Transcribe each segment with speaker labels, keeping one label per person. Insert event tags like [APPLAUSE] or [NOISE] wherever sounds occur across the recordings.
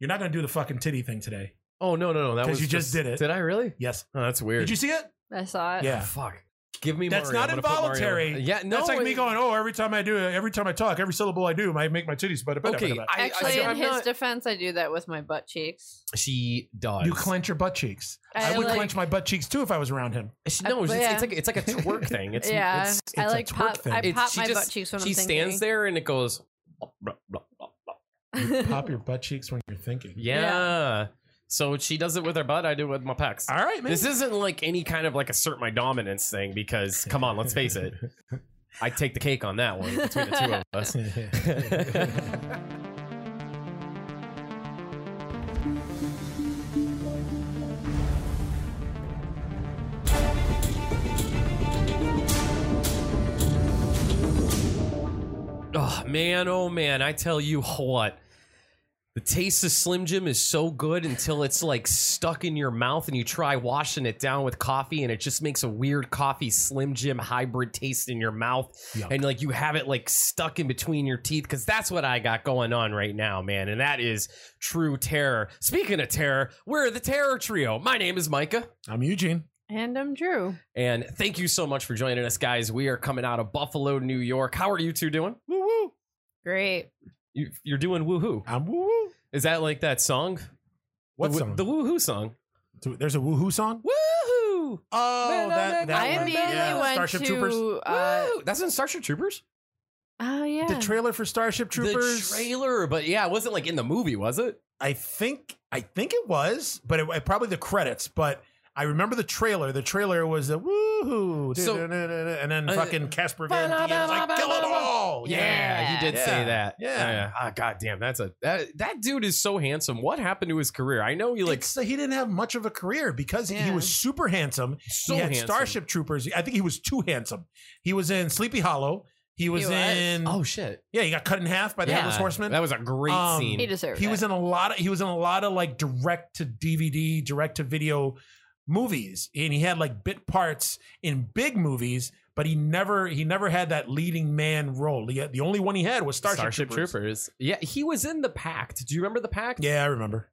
Speaker 1: You're not gonna do the fucking titty thing today.
Speaker 2: Oh no, no, no! That
Speaker 1: 'Cause
Speaker 2: was
Speaker 1: you just did it.
Speaker 2: Did I really?
Speaker 1: Yes.
Speaker 2: Oh, that's weird.
Speaker 1: Did you see it?
Speaker 3: I saw it.
Speaker 1: Yeah.
Speaker 2: Fuck. Give me.
Speaker 1: That's
Speaker 2: Mario.
Speaker 1: not
Speaker 2: I'm gonna put Mario-
Speaker 1: involuntary.
Speaker 2: Yeah. No.
Speaker 1: That's like me
Speaker 2: it-
Speaker 1: going, oh, every time I do, every time I talk, every syllable I do, I make my titties. But
Speaker 2: Okay. I,
Speaker 3: Actually,
Speaker 2: I,
Speaker 3: in
Speaker 2: I'm
Speaker 3: his
Speaker 2: not-
Speaker 3: defense, I do that with my butt cheeks.
Speaker 2: she does.
Speaker 1: you clench your butt cheeks. I,
Speaker 3: I
Speaker 1: would
Speaker 3: like-
Speaker 1: clench my butt cheeks too if I was around
Speaker 3: [LAUGHS]
Speaker 1: him.
Speaker 2: She, no,
Speaker 3: I-
Speaker 2: it's,
Speaker 3: yeah.
Speaker 2: it's like it's like a
Speaker 1: [LAUGHS]
Speaker 2: twerk thing. It's
Speaker 3: yeah,
Speaker 2: It's,
Speaker 3: I
Speaker 1: it's a
Speaker 3: like
Speaker 1: twerk
Speaker 3: pop.
Speaker 1: thing.
Speaker 3: I
Speaker 2: it's-
Speaker 3: pop
Speaker 2: she
Speaker 3: my
Speaker 2: just-
Speaker 3: butt cheeks when
Speaker 2: she
Speaker 3: I'm thinking.
Speaker 2: stands there and it goes.
Speaker 1: Pop your butt cheeks when you're thinking.
Speaker 2: Yeah. So she does it with her butt. I do it with my pecs.
Speaker 1: All right, man.
Speaker 2: This isn't like any kind of like assert my dominance thing because come on, let's
Speaker 1: [LAUGHS]
Speaker 2: face it. I take the cake on that one between the two
Speaker 3: [LAUGHS]
Speaker 2: of us. Oh man, oh man, I tell you what. The taste of Slim Jim is so good until it's like stuck in your mouth and you try washing it down with coffee and it just makes a weird coffee Slim Jim hybrid taste in your mouth.
Speaker 1: Yuck.
Speaker 2: And like you have it like stuck in between your teeth because that's what I got going on right now, man. And that is true terror. Speaking of terror, we're the Terror Trio. My name is Micah.
Speaker 1: [LAUGHS] I'm Eugene.
Speaker 3: And I'm Drew.
Speaker 2: And thank you so much for joining us, guys. We are coming out of Buffalo, New York. How are you two doing? Woo woo.
Speaker 3: Great.
Speaker 2: You, you're doing woohoo.
Speaker 1: I'm woo woo.
Speaker 2: Is that like that song?
Speaker 1: What
Speaker 2: the,
Speaker 1: song?
Speaker 2: The woohoo song.
Speaker 1: There's a woohoo song.
Speaker 2: Woohoo!
Speaker 1: Oh, that, that
Speaker 3: I
Speaker 1: one.
Speaker 3: immediately
Speaker 1: Yeah.
Speaker 3: went
Speaker 1: Starship
Speaker 3: to.
Speaker 1: Troopers.
Speaker 3: Uh,
Speaker 2: Woo! That's in Starship Troopers.
Speaker 3: oh yeah.
Speaker 1: The trailer for Starship Troopers.
Speaker 2: The trailer, but yeah, it wasn't like in the movie, was it?
Speaker 1: I think I think it was, but it, it- probably the credits. But I remember the trailer. The trailer was a woohoo,
Speaker 2: So-
Speaker 1: and then
Speaker 2: Uh,
Speaker 1: fucking Casper Van Dien was like kill 'em all.
Speaker 2: Yeah,
Speaker 3: Yeah.
Speaker 2: he did
Speaker 1: Oh, Yeah.
Speaker 2: say that.
Speaker 1: Yeah.
Speaker 2: Ah, God damn, that's a that, that dude is so handsome. What happened to his career? I know he like
Speaker 1: It's- he didn't have much of a career because he was super handsome.
Speaker 2: so
Speaker 1: he had
Speaker 2: handsome.
Speaker 1: Starship Troopers. I think he was too handsome. He was in Sleepy Hollow. He was,
Speaker 3: was.
Speaker 1: in
Speaker 2: Oh shit.
Speaker 1: yeah. He got cut in half by the
Speaker 2: Yeah,
Speaker 1: headless horseman.
Speaker 2: That was a great
Speaker 1: Um,
Speaker 2: scene.
Speaker 3: he deserved.
Speaker 1: he
Speaker 3: it.
Speaker 1: was in a lot of he was in a lot of like direct to DVD, direct to video movies, and he had like bit parts in big movies, but he never he never had that leading man role. He had, the only one he had was Starship, Troopers.
Speaker 2: Yeah, he was in the Pact. Do you remember the Pact?
Speaker 1: Yeah, I remember.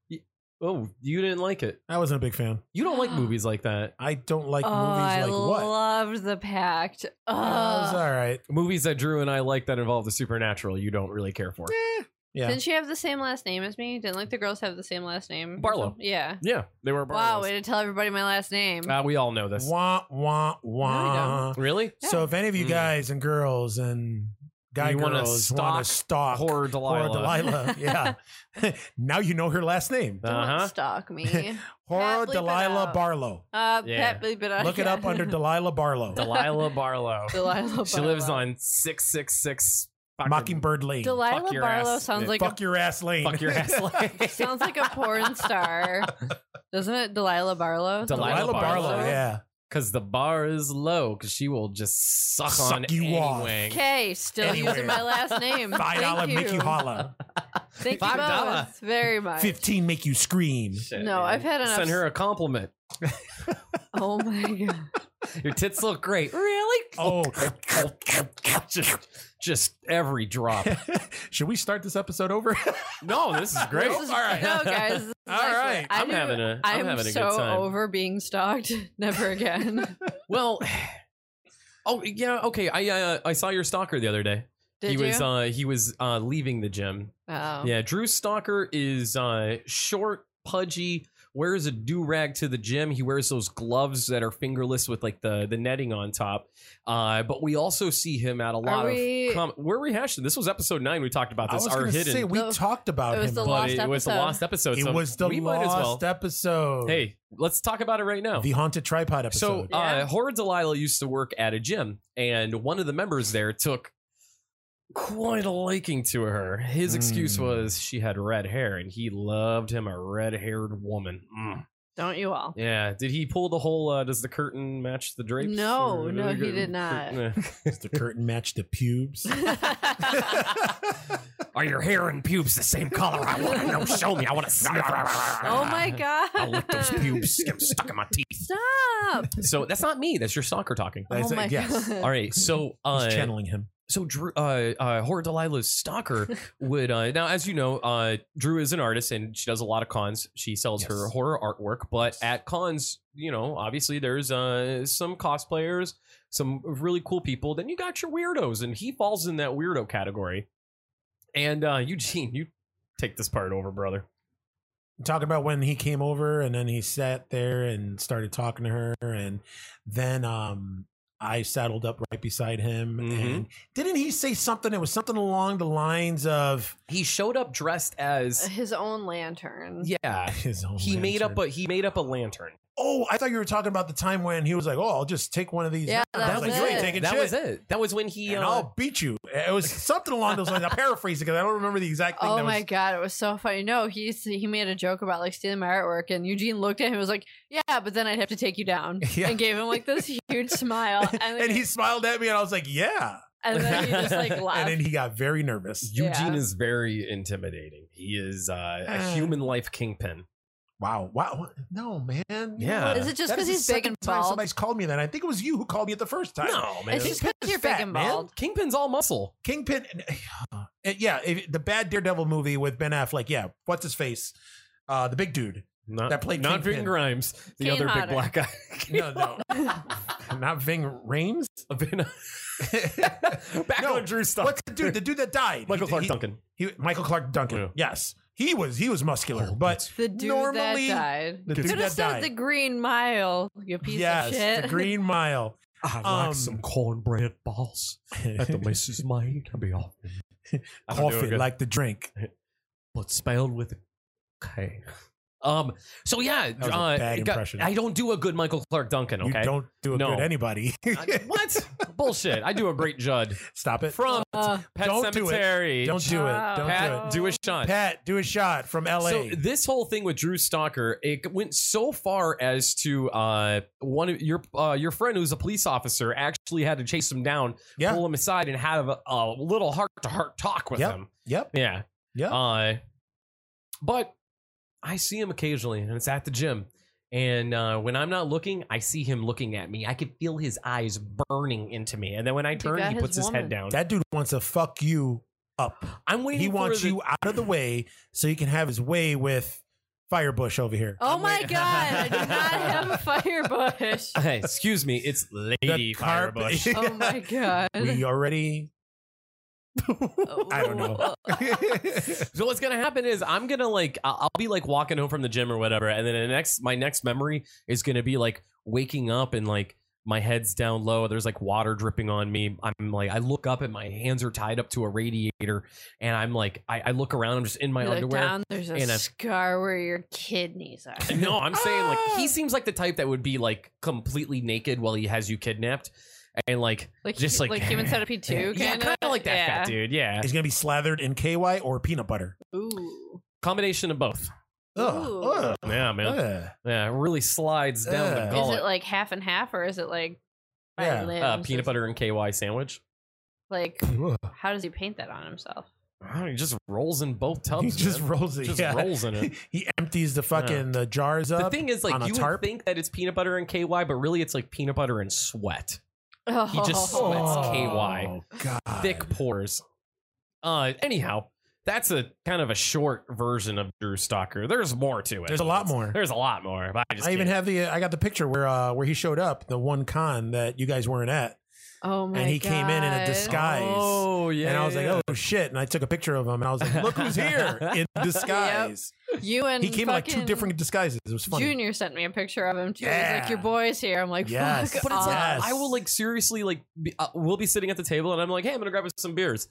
Speaker 2: Oh, you didn't like it.
Speaker 1: I wasn't a big fan.
Speaker 2: You don't like movies like that.
Speaker 1: I don't like
Speaker 3: oh, I
Speaker 1: movies like what.
Speaker 3: loved the pact. Oh,
Speaker 1: Uh, it was all right.
Speaker 2: Movies that Drew and I like that involve the supernatural, you don't really care for.
Speaker 1: Yeah.
Speaker 3: Didn't she have the same last name as me? Didn't like the girls have the same last name? or
Speaker 2: Barlow.
Speaker 3: something? Yeah.
Speaker 2: Yeah, they were.
Speaker 3: Wow,
Speaker 2: Barlows.
Speaker 3: way to tell everybody my last name.
Speaker 2: Uh, we all know this.
Speaker 1: Wah wah wah.
Speaker 2: Really?
Speaker 1: So if any of you
Speaker 2: Mm.
Speaker 1: guys and girls and guy
Speaker 2: You wanna
Speaker 1: girls want to stalk
Speaker 2: Horror
Speaker 1: Horror
Speaker 2: Delilah. [LAUGHS]
Speaker 1: Delilah, yeah. [LAUGHS] now you know her last name.
Speaker 3: Don't
Speaker 2: Uh-huh.
Speaker 1: [LAUGHS]
Speaker 3: stalk me.
Speaker 1: Horror
Speaker 3: Pat, bleep it
Speaker 1: Delilah
Speaker 3: out.
Speaker 1: Barlow.
Speaker 3: Uh,
Speaker 2: Yeah.
Speaker 3: Pat bleep it out.
Speaker 1: Look it up
Speaker 3: [LAUGHS]
Speaker 1: under Delilah Barlow.
Speaker 2: Delilah Barlow.
Speaker 1: [LAUGHS]
Speaker 3: Delilah.
Speaker 2: she lives
Speaker 3: Barlow.
Speaker 2: on six six six.
Speaker 1: Mockingbird Lane.
Speaker 3: Delilah
Speaker 2: your
Speaker 3: Barlow
Speaker 2: ass.
Speaker 3: sounds
Speaker 2: Yeah,
Speaker 3: like
Speaker 1: Fuck your ass lane.
Speaker 2: Fuck your
Speaker 3: [LAUGHS]
Speaker 2: ass.
Speaker 3: a, [LAUGHS] sounds like a porn star, doesn't it? Delilah Barlow.
Speaker 1: [LAUGHS]
Speaker 2: Delilah
Speaker 1: Delilah Barlow,
Speaker 2: Barlow.
Speaker 1: yeah.
Speaker 2: Because the bar is low. Because she will just suck,
Speaker 1: Suck
Speaker 2: on
Speaker 1: you off.
Speaker 2: anything.
Speaker 3: Okay, still
Speaker 1: Anyway.
Speaker 3: using my
Speaker 1: [LAUGHS]
Speaker 3: last name.
Speaker 1: Five
Speaker 3: Thank
Speaker 1: dollar
Speaker 3: you.
Speaker 1: make you holla.
Speaker 3: Thank you
Speaker 2: $5.
Speaker 3: both very much.
Speaker 1: Fifteen make you scream.
Speaker 2: Shit,
Speaker 3: No,
Speaker 2: man.
Speaker 3: I've had enough
Speaker 2: Send her a compliment.
Speaker 3: Oh
Speaker 1: [LAUGHS]
Speaker 3: my god.
Speaker 2: Your tits look
Speaker 3: [LAUGHS]
Speaker 2: great. Really? [LAUGHS]
Speaker 1: Oh,
Speaker 2: just, just every drop.
Speaker 1: [LAUGHS] should we start this episode over?
Speaker 2: [LAUGHS] No, this is great.
Speaker 3: This is, No, guys. this is
Speaker 1: [LAUGHS] All
Speaker 3: excellent.
Speaker 1: right.
Speaker 3: I
Speaker 2: I'm
Speaker 3: do-
Speaker 2: having a I'm,
Speaker 3: I'm
Speaker 2: having a
Speaker 3: so
Speaker 2: good time.
Speaker 3: over being stalked. [LAUGHS] Never
Speaker 1: [LAUGHS]
Speaker 3: again.
Speaker 2: Well, [SIGHS] oh yeah, okay. I uh, I saw your stalker the other day.
Speaker 3: Did
Speaker 2: he
Speaker 3: you?
Speaker 2: was uh he was uh leaving the gym.
Speaker 3: oh.
Speaker 2: Yeah, Drew Stalker is uh short, pudgy, wears a do rag to the gym. He wears those gloves that are fingerless with like the the netting on top. Uh, but we also see him at a lot
Speaker 3: we-
Speaker 2: of com- we're rehashing. This was episode nine. We talked about
Speaker 1: I
Speaker 2: this.
Speaker 1: was
Speaker 2: Our
Speaker 1: gonna
Speaker 2: hidden.
Speaker 1: say we
Speaker 3: No.
Speaker 1: talked about
Speaker 3: It was
Speaker 1: him.
Speaker 3: the
Speaker 2: but
Speaker 1: but
Speaker 3: lost
Speaker 2: it was the
Speaker 3: episode.
Speaker 2: last episode.
Speaker 1: it
Speaker 2: so
Speaker 1: was the
Speaker 2: we might
Speaker 1: lost
Speaker 2: as well.
Speaker 1: episode.
Speaker 2: Hey, let's talk about it right now.
Speaker 1: the haunted tripod
Speaker 2: So,
Speaker 1: episode.
Speaker 3: Yeah.
Speaker 2: uh, Horror Delilah used to work at a gym, and one of the members there took quite a liking to her. His excuse
Speaker 1: Mm.
Speaker 2: was she had red hair, and he loved him a red haired woman. Mm.
Speaker 3: Don't you all?
Speaker 2: Yeah. Did he pull the whole, uh, does the curtain match the drapes?
Speaker 3: No,
Speaker 2: Or-
Speaker 3: no, he did not.
Speaker 2: Eh.
Speaker 1: Does the curtain match the pubes?
Speaker 2: [LAUGHS] Are your hair and pubes the same color? I want to know. Show me. I want to [LAUGHS] see.
Speaker 3: [LAUGHS] oh
Speaker 1: [LAUGHS]
Speaker 3: my god.
Speaker 2: I lick those pubes. Get 'em stuck in my teeth.
Speaker 3: Stop.
Speaker 2: So that's not me. That's your stalker talking.
Speaker 3: [LAUGHS]
Speaker 1: That's
Speaker 3: oh
Speaker 1: it,
Speaker 3: my
Speaker 1: yes.
Speaker 3: god.
Speaker 2: All right. So,
Speaker 1: He's
Speaker 2: uh,
Speaker 1: channeling him.
Speaker 2: so Drew, uh, uh, Horror Delilah's stalker would uh, now, as you know, uh, Drew is an artist and she does a lot of cons. She sells her
Speaker 1: Yes.
Speaker 2: horror artwork, but at cons, you know, obviously there's uh, some cosplayers, some really cool people. Then you got your weirdos, and he falls in that weirdo category. And uh, Eugene, you take this part over, brother.
Speaker 1: talking about when he came over and then he sat there and started talking to her and then um I saddled up right beside him
Speaker 2: Mhm.
Speaker 1: and didn't he say something? It was something along the lines of [LAUGHS]
Speaker 2: He showed up dressed as
Speaker 3: [LAUGHS] His own lantern.
Speaker 2: yeah.
Speaker 1: his own
Speaker 2: He made up
Speaker 1: Oh, lantern.
Speaker 2: a he made up a lantern.
Speaker 1: Oh, I thought you were talking about the time when he was like, Oh, I'll just take one of these.
Speaker 3: Yeah,
Speaker 1: now." I
Speaker 3: that
Speaker 1: like,
Speaker 3: was
Speaker 1: You ain't
Speaker 3: it.
Speaker 1: taking
Speaker 2: That
Speaker 1: shit.
Speaker 2: was it. That was when he.
Speaker 1: And
Speaker 2: Uh,
Speaker 1: I'll beat you. It was something along those lines. I paraphrased it because I don't remember the exact thing.
Speaker 3: Oh
Speaker 1: that
Speaker 3: my
Speaker 1: was,
Speaker 3: god, it was so funny. No, he he made a joke about like stealing my artwork, and Eugene looked at him and was like, "Yeah, but then I'd have to take
Speaker 1: [LAUGHS]
Speaker 3: you down,"
Speaker 1: Yeah.
Speaker 3: and gave him
Speaker 1: [LAUGHS]
Speaker 3: like this huge smile, and then,
Speaker 1: and he smiled at me, and I was like, "Yeah."
Speaker 3: and then he just like
Speaker 1: [LAUGHS]
Speaker 3: laughed.
Speaker 1: And then he got very nervous.
Speaker 2: Eugene
Speaker 3: Yeah.
Speaker 2: is very intimidating. He is uh, a
Speaker 1: Uh.
Speaker 2: human life kingpin.
Speaker 1: Wow! Wow! what- No, man. You know
Speaker 2: Yeah.
Speaker 1: what?
Speaker 3: Is it just
Speaker 1: That is
Speaker 3: because
Speaker 1: the
Speaker 3: he's big
Speaker 1: second
Speaker 3: and
Speaker 1: time
Speaker 3: bald?
Speaker 1: Somebody's called me that. I think it was you who called me it the first time.
Speaker 2: No, man.
Speaker 3: It's just
Speaker 1: Kingpin's
Speaker 3: because you're big
Speaker 1: fat,
Speaker 3: and
Speaker 1: man.
Speaker 3: bald.
Speaker 2: Kingpin's all muscle.
Speaker 1: Kingpin. Uh, yeah, if, the bad Daredevil movie with Ben Affleck. Yeah, what's his face? Uh, the big dude.
Speaker 2: Not,
Speaker 1: That played
Speaker 2: not
Speaker 1: Kingpin.
Speaker 2: Ving Grimes, the
Speaker 3: Kane
Speaker 2: other big
Speaker 3: Hodder.
Speaker 2: black guy. [LAUGHS]
Speaker 1: No,
Speaker 3: [LAUGHS]
Speaker 1: no, not Ving Rames. [LAUGHS]
Speaker 2: Back
Speaker 1: No,
Speaker 2: on Drew stuff.
Speaker 1: What's the dude? The dude that died.
Speaker 2: Michael
Speaker 1: He-
Speaker 2: Clark
Speaker 1: he- [LAUGHS]
Speaker 2: Duncan.
Speaker 1: He, Michael Clark Duncan.
Speaker 2: Yeah.
Speaker 1: Yes, he was. He was muscular,
Speaker 2: Oh,
Speaker 1: but
Speaker 3: the dude
Speaker 1: normally-
Speaker 3: that died.
Speaker 1: the
Speaker 2: Good.
Speaker 1: dude
Speaker 3: Could
Speaker 1: that
Speaker 3: have said
Speaker 1: died.
Speaker 3: the Green Mile. You piece
Speaker 1: yes,
Speaker 3: of shit. [LAUGHS]
Speaker 1: the Green Mile.
Speaker 4: I
Speaker 1: Um,
Speaker 4: cornbread balls Mrs. Mine. I'll be off.
Speaker 2: [LAUGHS] I don't do
Speaker 1: Coffee
Speaker 2: good.
Speaker 1: like the drink.
Speaker 4: But spelled with a K.
Speaker 2: Um. So yeah,
Speaker 1: was a
Speaker 2: uh,
Speaker 1: bad
Speaker 2: got-
Speaker 1: impression.
Speaker 2: I don't do a good Michael Clark Duncan. Okay.
Speaker 1: You don't do it
Speaker 2: No.
Speaker 1: good anybody.
Speaker 2: [LAUGHS] I- what bullshit? I do a great Judd
Speaker 1: [LAUGHS] Stop it.
Speaker 2: from
Speaker 3: Uh,
Speaker 2: Pet
Speaker 1: don't do it.
Speaker 2: Cemetery.
Speaker 1: Don't do it. Don't do it.
Speaker 2: Pat, do a shot.
Speaker 1: Pat, do a shot from LA.
Speaker 2: So this whole thing with Drew Stalker, it went so far as to uh, one of your uh, your friend who's a police officer actually had to chase him down,
Speaker 1: yeah.
Speaker 2: pull him aside, and have a, a little heart to heart talk with
Speaker 1: Yep.
Speaker 2: him.
Speaker 1: Yep.
Speaker 2: Yeah,
Speaker 1: Yep.
Speaker 2: Uh, but I see him occasionally, and it's at the gym. And uh, when I'm not looking, I see him looking at me. I can feel his eyes burning into me. And then when I turn,
Speaker 3: got
Speaker 2: he
Speaker 3: his
Speaker 2: puts his head
Speaker 3: woman.
Speaker 2: down.
Speaker 1: that dude wants to fuck you up.
Speaker 2: I'm waiting.
Speaker 1: He
Speaker 2: for
Speaker 1: wants
Speaker 2: the-
Speaker 1: you out of the way so he can have his way with Firebush over here.
Speaker 3: Oh
Speaker 2: I'm
Speaker 3: my
Speaker 2: wait-
Speaker 3: god! I do not
Speaker 1: [LAUGHS]
Speaker 3: have a fire bush.
Speaker 2: [LAUGHS] Hey, excuse me. It's Lady
Speaker 1: carp-
Speaker 2: Firebush.
Speaker 1: [LAUGHS]
Speaker 3: Oh my god!
Speaker 1: we already. I don't
Speaker 3: [LAUGHS]
Speaker 1: know. [LAUGHS]
Speaker 2: So what's gonna happen is I'm gonna like I- I'll be like walking home from the gym or whatever, and then the next my next memory is gonna be like waking up and like my head's down low. There's like water dripping on me. I'm like I look up and my hands are tied up to a radiator, and I'm like I, I look around. I'm just in my
Speaker 3: You look
Speaker 2: underwear.
Speaker 3: down, there's a
Speaker 2: and a-
Speaker 3: scar where your kidneys
Speaker 1: [LAUGHS]
Speaker 3: are.
Speaker 2: No, I'm saying like
Speaker 3: Ah!
Speaker 2: he seems like the type that would be like completely naked while he has you kidnapped, and like
Speaker 3: Like
Speaker 2: Just like-
Speaker 3: like human
Speaker 1: [LAUGHS]
Speaker 3: centipede two.
Speaker 2: yeah, kind of like that fat
Speaker 3: yeah.
Speaker 2: dude. Yeah,
Speaker 1: He's gonna be slathered in KY or peanut butter.
Speaker 3: Ooh.
Speaker 2: combination of both.
Speaker 1: Ugh.
Speaker 3: Ooh.
Speaker 1: Ugh.
Speaker 2: Yeah, man.
Speaker 1: Ugh.
Speaker 2: Yeah, it really slides down
Speaker 1: Ugh.
Speaker 2: the
Speaker 1: Is
Speaker 3: Is
Speaker 2: gullet.
Speaker 3: it like half and half, or is it like by
Speaker 1: Yeah.
Speaker 3: limbs?
Speaker 2: uh, peanut
Speaker 3: Is-
Speaker 2: butter and KY sandwich.
Speaker 3: Like,
Speaker 1: Ugh.
Speaker 3: how does he paint that on himself?
Speaker 2: Oh, he just rolls
Speaker 1: [LAUGHS]
Speaker 2: in both tubs.
Speaker 1: He just
Speaker 2: man.
Speaker 1: rolls it.
Speaker 2: Just
Speaker 1: yeah. [LAUGHS]
Speaker 2: rolls in it.
Speaker 1: He empties the fucking the jars
Speaker 2: The
Speaker 1: up.
Speaker 2: thing is,
Speaker 1: on
Speaker 2: like,
Speaker 1: a
Speaker 2: you would
Speaker 1: tarp.
Speaker 2: think that it's peanut butter and KY, but really it's like peanut butter and sweat.
Speaker 3: Oh. [LAUGHS]
Speaker 2: just sweats
Speaker 1: oh,
Speaker 2: KY.
Speaker 1: God.
Speaker 2: Thick pores. Uh, anyhow, that's a kind of a short version of Drew Stalker. There's more to it.
Speaker 1: There's a lot more.
Speaker 2: There's a lot more. But I just
Speaker 1: I even
Speaker 2: can't-
Speaker 1: have the I got the picture where uh where he showed up, the one con that you guys weren't at.
Speaker 3: Oh my
Speaker 1: And he came in in a
Speaker 3: God.
Speaker 1: disguise.
Speaker 2: Oh yeah.
Speaker 1: and I was
Speaker 2: yeah.
Speaker 1: like, oh shit. And I took a picture of him and I was like, look
Speaker 2: [LAUGHS]
Speaker 1: who's here in disguise.
Speaker 3: You and
Speaker 1: He came in like two
Speaker 3: fucking
Speaker 1: different disguises. It was funny.
Speaker 3: Junior sent me a picture of him too. He's
Speaker 1: Yeah.
Speaker 3: like, "Your boy's here." I'm like,
Speaker 1: Yes.
Speaker 3: "Fuck
Speaker 2: But it's like
Speaker 1: Yes.
Speaker 2: I will like seriously like be, uh, we'll be sitting at the table and I'm like, hey, I'm gonna grab us some beers.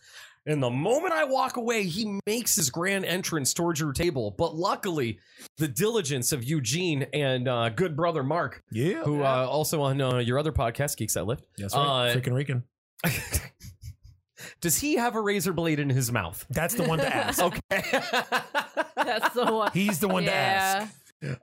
Speaker 2: And the moment I walk away, he makes his grand entrance towards your table. But luckily, the diligence of Eugene and uh, good brother Mark,
Speaker 1: Yeah.
Speaker 2: who uh, also on uh, your other podcast, Geeks That Lift,
Speaker 1: That's right.
Speaker 2: uh,
Speaker 1: Freaking Rican.
Speaker 2: [LAUGHS] does he have a razor blade in his mouth?
Speaker 1: That's the one to
Speaker 3: [LAUGHS]
Speaker 1: ask.
Speaker 2: Okay. [LAUGHS]
Speaker 3: That's the
Speaker 1: [LAUGHS]
Speaker 3: one.
Speaker 1: He's the one to ask.
Speaker 3: yeah.
Speaker 2: Um,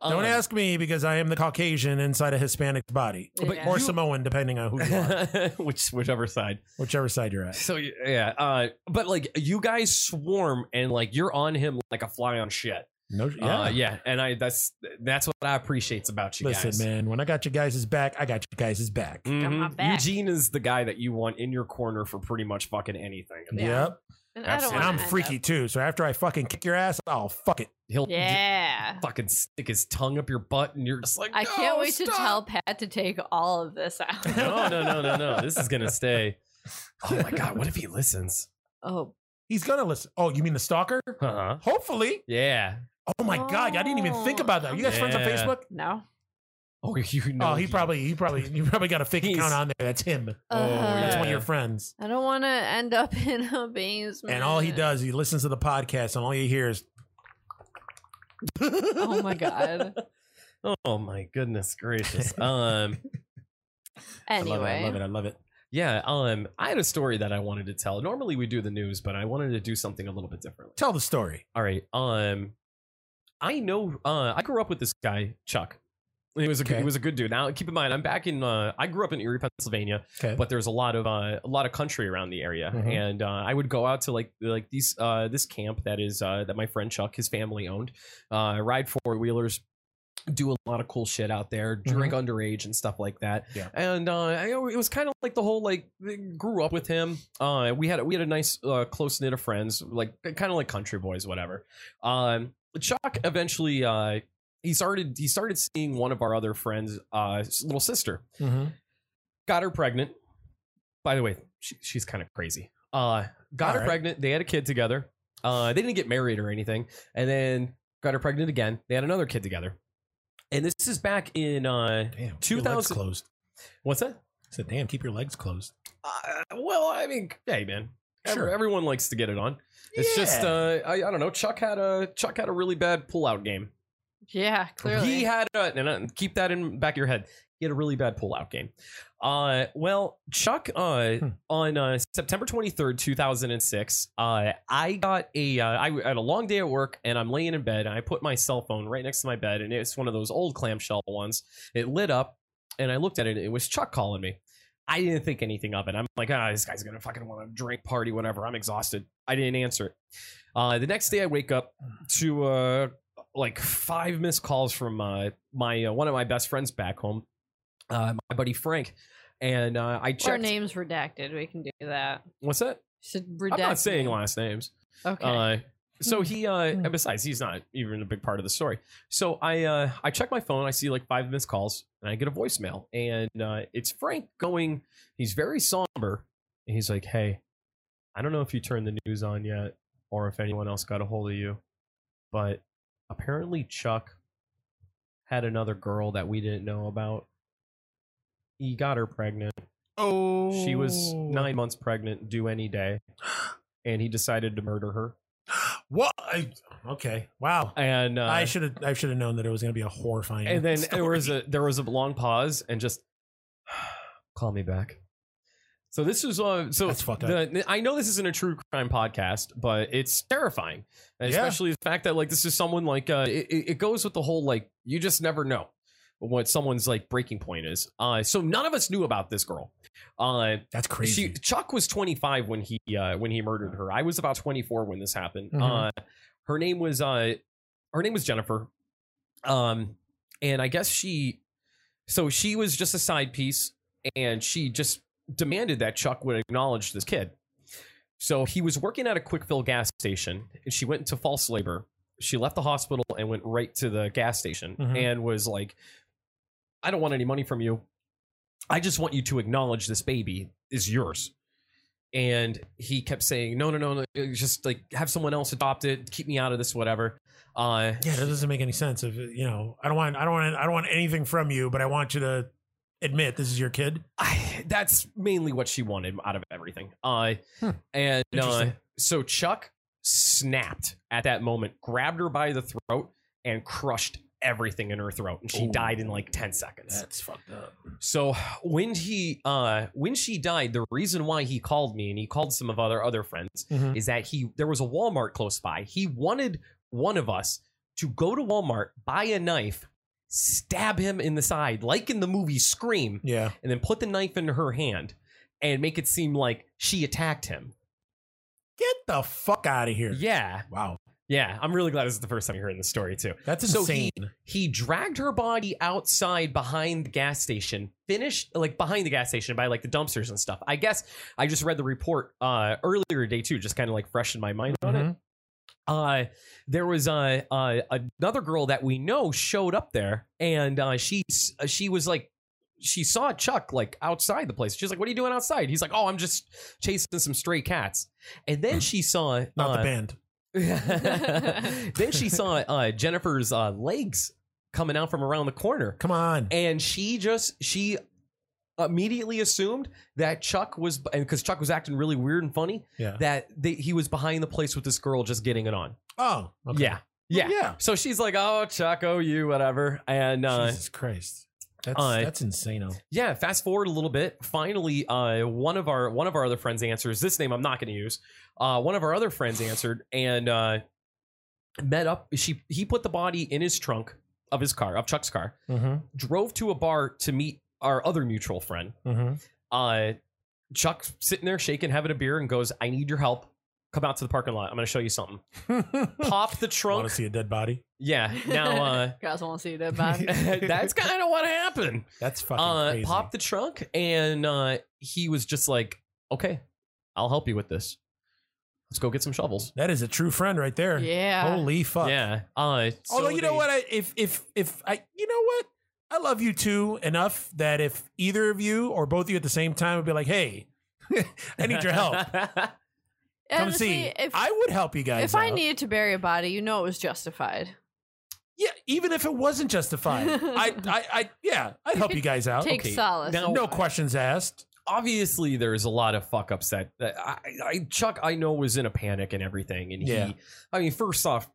Speaker 3: Um,
Speaker 1: Don't ask me because I am the Caucasian inside a Hispanic body.
Speaker 3: But Yeah.
Speaker 1: Or
Speaker 2: you-
Speaker 1: Samoan, depending on who you
Speaker 3: [LAUGHS]
Speaker 1: are,
Speaker 2: [LAUGHS] Which whichever side.
Speaker 1: whichever side you're at.
Speaker 2: So y- yeah, uh, but like you guys swarm and like you're on him like a fly on shit.
Speaker 1: No,
Speaker 2: Yeah, uh, yeah and I that's that's what I appreciate about you
Speaker 1: Listen,
Speaker 2: guys.
Speaker 1: man, when I got your guys' back, I got your guys' back.
Speaker 3: Got my
Speaker 2: Mhm.
Speaker 3: back.
Speaker 2: Eugene is the guy that you want in your corner for pretty much fucking anything.
Speaker 3: Yeah.
Speaker 1: Yep.
Speaker 3: And
Speaker 2: Absolutely.
Speaker 1: And
Speaker 3: wanna
Speaker 1: I'm
Speaker 3: end
Speaker 1: freaky
Speaker 3: up-
Speaker 1: too. So after I fucking kick your ass, I'll fuck it.
Speaker 2: He'll
Speaker 1: [LAUGHS]
Speaker 3: Yeah.
Speaker 2: fucking stick his tongue up your butt, and you're just like,
Speaker 3: I can't
Speaker 2: "No,
Speaker 3: wait to
Speaker 2: stop."
Speaker 3: tell Pat to take all of this
Speaker 2: [LAUGHS]
Speaker 3: out.
Speaker 2: No, no, no, no, no. This is gonna stay. Oh my god, what if he listens?
Speaker 3: Oh,
Speaker 1: He's gonna listen. Oh, you mean the stalker?
Speaker 2: Uh
Speaker 1: Uh-huh.
Speaker 2: huh.
Speaker 1: Hopefully.
Speaker 2: Yeah.
Speaker 1: Oh my god, I didn't even
Speaker 2: Oh.
Speaker 1: think about that. Are you guys friends on
Speaker 2: Yeah.
Speaker 1: Facebook?
Speaker 3: no.
Speaker 2: Oh, you know.
Speaker 1: oh, he probably, he probably, you probably got a fake
Speaker 2: He's-
Speaker 1: account on there. That's him.
Speaker 2: Oh,
Speaker 1: That's one
Speaker 2: yeah.
Speaker 1: of your friends.
Speaker 3: I don't want to end up in a basement.
Speaker 1: And all he does, he listens to the podcast, and all you hear is,
Speaker 3: Oh
Speaker 1: [LAUGHS]
Speaker 2: [LAUGHS]
Speaker 3: my god.
Speaker 2: Oh my goodness
Speaker 1: [LAUGHS]
Speaker 2: gracious. Um.
Speaker 3: Anyway,
Speaker 1: I love it. I love it.
Speaker 2: Yeah. Um. I had a story that I wanted to tell. Normally we do the news, but I wanted to do something a little bit differently.
Speaker 1: Tell the story.
Speaker 2: All right. Um, I know. Uh, I grew up with this guy, Chuck. He was a good,
Speaker 1: Okay.
Speaker 2: he was a good dude. Now, keep in mind, I'm back in. Uh, I grew up in Erie, Pennsylvania,
Speaker 1: Okay.
Speaker 2: but there's a lot of uh, a lot of country around the area,
Speaker 1: Mhm.
Speaker 2: and uh, I would go out to like like these uh, this camp that is uh, that my friend Chuck, his family owned. Uh, ride four wheelers, do a lot of cool shit out there, drink underage and stuff like that.
Speaker 1: Yeah.
Speaker 2: And uh, I, it was kind of like the whole like grew up with him. Uh, we had we had a nice uh, close knit of friends, like kind of like country boys, whatever. Um, Chuck eventually uh, he started he started seeing one of our other friends' uh, little sister
Speaker 1: Mhm.
Speaker 2: got her pregnant. By the way, she, she's kind of crazy. Uh, got
Speaker 1: All
Speaker 2: her
Speaker 1: right.
Speaker 2: pregnant. They had a kid together. Uh, they didn't get married or anything, and then got her pregnant again. They had another kid together. And this is back in uh,
Speaker 1: Damn. keep Your legs
Speaker 2: 2000
Speaker 1: closed.
Speaker 2: what's that?
Speaker 1: I said, damn, keep your legs closed.
Speaker 2: Uh, well, I mean, hey man, Every-
Speaker 1: Sure.
Speaker 2: everyone likes to get it on. It's
Speaker 1: Yeah.
Speaker 2: just uh, I, I don't know. Chuck had a Chuck had a really bad pullout game.
Speaker 3: yeah, clearly.
Speaker 2: He had a, and uh, keep that in back of your head. He had a really bad pullout game. Uh, well, Chuck, uh,
Speaker 1: Hmm.
Speaker 2: on uh, September 23rd, 2006, uh, I got a, uh, I had a long day at work and I'm laying in bed and I put my cell phone right next to my bed and it's one of those old clamshell ones. It lit up and I looked at it. It was Chuck calling me. I didn't think anything of it. I'm like, ah, this guy's gonna fucking want to drink, party, whatever. I'm exhausted. I didn't answer it. Uh, the next day, I wake up to uh, like five missed calls from uh, my uh, one of my best friends back home, uh, my buddy Frank, and uh, I
Speaker 3: Our
Speaker 2: checked.
Speaker 3: names redacted. We can do that.
Speaker 2: What's that?
Speaker 3: Should redact.
Speaker 2: I'm not saying
Speaker 3: names.
Speaker 2: last names.
Speaker 3: Okay.
Speaker 2: Uh, so he, uh,
Speaker 1: Hmm.
Speaker 2: and besides, he's not even a big part of the story. So I, uh, I check my phone. I see like five missed calls, and I get a voicemail, and uh, it's Frank going. He's very somber, and he's like, "Hey, I don't know if you turned the news on yet, or if anyone else got a hold of you, but apparently Chuck had another girl that we didn't know about. He got her pregnant."
Speaker 1: Oh.
Speaker 2: She was nine months pregnant, due any day, and he decided to murder her.
Speaker 1: What? I, okay. Wow.
Speaker 2: And uh,
Speaker 1: I should have. I should have known that it was going to be a horrifying.
Speaker 2: [LAUGHS] and then
Speaker 1: story.
Speaker 2: there
Speaker 1: [LAUGHS]
Speaker 2: was a there was a long pause, and just [SIGHS] call me back. So this is uh, so
Speaker 1: That's fucked
Speaker 2: the, I know this isn't a true crime podcast, but it's terrifying, And
Speaker 1: Yeah.
Speaker 2: especially the fact that like this is someone like uh, it, it it goes with the whole like you just never know what someone's like breaking point is. Uh, so none of us knew about this girl. Uh,
Speaker 1: That's crazy.
Speaker 2: She, Chuck was 25 when he uh, when he murdered her. I was about 24 when this happened.
Speaker 1: Mhm.
Speaker 2: Uh, her name was uh, her name was Jennifer. Um, and I guess she, so she was just a side piece, and she just demanded that Chuck would acknowledge this kid. So he was working at a quick fill gas station, and she went into false labor. She left the hospital and went right to the gas station
Speaker 1: Mhm.
Speaker 2: and was like, "I don't want any money from you. I just want you to acknowledge this baby is yours." And he kept saying, "No, no, no, no. Just like have someone else adopt it. Keep me out of this, whatever." Uh,
Speaker 1: yeah, that doesn't make any sense. If you know, I don't want. I don't want. I don't want anything from you, but I want you to admit this is your kid.
Speaker 2: I, that's mainly what she wanted out of everything. Uh,
Speaker 1: Hmm.
Speaker 2: And uh,
Speaker 1: Interesting.
Speaker 2: so Chuck snapped at that moment, grabbed her by the throat, and crushed everything in her throat, and she
Speaker 1: Ooh.
Speaker 2: died in like ten seconds.
Speaker 1: fucked up.
Speaker 2: So [SIGHS] when he uh, when she died, the reason why he called me and he called some of our other friends
Speaker 1: Mhm.
Speaker 2: is that he there was a Walmart close by. He wanted one of us to go to Walmart, buy a knife, stab him in the side, like in the movie Scream
Speaker 1: Yeah.
Speaker 2: and then put the knife into her hand and make it seem like she attacked him.
Speaker 1: Get the fuck out of here.
Speaker 2: Yeah.
Speaker 1: Wow.
Speaker 2: Yeah, I'm really glad this is the first time you're hearing this story too.
Speaker 1: That's
Speaker 2: So
Speaker 1: insane.
Speaker 2: He dragged her body outside behind the gas station, finished like behind the gas station by like the dumpsters and stuff. I guess I just read the report uh earlier today too, just kind of like fresh in my mind on it
Speaker 1: Mhm.
Speaker 2: uh there was uh, uh another girl that we know showed up there and uh she she was like she saw Chuck like outside the place. She's like, "What are you doing outside?" He's like, "Oh, I'm just chasing some stray cats."
Speaker 1: [CLEARS THROAT]
Speaker 2: And then she saw
Speaker 1: Not
Speaker 2: uh,
Speaker 1: the band.
Speaker 2: [LAUGHS] then she saw uh, Jennifer's uh, legs coming out from around the corner,
Speaker 1: Come on.
Speaker 2: and she just she immediately assumed that Chuck was because Chuck was acting really weird and funny
Speaker 1: Yeah.
Speaker 2: that they, he was behind the place with this girl just getting it on.
Speaker 1: Oh. okay.
Speaker 2: Yeah. Yeah.
Speaker 1: Yeah.
Speaker 2: So she's like, oh, Chuck, oh, you, whatever. And uh,
Speaker 1: Jesus Christ. That's
Speaker 2: uh,
Speaker 1: that's insane. oh.
Speaker 2: yeah, fast forward a little bit. Finally, uh, one of our one of our other friends answers this name I'm not going to use. Uh, one of our other friends answered and uh, met up. She he put the body in his trunk of his car, of Chuck's car.
Speaker 1: Mm-hmm.
Speaker 2: Drove to a bar to meet our other mutual friend.
Speaker 1: Mm-hmm.
Speaker 2: Uh, Chuck sitting there shaking, having a beer, and goes, "I need your help. Come out to the parking lot. I'm going to show you something."
Speaker 1: [LAUGHS]
Speaker 2: Pop the
Speaker 1: Want
Speaker 2: trunk.
Speaker 1: to see a dead body?
Speaker 2: Yeah. Now. Uh,
Speaker 3: Guys want to
Speaker 2: [LAUGHS]
Speaker 3: see that bad.
Speaker 2: That's kind of what happened.
Speaker 1: [LAUGHS] That's fucking
Speaker 2: Uh,
Speaker 1: crazy.
Speaker 2: popped the trunk, and uh, he was just like, "Okay, I'll help you with this. Let's go get some shovels."
Speaker 1: that is a true friend right there.
Speaker 3: yeah.
Speaker 1: Holy fuck.
Speaker 2: Yeah. Uh, so
Speaker 1: Although you know
Speaker 2: they-
Speaker 1: what, I, if if if I, you know what, I love you two enough that if either of you or both of you at the same time would be like, hey, [LAUGHS] I need your [LAUGHS] help. Come
Speaker 3: Honestly,
Speaker 1: see.
Speaker 3: If,
Speaker 1: I would help you guys.
Speaker 3: if I
Speaker 1: out.
Speaker 3: needed to bury a body, you know it was justified.
Speaker 1: yeah, even if it wasn't
Speaker 3: [LAUGHS]
Speaker 1: justified, I, I, I, yeah, I'd help
Speaker 3: could
Speaker 1: you guys out.
Speaker 3: Take
Speaker 2: Uh, okay.
Speaker 3: solace.
Speaker 2: Now-
Speaker 3: in
Speaker 1: No
Speaker 3: that.
Speaker 1: questions asked.
Speaker 2: [LAUGHS] Obviously, there's a lot of fuck ups that that I, I, Chuck I know was in a panic and everything, and
Speaker 1: Yeah.
Speaker 2: he. I mean, first off,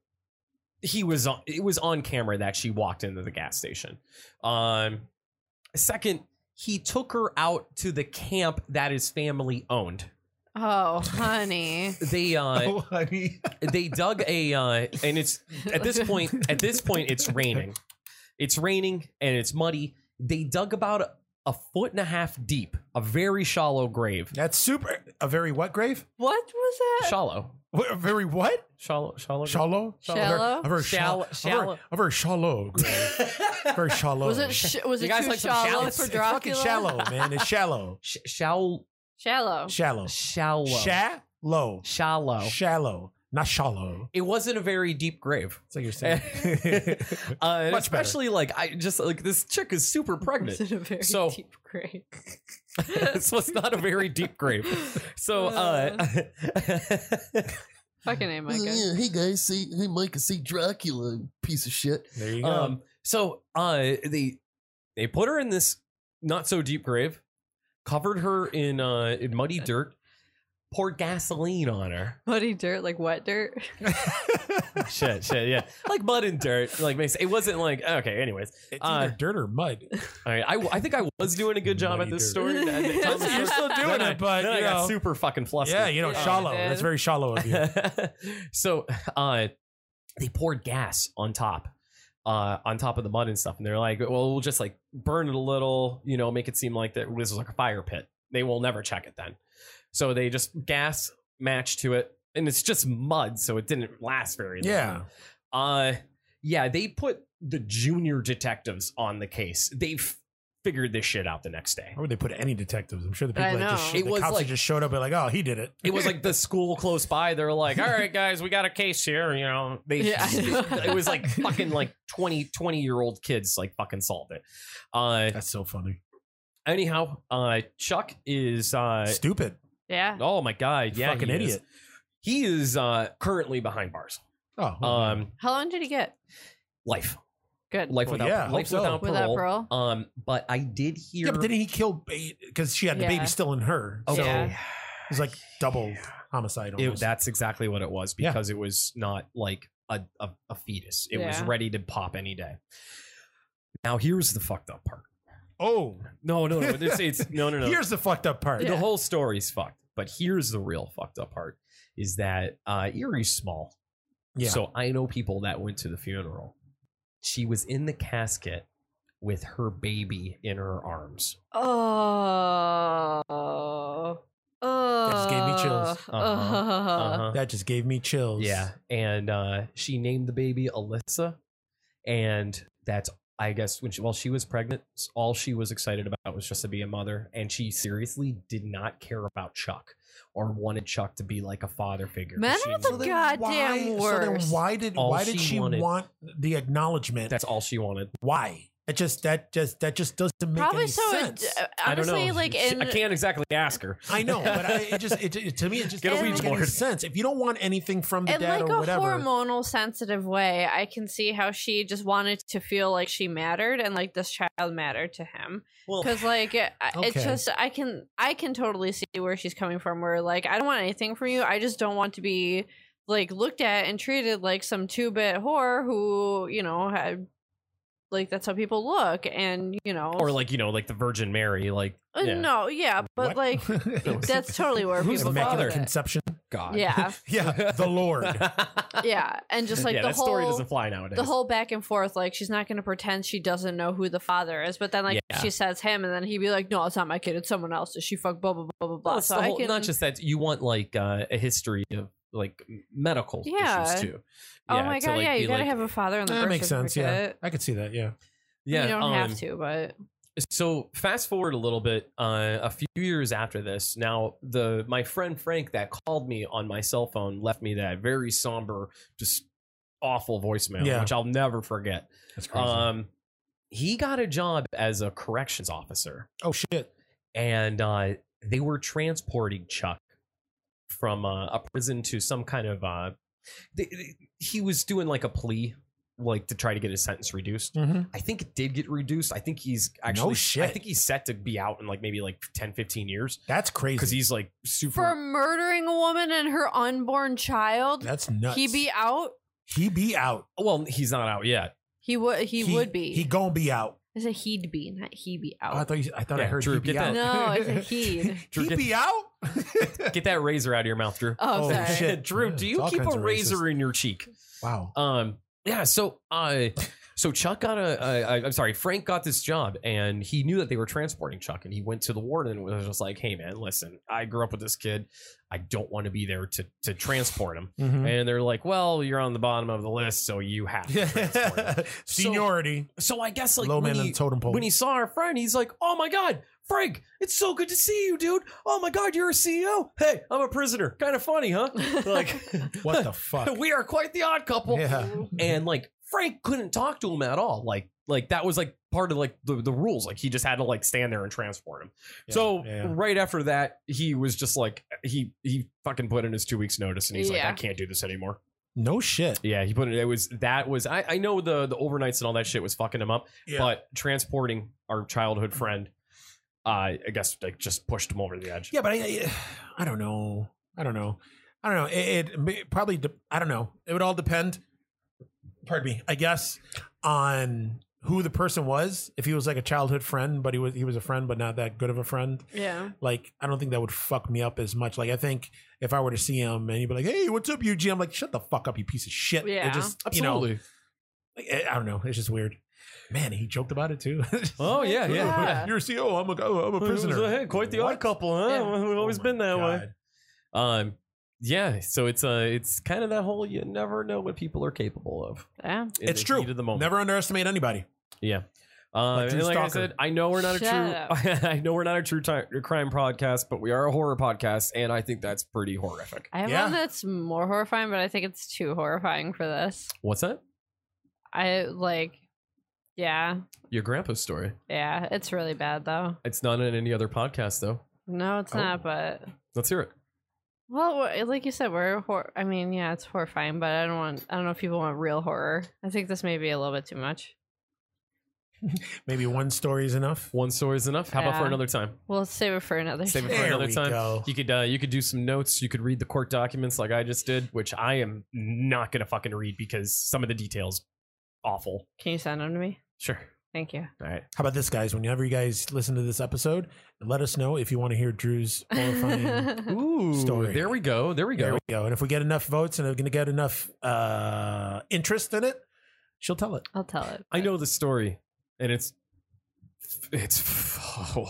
Speaker 2: he was on. It was on camera that she walked into the gas station. Um, second, he took her out to the camp that his family owned.
Speaker 3: Oh,
Speaker 2: [LAUGHS]
Speaker 3: honey.
Speaker 2: They uh,
Speaker 1: Oh, [LAUGHS] honey.
Speaker 2: they dug a uh, and it's at this point at this point it's raining it's raining and it's muddy they dug about a, a foot and a half deep a very shallow grave
Speaker 1: That's super. A very what grave?
Speaker 3: [LAUGHS] what was that?
Speaker 2: shallow
Speaker 1: What, a very what?
Speaker 2: shallow shallow,
Speaker 1: Shallow?
Speaker 3: Shallow?
Speaker 1: A very shallow.
Speaker 2: Shall- shallow.
Speaker 1: A very shallow grave. [LAUGHS] Very shallow.
Speaker 3: Was it sh- was
Speaker 2: You
Speaker 3: it
Speaker 2: guys
Speaker 3: too
Speaker 2: like some
Speaker 3: shallow
Speaker 2: shallots?
Speaker 3: for
Speaker 1: It's
Speaker 3: Dracula?
Speaker 1: fucking shallow, man. It's shallow.
Speaker 2: Sh- shall
Speaker 3: Shallow.
Speaker 1: Shallow.
Speaker 2: shallow
Speaker 1: Shallow.
Speaker 2: shallow
Speaker 1: Shallow. Not shallow.
Speaker 2: it wasn't a very deep grave
Speaker 1: That's what you're saying.
Speaker 2: [LAUGHS] uh,
Speaker 1: [LAUGHS]
Speaker 2: and
Speaker 1: Much better.
Speaker 2: especially like i just like this chick is super pregnant [LAUGHS]
Speaker 3: Was [LAUGHS] it a very
Speaker 2: So-
Speaker 3: deep grave?
Speaker 2: so it's not a very deep grave so uh [LAUGHS]
Speaker 3: Fucking A, Micah.
Speaker 5: Yeah, hey guys, see, hey Micah, see Dracula, piece of shit.
Speaker 1: there you go.
Speaker 2: Um, so uh, they they put her in this not so deep grave, covered her in uh, in muddy dirt, poured gasoline on her.
Speaker 3: [LAUGHS]
Speaker 1: [LAUGHS]
Speaker 3: Muddy dirt, like wet dirt.
Speaker 2: shit, shit, yeah, like mud and dirt. Like makes it wasn't like okay. Anyways,
Speaker 1: it's
Speaker 2: uh,
Speaker 1: either dirt or mud.
Speaker 2: all right. I, I think I was doing a good job
Speaker 1: Muddy
Speaker 2: at this
Speaker 1: dirt. [LAUGHS]
Speaker 2: story. and I-
Speaker 3: You're
Speaker 2: Then
Speaker 1: still
Speaker 2: I-
Speaker 1: doing
Speaker 2: then
Speaker 1: it, but,
Speaker 2: then
Speaker 1: you
Speaker 2: I
Speaker 1: know.
Speaker 2: got super fucking flustered. Um,
Speaker 1: Yeah, you know,
Speaker 3: Yeah,
Speaker 1: shallow.
Speaker 3: dude.
Speaker 1: That's very shallow
Speaker 2: [LAUGHS]
Speaker 1: of you.
Speaker 2: so uh they poured gas on top uh on top of the mud and stuff and they're like well we'll just like burn it a little you know make it seem like that this was like a fire pit they will never check it then so they just gas match to it and it's just mud so it didn't last very long
Speaker 1: yeah.
Speaker 2: uh yeah they put the junior detectives on the case they f- figured this shit out the next day
Speaker 1: Why would they put any detectives? I'm sure the people
Speaker 3: I
Speaker 1: that just,
Speaker 3: know.
Speaker 1: sh-
Speaker 2: It
Speaker 1: the
Speaker 2: was
Speaker 1: cops that
Speaker 2: like-
Speaker 1: just showed up and like, oh, he did it.
Speaker 2: it was like the school close by. They were like, all right, guys, we got a case here. You know, they,
Speaker 3: Yeah.
Speaker 2: it was like fucking like 20, 20 year old kids like fucking solved it. Uh,
Speaker 1: [LAUGHS] That's so funny.
Speaker 2: anyhow, uh, Chuck is, uh,
Speaker 1: Stupid.
Speaker 3: Yeah.
Speaker 2: oh my God. Yeah.
Speaker 1: Fucking
Speaker 2: he
Speaker 1: idiot.
Speaker 2: Is. He is, uh, currently behind bars.
Speaker 1: Oh.
Speaker 2: Um,
Speaker 3: How long did he get?
Speaker 2: life,
Speaker 3: Good.
Speaker 2: life
Speaker 1: Well,
Speaker 2: without,
Speaker 1: yeah, I hope
Speaker 2: life
Speaker 1: so.
Speaker 2: without parole.
Speaker 3: Without parole?
Speaker 2: Um, but I did hear,
Speaker 1: yeah, but didn't he kill because she had the
Speaker 3: Yeah.
Speaker 1: baby still in her? So
Speaker 3: Yeah.
Speaker 1: it was like double homicide.
Speaker 2: Oh. It-
Speaker 1: Almost.
Speaker 2: that's exactly what it was
Speaker 1: Yeah.
Speaker 2: because it was not like a, a, a fetus. It was
Speaker 3: Yeah.
Speaker 2: ready to pop any day. Now here's the fucked up part.
Speaker 1: oh,
Speaker 2: No, no, no. [LAUGHS] It's, it's no, no, no.
Speaker 1: here's the fucked up part.
Speaker 2: The whole story's fucked. But here's the real fucked up part: is that uh, Erie's small.
Speaker 1: Yeah.
Speaker 2: So I know people that went to the funeral. She was in the casket with her baby in her arms.
Speaker 3: Oh. Oh,
Speaker 1: just gave me
Speaker 3: [LAUGHS]
Speaker 1: chills.
Speaker 2: Uh-huh, Uh-huh.
Speaker 1: That just gave me chills.
Speaker 2: Yeah, and uh, she named the baby Alyssa, and that's I guess when she, while she was pregnant, s- all she was excited about was just to be a mother, and she seriously did not care about Chuck or wanted Chuck to be like a father figure.
Speaker 3: Men
Speaker 2: She
Speaker 3: are the
Speaker 2: knew
Speaker 1: then
Speaker 3: Goddamn
Speaker 1: why, So then
Speaker 3: worst.
Speaker 1: why did
Speaker 2: All
Speaker 1: why did
Speaker 2: she
Speaker 1: she
Speaker 2: wanted-
Speaker 1: want the acknowledgement?
Speaker 2: that's all she wanted.
Speaker 1: why. It just that just that just doesn't make
Speaker 3: Probably
Speaker 1: any
Speaker 3: so.
Speaker 1: sense.
Speaker 3: uh,
Speaker 2: I don't
Speaker 3: Honestly,
Speaker 2: know.
Speaker 3: like
Speaker 2: She-
Speaker 3: in
Speaker 2: I can't exactly ask her.
Speaker 1: I know, but I, it just it, it- to me it just
Speaker 2: Get
Speaker 3: a
Speaker 1: doesn't
Speaker 3: Ouija
Speaker 1: make any
Speaker 2: board.
Speaker 1: sense. If you don't want anything from the
Speaker 3: in
Speaker 1: dad
Speaker 3: like
Speaker 1: or
Speaker 3: a
Speaker 1: whatever,
Speaker 3: hormonal sensitive way, I can see how she just wanted to feel like she mattered and like this child mattered to him.
Speaker 2: [LAUGHS] [LAUGHS]
Speaker 3: [LAUGHS]
Speaker 2: Well,
Speaker 3: Because like it- I-
Speaker 1: Okay.
Speaker 3: it's just I can I can totally see where she's coming from. Where like I don't want anything from you. I just don't want to be like looked at and treated like some two bit whore who you know had like that's how people look and you know
Speaker 2: or like you know, like the Virgin Mary, like
Speaker 3: Uh,
Speaker 2: yeah.
Speaker 3: no yeah but
Speaker 2: What?
Speaker 1: [LAUGHS]
Speaker 2: [LAUGHS]
Speaker 3: like that's totally where
Speaker 1: who's
Speaker 3: people
Speaker 1: immaculate
Speaker 3: father
Speaker 1: conception?
Speaker 2: God.
Speaker 3: yeah
Speaker 1: [LAUGHS] Yeah,
Speaker 2: [LAUGHS]
Speaker 1: the
Speaker 3: [LAUGHS]
Speaker 1: Lord.
Speaker 3: yeah and just like
Speaker 2: yeah,
Speaker 3: the
Speaker 2: that
Speaker 3: whole
Speaker 2: story doesn't fly nowadays.
Speaker 3: the whole back and forth like she's not going to pretend she doesn't know who the father is but then like
Speaker 2: Yeah.
Speaker 3: she says him and then he'd be like no it's not my kid it's someone else so she fuck blah blah blah blah blah
Speaker 2: Well, it's
Speaker 3: so
Speaker 2: the
Speaker 3: I
Speaker 2: whole,
Speaker 3: can,
Speaker 2: not just that you want like uh, a history of like m- medical
Speaker 3: Yeah.
Speaker 2: issues too.
Speaker 3: oh my
Speaker 2: to,
Speaker 3: god
Speaker 2: like,
Speaker 3: yeah
Speaker 2: be
Speaker 3: you gotta
Speaker 2: like-
Speaker 3: have a father in the
Speaker 1: that
Speaker 3: birth
Speaker 1: makes sense. Yeah,
Speaker 3: certificate.
Speaker 1: I could see that. Yeah,
Speaker 2: yeah.
Speaker 3: you don't
Speaker 2: um,
Speaker 3: have to but
Speaker 2: So fast forward a little bit, uh, a few years after this. Now the my friend Frank that called me on my cell phone left me that very somber, just awful voicemail,
Speaker 1: Yeah.
Speaker 2: which I'll never forget.
Speaker 1: that's crazy.
Speaker 2: Um, he got a job as a corrections officer.
Speaker 1: oh shit!
Speaker 2: and uh, they were transporting Chuck from uh, a prison to some kind of. Uh, they, they- he was doing like a plea, like to try to get his sentence reduced.
Speaker 1: Mm-hmm.
Speaker 2: I think it did get reduced. I think he's actually.
Speaker 1: shit.
Speaker 2: I think he's set to be out in like maybe like 10, 15 years
Speaker 1: That's
Speaker 2: because
Speaker 1: crazy.
Speaker 2: he's like super.
Speaker 3: for murdering a woman and her unborn child
Speaker 1: That's nuts.
Speaker 3: he be out
Speaker 1: he be out.
Speaker 2: well, he's not out yet.
Speaker 3: he would he, would be
Speaker 1: He gonna be out.
Speaker 3: i said he'd be not he be out
Speaker 1: Oh, I thought you, I thought I
Speaker 2: Yeah,
Speaker 1: heard
Speaker 2: Drew,
Speaker 1: he be
Speaker 2: get
Speaker 1: out.
Speaker 2: that-
Speaker 3: No, I
Speaker 1: [LAUGHS]
Speaker 3: said he'd.
Speaker 2: Drew,
Speaker 1: he
Speaker 2: get-
Speaker 1: be out.
Speaker 2: Get that razor out of your mouth, Drew.
Speaker 3: oh,
Speaker 1: Oh,
Speaker 3: sorry
Speaker 1: shit.
Speaker 2: [LAUGHS] Drew, do you
Speaker 1: All
Speaker 2: keep
Speaker 1: kinds
Speaker 2: a
Speaker 1: of
Speaker 2: razor
Speaker 1: racist.
Speaker 2: in your cheek?
Speaker 1: [LAUGHS] wow.
Speaker 2: Um, yeah. So, uh, so Chuck got a. Uh, I'm sorry, Frank got this job, and he knew that they were transporting Chuck, and he went to the warden and was just like, "Hey, man, listen, I grew up with this kid. I don't want to be there to to transport him."
Speaker 1: Mm-hmm. [LAUGHS]
Speaker 2: And they're like, "Well, you're on the bottom of the list, so you have to transport him."
Speaker 1: Seniority,
Speaker 2: So I guess like
Speaker 1: low
Speaker 2: when
Speaker 1: man on
Speaker 2: he,
Speaker 1: the totem pole.
Speaker 2: when he saw our friend, he's like, "Oh my god, Frank, it's so good to see you, dude. Oh my god, you're a CEO. Hey, I'm a prisoner. Kind of funny, huh?
Speaker 1: [LAUGHS]
Speaker 2: Like,
Speaker 1: what
Speaker 2: [LAUGHS]
Speaker 1: the fuck?
Speaker 2: we are quite the odd couple."
Speaker 1: yeah.
Speaker 2: and like Frank couldn't talk to him at all. Like like that was like part of like the, the rules. Like he just had to like stand there and transport him.
Speaker 1: Yeah,
Speaker 2: so
Speaker 1: yeah.
Speaker 2: right after that, he was just like he he fucking put in his two weeks notice and he's
Speaker 3: Yeah.
Speaker 2: like, I can't do this anymore.
Speaker 1: no shit.
Speaker 2: Yeah, he put it. It was that was I I know the the overnights and all that shit was fucking him up,
Speaker 1: Yeah.
Speaker 2: but transporting our childhood friend, uh, I guess like just pushed him over the edge.
Speaker 1: Yeah, but I, I, I don't know. I don't know. I don't know. It, it may- probably. De- I don't know. It would all depend. Pardon me. I guess on who the person was. If he was like a childhood friend, but he was he was a friend, but not that good of a friend.
Speaker 3: [LAUGHS] yeah
Speaker 1: Like I don't think that would fuck me up as much. Like I think if I were to see him and he'd be like, "Hey, what's up, Eugene?" I'm like, "Shut the fuck up, you piece of shit." It
Speaker 3: Yeah.
Speaker 1: just you know.
Speaker 2: absolutely.
Speaker 1: Like, eh, I I don't know. It's just weird. Man, he joked about it too. [LAUGHS]
Speaker 2: oh yeah, yeah.
Speaker 3: Yeah.
Speaker 1: You're a CEO. I'm a, oh, I'm a prisoner.
Speaker 2: Hey, quite the odd
Speaker 1: What?
Speaker 2: couple, huh?
Speaker 3: Yeah.
Speaker 2: We've always
Speaker 1: Oh my
Speaker 2: been that way.
Speaker 1: God.
Speaker 2: Um, yeah, so it's uh it's kind of that whole you never know what people are capable of.
Speaker 3: yeah
Speaker 2: in
Speaker 1: It's
Speaker 2: the
Speaker 1: true.
Speaker 2: Heat of the moment.
Speaker 1: Never underestimate anybody.
Speaker 2: Yeah. Uh,
Speaker 1: Like Drew
Speaker 2: and like I
Speaker 1: Stalker.
Speaker 2: said, I know we're not
Speaker 3: Shut
Speaker 2: a true. [LAUGHS] I know we're not a true ti- crime podcast, but we are a horror podcast, and I think that's pretty horrific.
Speaker 3: i have
Speaker 1: Yeah.
Speaker 3: one that's more horrifying but i think it's too horrifying for this
Speaker 2: What's that?
Speaker 3: I like, yeah,
Speaker 2: Your grandpa's story.
Speaker 3: yeah. It's really bad though.
Speaker 2: It's not in any other podcast, though.
Speaker 3: No, it's
Speaker 1: Oh.
Speaker 3: not. But
Speaker 2: Let's hear it.
Speaker 3: well, we're- eh, like you said, we're. Hor- I mean, yeah, it's horrifying. But I don't want. I don't know if people want real horror. I think this may be a little bit too much.
Speaker 1: Maybe one story is enough.
Speaker 2: One story is enough. How about for
Speaker 3: Yeah.
Speaker 2: another time?
Speaker 3: We'll save it for another.
Speaker 2: Save it [LAUGHS] for
Speaker 3: time.
Speaker 2: another
Speaker 1: we
Speaker 2: time.
Speaker 1: go.
Speaker 2: You could uh, you could do some notes. You could read the court documents like I just did, which I am not gonna fucking read because some of the details awful.
Speaker 3: Can you send them to me?
Speaker 2: Sure.
Speaker 3: Thank you.
Speaker 2: All
Speaker 3: [LAUGHS]
Speaker 2: right.
Speaker 1: How about this, guys? Whenever you guys listen to this episode, let us know if you want to hear Drew's
Speaker 3: [LAUGHS]
Speaker 1: horrifying.
Speaker 2: Ooh,
Speaker 1: Story.
Speaker 2: there we go. There we
Speaker 1: there
Speaker 2: go.
Speaker 1: we go. And if we get enough votes and we're going to get enough uh, interest in it, she'll tell it.
Speaker 3: I'll tell it.
Speaker 2: I know the story, and it's it's [LAUGHS] oh,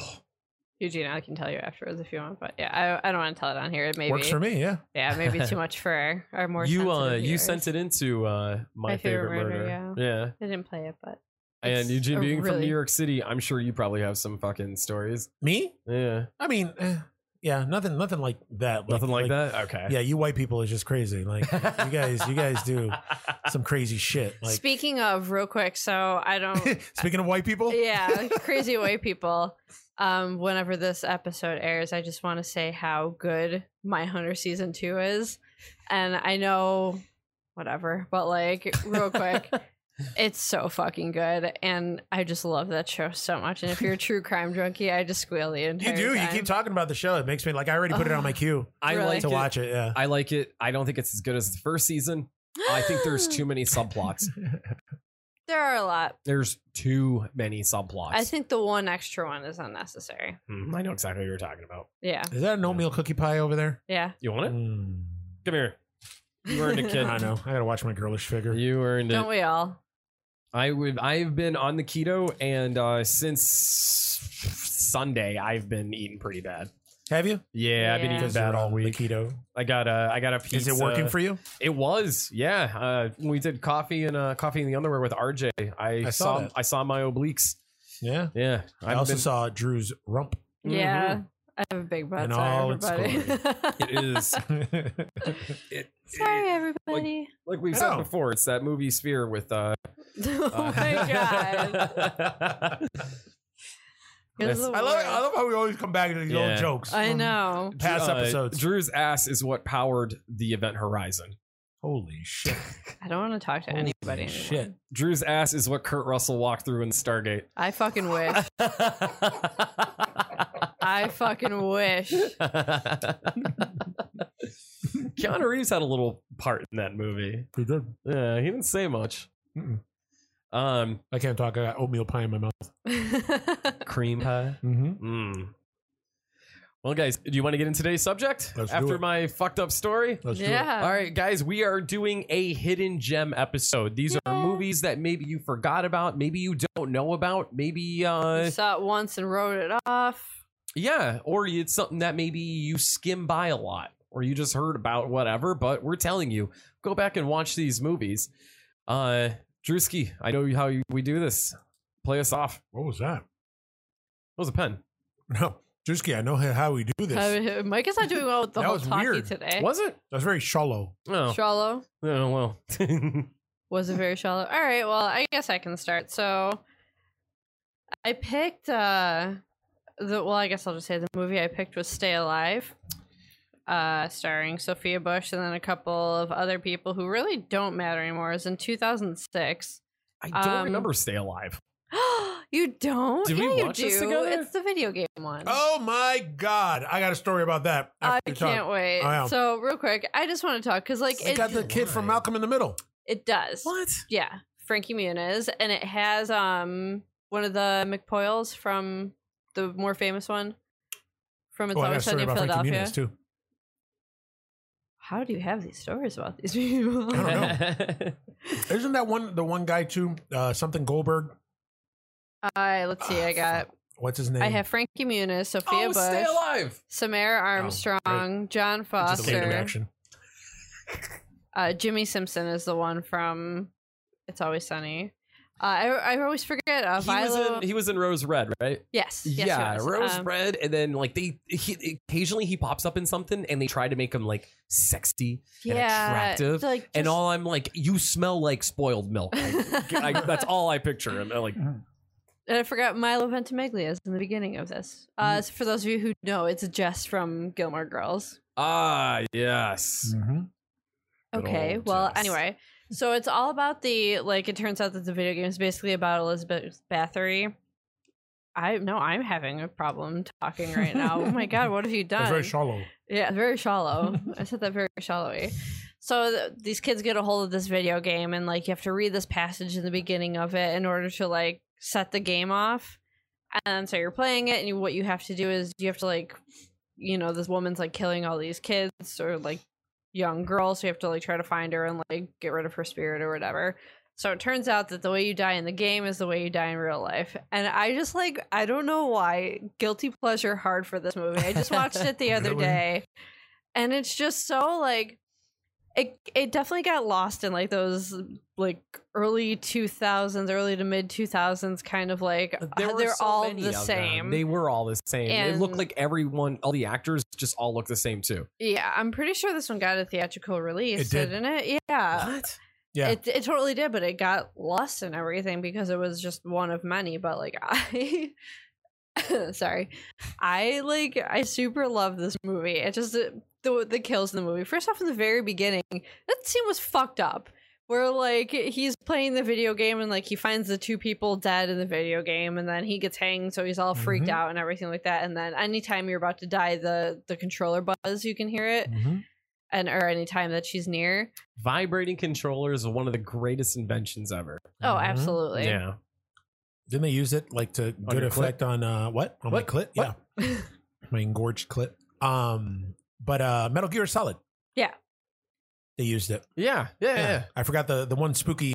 Speaker 3: Eugene, I can tell you afterwards if you want, but yeah, I, I don't want to tell it on here. It may
Speaker 1: Works
Speaker 3: be-
Speaker 1: for me, yeah.
Speaker 3: Yeah, maybe
Speaker 2: [LAUGHS]
Speaker 3: too much for our more.
Speaker 2: you uh,
Speaker 3: sensitive
Speaker 2: you
Speaker 3: viewers.
Speaker 2: sent it into uh, my, favorite, murder. yeah.
Speaker 3: I didn't play it, but
Speaker 2: And
Speaker 3: It's
Speaker 2: Eugene,
Speaker 3: a
Speaker 2: being from New
Speaker 3: really-
Speaker 2: York City, I'm sure you probably have some fucking stories.
Speaker 1: Me?
Speaker 2: Yeah.
Speaker 1: I mean, eh, yeah, nothing, nothing like that.
Speaker 2: Nothing like, that? Okay.
Speaker 1: Yeah, you white people is just crazy.
Speaker 2: [LAUGHS]
Speaker 1: Like you guys, you guys do some crazy shit. Like
Speaker 3: speaking of, real quick, so I don't.
Speaker 1: [LAUGHS] speaking of white people,
Speaker 3: yeah,
Speaker 1: [LAUGHS]
Speaker 3: crazy white people. Um, whenever this episode airs, I just want to say how good My Hunter season two is, and I know, whatever, but like
Speaker 1: [LAUGHS]
Speaker 3: real quick. It's so fucking good, and I just love that show so much. And if you're a true crime junkie, I just squeal the entire
Speaker 1: you do. You
Speaker 3: time.
Speaker 1: keep talking about the show. It makes me like I already put it
Speaker 3: [LAUGHS]
Speaker 1: on my queue
Speaker 2: I
Speaker 3: Really?
Speaker 2: like
Speaker 1: to
Speaker 2: it.
Speaker 1: watch it. Yeah.
Speaker 2: I like it. I don't think it's as good as the first season. I think there's too many
Speaker 3: [LAUGHS]
Speaker 2: subplots.
Speaker 3: [GASPS] There are a lot.
Speaker 2: There's too many subplots.
Speaker 3: I think the one extra one is unnecessary.
Speaker 2: Hmm, I know exactly what you're talking about.
Speaker 3: Yeah,
Speaker 1: Is that an oatmeal cookie pie over there?
Speaker 3: yeah.
Speaker 2: You want it?
Speaker 1: Mm.
Speaker 2: Come here. You earned a
Speaker 3: [LAUGHS]
Speaker 2: kid.
Speaker 1: I know. I gotta watch my girlish figure.
Speaker 2: You earned it.
Speaker 3: Don't we all?
Speaker 2: I would. I've been on the keto, and uh, since Sunday, I've been eating pretty bad.
Speaker 1: Have you?
Speaker 2: Yeah, I've been
Speaker 3: Yeah.
Speaker 2: eating
Speaker 1: you're
Speaker 2: bad all
Speaker 1: on the
Speaker 2: week.
Speaker 1: Keto.
Speaker 2: I got a. I got a pizza.
Speaker 1: Is it working for you?
Speaker 2: It was, yeah. Uh, when we did coffee and uh, coffee in the underwear with RJ, I,
Speaker 1: I saw
Speaker 2: saw,
Speaker 1: that.
Speaker 2: I saw my obliques.
Speaker 1: Yeah.
Speaker 2: Yeah,
Speaker 1: I
Speaker 2: I've
Speaker 1: also
Speaker 2: been-
Speaker 1: saw Drew's rump.
Speaker 3: Yeah. I have a big butt.
Speaker 1: Mm-hmm. And
Speaker 3: Sorry,
Speaker 1: all its
Speaker 3: everybody. [LAUGHS]
Speaker 2: It is. It,
Speaker 3: Sorry,
Speaker 2: it-
Speaker 3: everybody.
Speaker 2: like we've said
Speaker 1: Oh.
Speaker 2: before, it's that movie Sphere with. Uh,
Speaker 3: [LAUGHS]
Speaker 1: [LAUGHS]
Speaker 3: oh
Speaker 2: [LAUGHS]
Speaker 3: my god.
Speaker 2: god!
Speaker 3: It's the
Speaker 1: I love.
Speaker 3: worst.
Speaker 1: I love how we always come back to these
Speaker 2: Yeah.
Speaker 1: old jokes.
Speaker 3: Oh, I
Speaker 1: from
Speaker 3: know.
Speaker 1: [LAUGHS] Past episodes.
Speaker 2: Uh, Drew's ass is what powered the Event Horizon.
Speaker 1: Holy shit!
Speaker 3: [LAUGHS] I don't want to talk to
Speaker 1: Holy
Speaker 3: anybody anymore.
Speaker 1: shit!
Speaker 2: Drew's ass is what Kurt Russell walked through in
Speaker 1: [LAUGHS]
Speaker 2: Stargate.
Speaker 3: I fucking wish. [LAUGHS] I fucking wish. [LAUGHS]
Speaker 2: Keanu Reeves had a little part in that movie.
Speaker 1: Pretty good.
Speaker 2: Yeah, he didn't say much.
Speaker 1: Mm-mm.
Speaker 2: Um,
Speaker 1: I can't talk. I got oatmeal pie in my mouth.
Speaker 2: cream pie.
Speaker 1: Mm-hmm.
Speaker 2: Mm. Well, guys, do you want to get into today's subject
Speaker 1: Let's do
Speaker 2: after
Speaker 1: it.
Speaker 2: my fucked up story?
Speaker 1: Let's
Speaker 3: yeah.
Speaker 2: All right, guys, we are doing a hidden gem episode. These are
Speaker 3: Yeah.
Speaker 2: movies that maybe you forgot about, maybe you don't know about, maybe uh
Speaker 3: You saw it once and wrote it off.
Speaker 2: yeah, or it's something that maybe you skim by a lot or you just heard about whatever, but we're telling you, go back and watch these movies. Uh Drewski, I know how you, we do this. Play us off. That
Speaker 1: What was that? [LAUGHS]
Speaker 2: was a pen.
Speaker 1: No, Drewski, I know how- how we do this.
Speaker 3: [LAUGHS] Uh, Mike is not doing well with the
Speaker 1: That
Speaker 3: whole
Speaker 1: was
Speaker 3: talkie
Speaker 1: weird.
Speaker 3: today.
Speaker 2: Was it?
Speaker 1: That's very
Speaker 3: [LAUGHS]
Speaker 1: shallow.
Speaker 2: Oh,
Speaker 3: Shallow
Speaker 2: oh well. [LAUGHS]
Speaker 3: was it very shallow. All right, well, I guess I can start. So I picked uh the well, I guess I'll just say the movie I picked was Stay Alive. Uh, starring Sophia Bush and then a couple of other people who really don't matter anymore. It was in 2006.
Speaker 2: I don't
Speaker 3: Um,
Speaker 2: remember Stay Alive.
Speaker 3: [GASPS] you don't?
Speaker 2: Did we
Speaker 3: yeah, you
Speaker 2: watch
Speaker 3: do.
Speaker 2: this together?
Speaker 3: It's the video game one.
Speaker 1: Oh my god! I got a story about that.
Speaker 3: I
Speaker 1: after you talk.
Speaker 3: can't wait.
Speaker 1: I am.
Speaker 3: So real quick, I just want to talk because like
Speaker 1: It
Speaker 3: it,
Speaker 1: got the kid from Malcolm in the Middle.
Speaker 3: it does.
Speaker 2: What?
Speaker 3: Yeah, Frankie Muniz, and it has um one of the McPoyles from the more famous one from It's
Speaker 1: Oh, I got a
Speaker 3: Always
Speaker 1: story
Speaker 3: Sunny in
Speaker 1: about Frankie
Speaker 3: Philadelphia.
Speaker 1: Muniz too.
Speaker 3: How do you have these stories about these people?
Speaker 1: I don't
Speaker 3: [LAUGHS]
Speaker 1: know. Isn't that one the one guy too? Uh, something Goldberg.
Speaker 3: Uh, let's see. I got.
Speaker 1: What's his name?
Speaker 3: I have Frankie Muniz, Sophia
Speaker 2: oh, Stay
Speaker 3: Bush,
Speaker 2: Alive.
Speaker 3: Samara Armstrong, John
Speaker 1: Just a random
Speaker 3: Foster.
Speaker 1: action.
Speaker 3: Uh, Jimmy Simpson is the one from It's Always Sunny. Uh, I I always forget. Uh,
Speaker 2: He was
Speaker 3: Vilo.
Speaker 2: in he was in Rose Red, right?
Speaker 3: yes, yes.
Speaker 2: yeah,
Speaker 3: he was.
Speaker 2: Rose
Speaker 3: Um,
Speaker 2: Red, and then like they he, occasionally he pops up in something, and they try to make him like sexy, and attractive,
Speaker 3: it's like
Speaker 2: and
Speaker 3: just- [LAUGHS]
Speaker 2: all I'm like, you smell like spoiled milk. Like, I, that's all I picture him. Like,
Speaker 3: And I forgot Milo Ventimiglia is in the beginning of this.
Speaker 2: Hmm.
Speaker 3: Uh, so for those of you who know, it's Jess from Gilmore Girls.
Speaker 2: ah, yes.
Speaker 1: Mhm.
Speaker 2: Good
Speaker 3: Okay,
Speaker 2: old
Speaker 3: well,
Speaker 2: Jess.
Speaker 3: anyway, so it's all about the like. It turns out that the video game is basically about Elizabeth Bathory. I no, I'm having a problem talking right now. oh my god, what
Speaker 2: [LAUGHS]
Speaker 3: have you done?
Speaker 1: That's very shallow.
Speaker 3: Yeah, very shallow. I said that very shallowly. So th- these kids get a hold of this video game, and like you have to read this passage in the beginning of it in order to like set the game off. And so you're playing it, and you, what you have to do is you have to like, you know, this woman's like killing all these kids or like young girls, so you have to like try to find her and like get rid of her spirit or whatever. So it turns out that the way you die in the game is the way you die in real life. And I just like, I don't know why, guilty pleasure hard for this movie. I just watched it the other
Speaker 1: Really?
Speaker 3: day. And it's just so like, it, it definitely got lost in like those like early 2000s early to mid 2000s kind of like
Speaker 2: There were
Speaker 3: Uh, they're
Speaker 2: so
Speaker 3: all
Speaker 2: many
Speaker 3: the
Speaker 2: of them.
Speaker 3: same
Speaker 2: They were all the same. it looked
Speaker 3: And-
Speaker 2: like everyone, all the actors, just all looked the same too.
Speaker 3: Yeah, I'm pretty sure this one got a theatrical
Speaker 1: It
Speaker 3: release,
Speaker 1: did.
Speaker 3: not it? Yeah.
Speaker 2: what?
Speaker 1: Yeah.
Speaker 3: It it totally did, but it got lost in everything because it was just one of many. But like I [LAUGHS] sorry. I like I super love this movie. It just the the kills in the movie. First off in the very beginning, that scene was fucked up. Where like he's playing the video game and like he finds the two people dead in the video game and then he gets hanged so he's all freaked
Speaker 1: Mhm.
Speaker 3: out and everything like that and then anytime you're about to die the the controller buzz you can hear it
Speaker 1: Mhm.
Speaker 3: and or anytime that she's near.
Speaker 2: Vibrating controllers are one of the greatest inventions ever.
Speaker 3: Oh,
Speaker 1: Mhm.
Speaker 3: absolutely.
Speaker 2: Yeah.
Speaker 1: Didn't they use it like to good
Speaker 2: your clit?
Speaker 1: effect on uh what on
Speaker 2: What?
Speaker 1: my clit?
Speaker 2: What?
Speaker 1: Yeah, [LAUGHS] my engorged clit. Um, but uh, Metal Gear Solid.
Speaker 3: Yeah.
Speaker 1: they used it.
Speaker 2: Yeah. Yeah. yeah.
Speaker 1: I forgot the the one spooky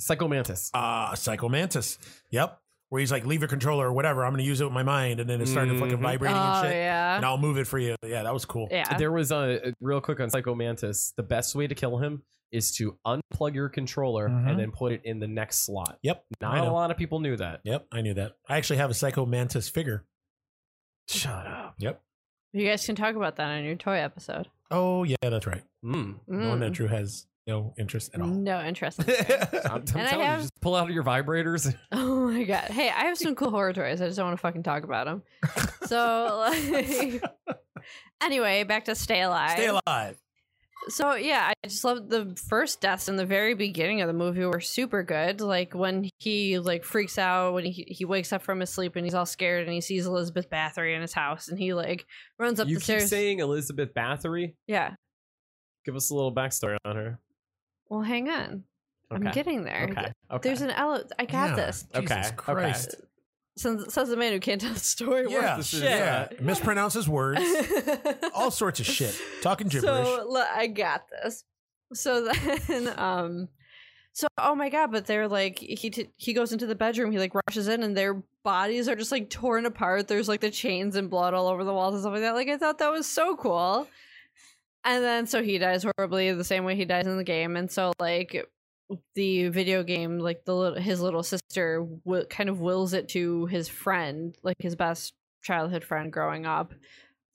Speaker 2: Psychomantis.
Speaker 1: uh Psycho Mantis. Yep, where he's like, leave your controller or whatever. I'm gonna use it with my mind, and then it started fucking
Speaker 2: Mhm.
Speaker 1: vibrating
Speaker 3: Oh
Speaker 1: and shit.
Speaker 3: yeah.
Speaker 1: And I'll move it for you. Yeah, that was cool.
Speaker 3: Yeah.
Speaker 2: There was a real quick on Psychomantis. The best way to kill him is to unplug your controller
Speaker 1: Mhm.
Speaker 2: and then put it in the next slot.
Speaker 1: Yep, I
Speaker 2: Not a
Speaker 1: know.
Speaker 2: lot of people knew that.
Speaker 1: Yep, I knew that. I actually have a Psycho Mantis figure.
Speaker 2: Shut up.
Speaker 3: You guys can talk about that on your toy episode.
Speaker 1: Oh yeah, that's right.
Speaker 2: Mm.
Speaker 1: The one that
Speaker 3: Mm.
Speaker 1: Drew has no interest at all.
Speaker 3: No interest. in
Speaker 1: [LAUGHS]
Speaker 3: it.
Speaker 2: [LAUGHS] I'm, I'm
Speaker 1: That's
Speaker 2: telling
Speaker 3: have-
Speaker 2: you, just pull out your vibrators.
Speaker 3: oh my god. Hey, I have some cool horror toys. I just don't want to fucking talk about them. So like [LAUGHS] Anyway, back to Stay Alive.
Speaker 1: Stay alive.
Speaker 3: So yeah, I just love the first deaths in the very beginning of the movie were super good. Like when he like freaks out when he he wakes up from his sleep and he's all scared and he sees Elizabeth Bathory in his house and he like runs up
Speaker 2: You
Speaker 3: the
Speaker 2: keep
Speaker 3: stairs.
Speaker 2: saying Elizabeth Bathory.
Speaker 3: yeah.
Speaker 2: Give us a little backstory on her.
Speaker 3: Well, hang on.
Speaker 2: Okay.
Speaker 3: I'm getting there.
Speaker 2: Okay. Okay.
Speaker 3: There's an ele- I got
Speaker 1: Yeah.
Speaker 3: this.
Speaker 1: Jesus
Speaker 2: Okay,
Speaker 1: Christ.
Speaker 3: Since, says the man who can't tell the story.
Speaker 1: Yeah,
Speaker 2: This is,
Speaker 1: yeah.
Speaker 2: uh,
Speaker 1: Mispronounces words.
Speaker 3: [LAUGHS]
Speaker 1: All sorts of shit. Talking gibberish.
Speaker 3: So l- I got this. So then, [LAUGHS] um, so oh my god! But they're like he t- he goes into the bedroom. He like rushes in, and their bodies are just like torn apart. There's like the chains and blood all over the walls and stuff like that. Like I thought that was so cool. And then so he dies horribly the same way he dies in the game. And so like the video game, like the little, his little sister will kind of wills it to his friend, like his best childhood friend growing up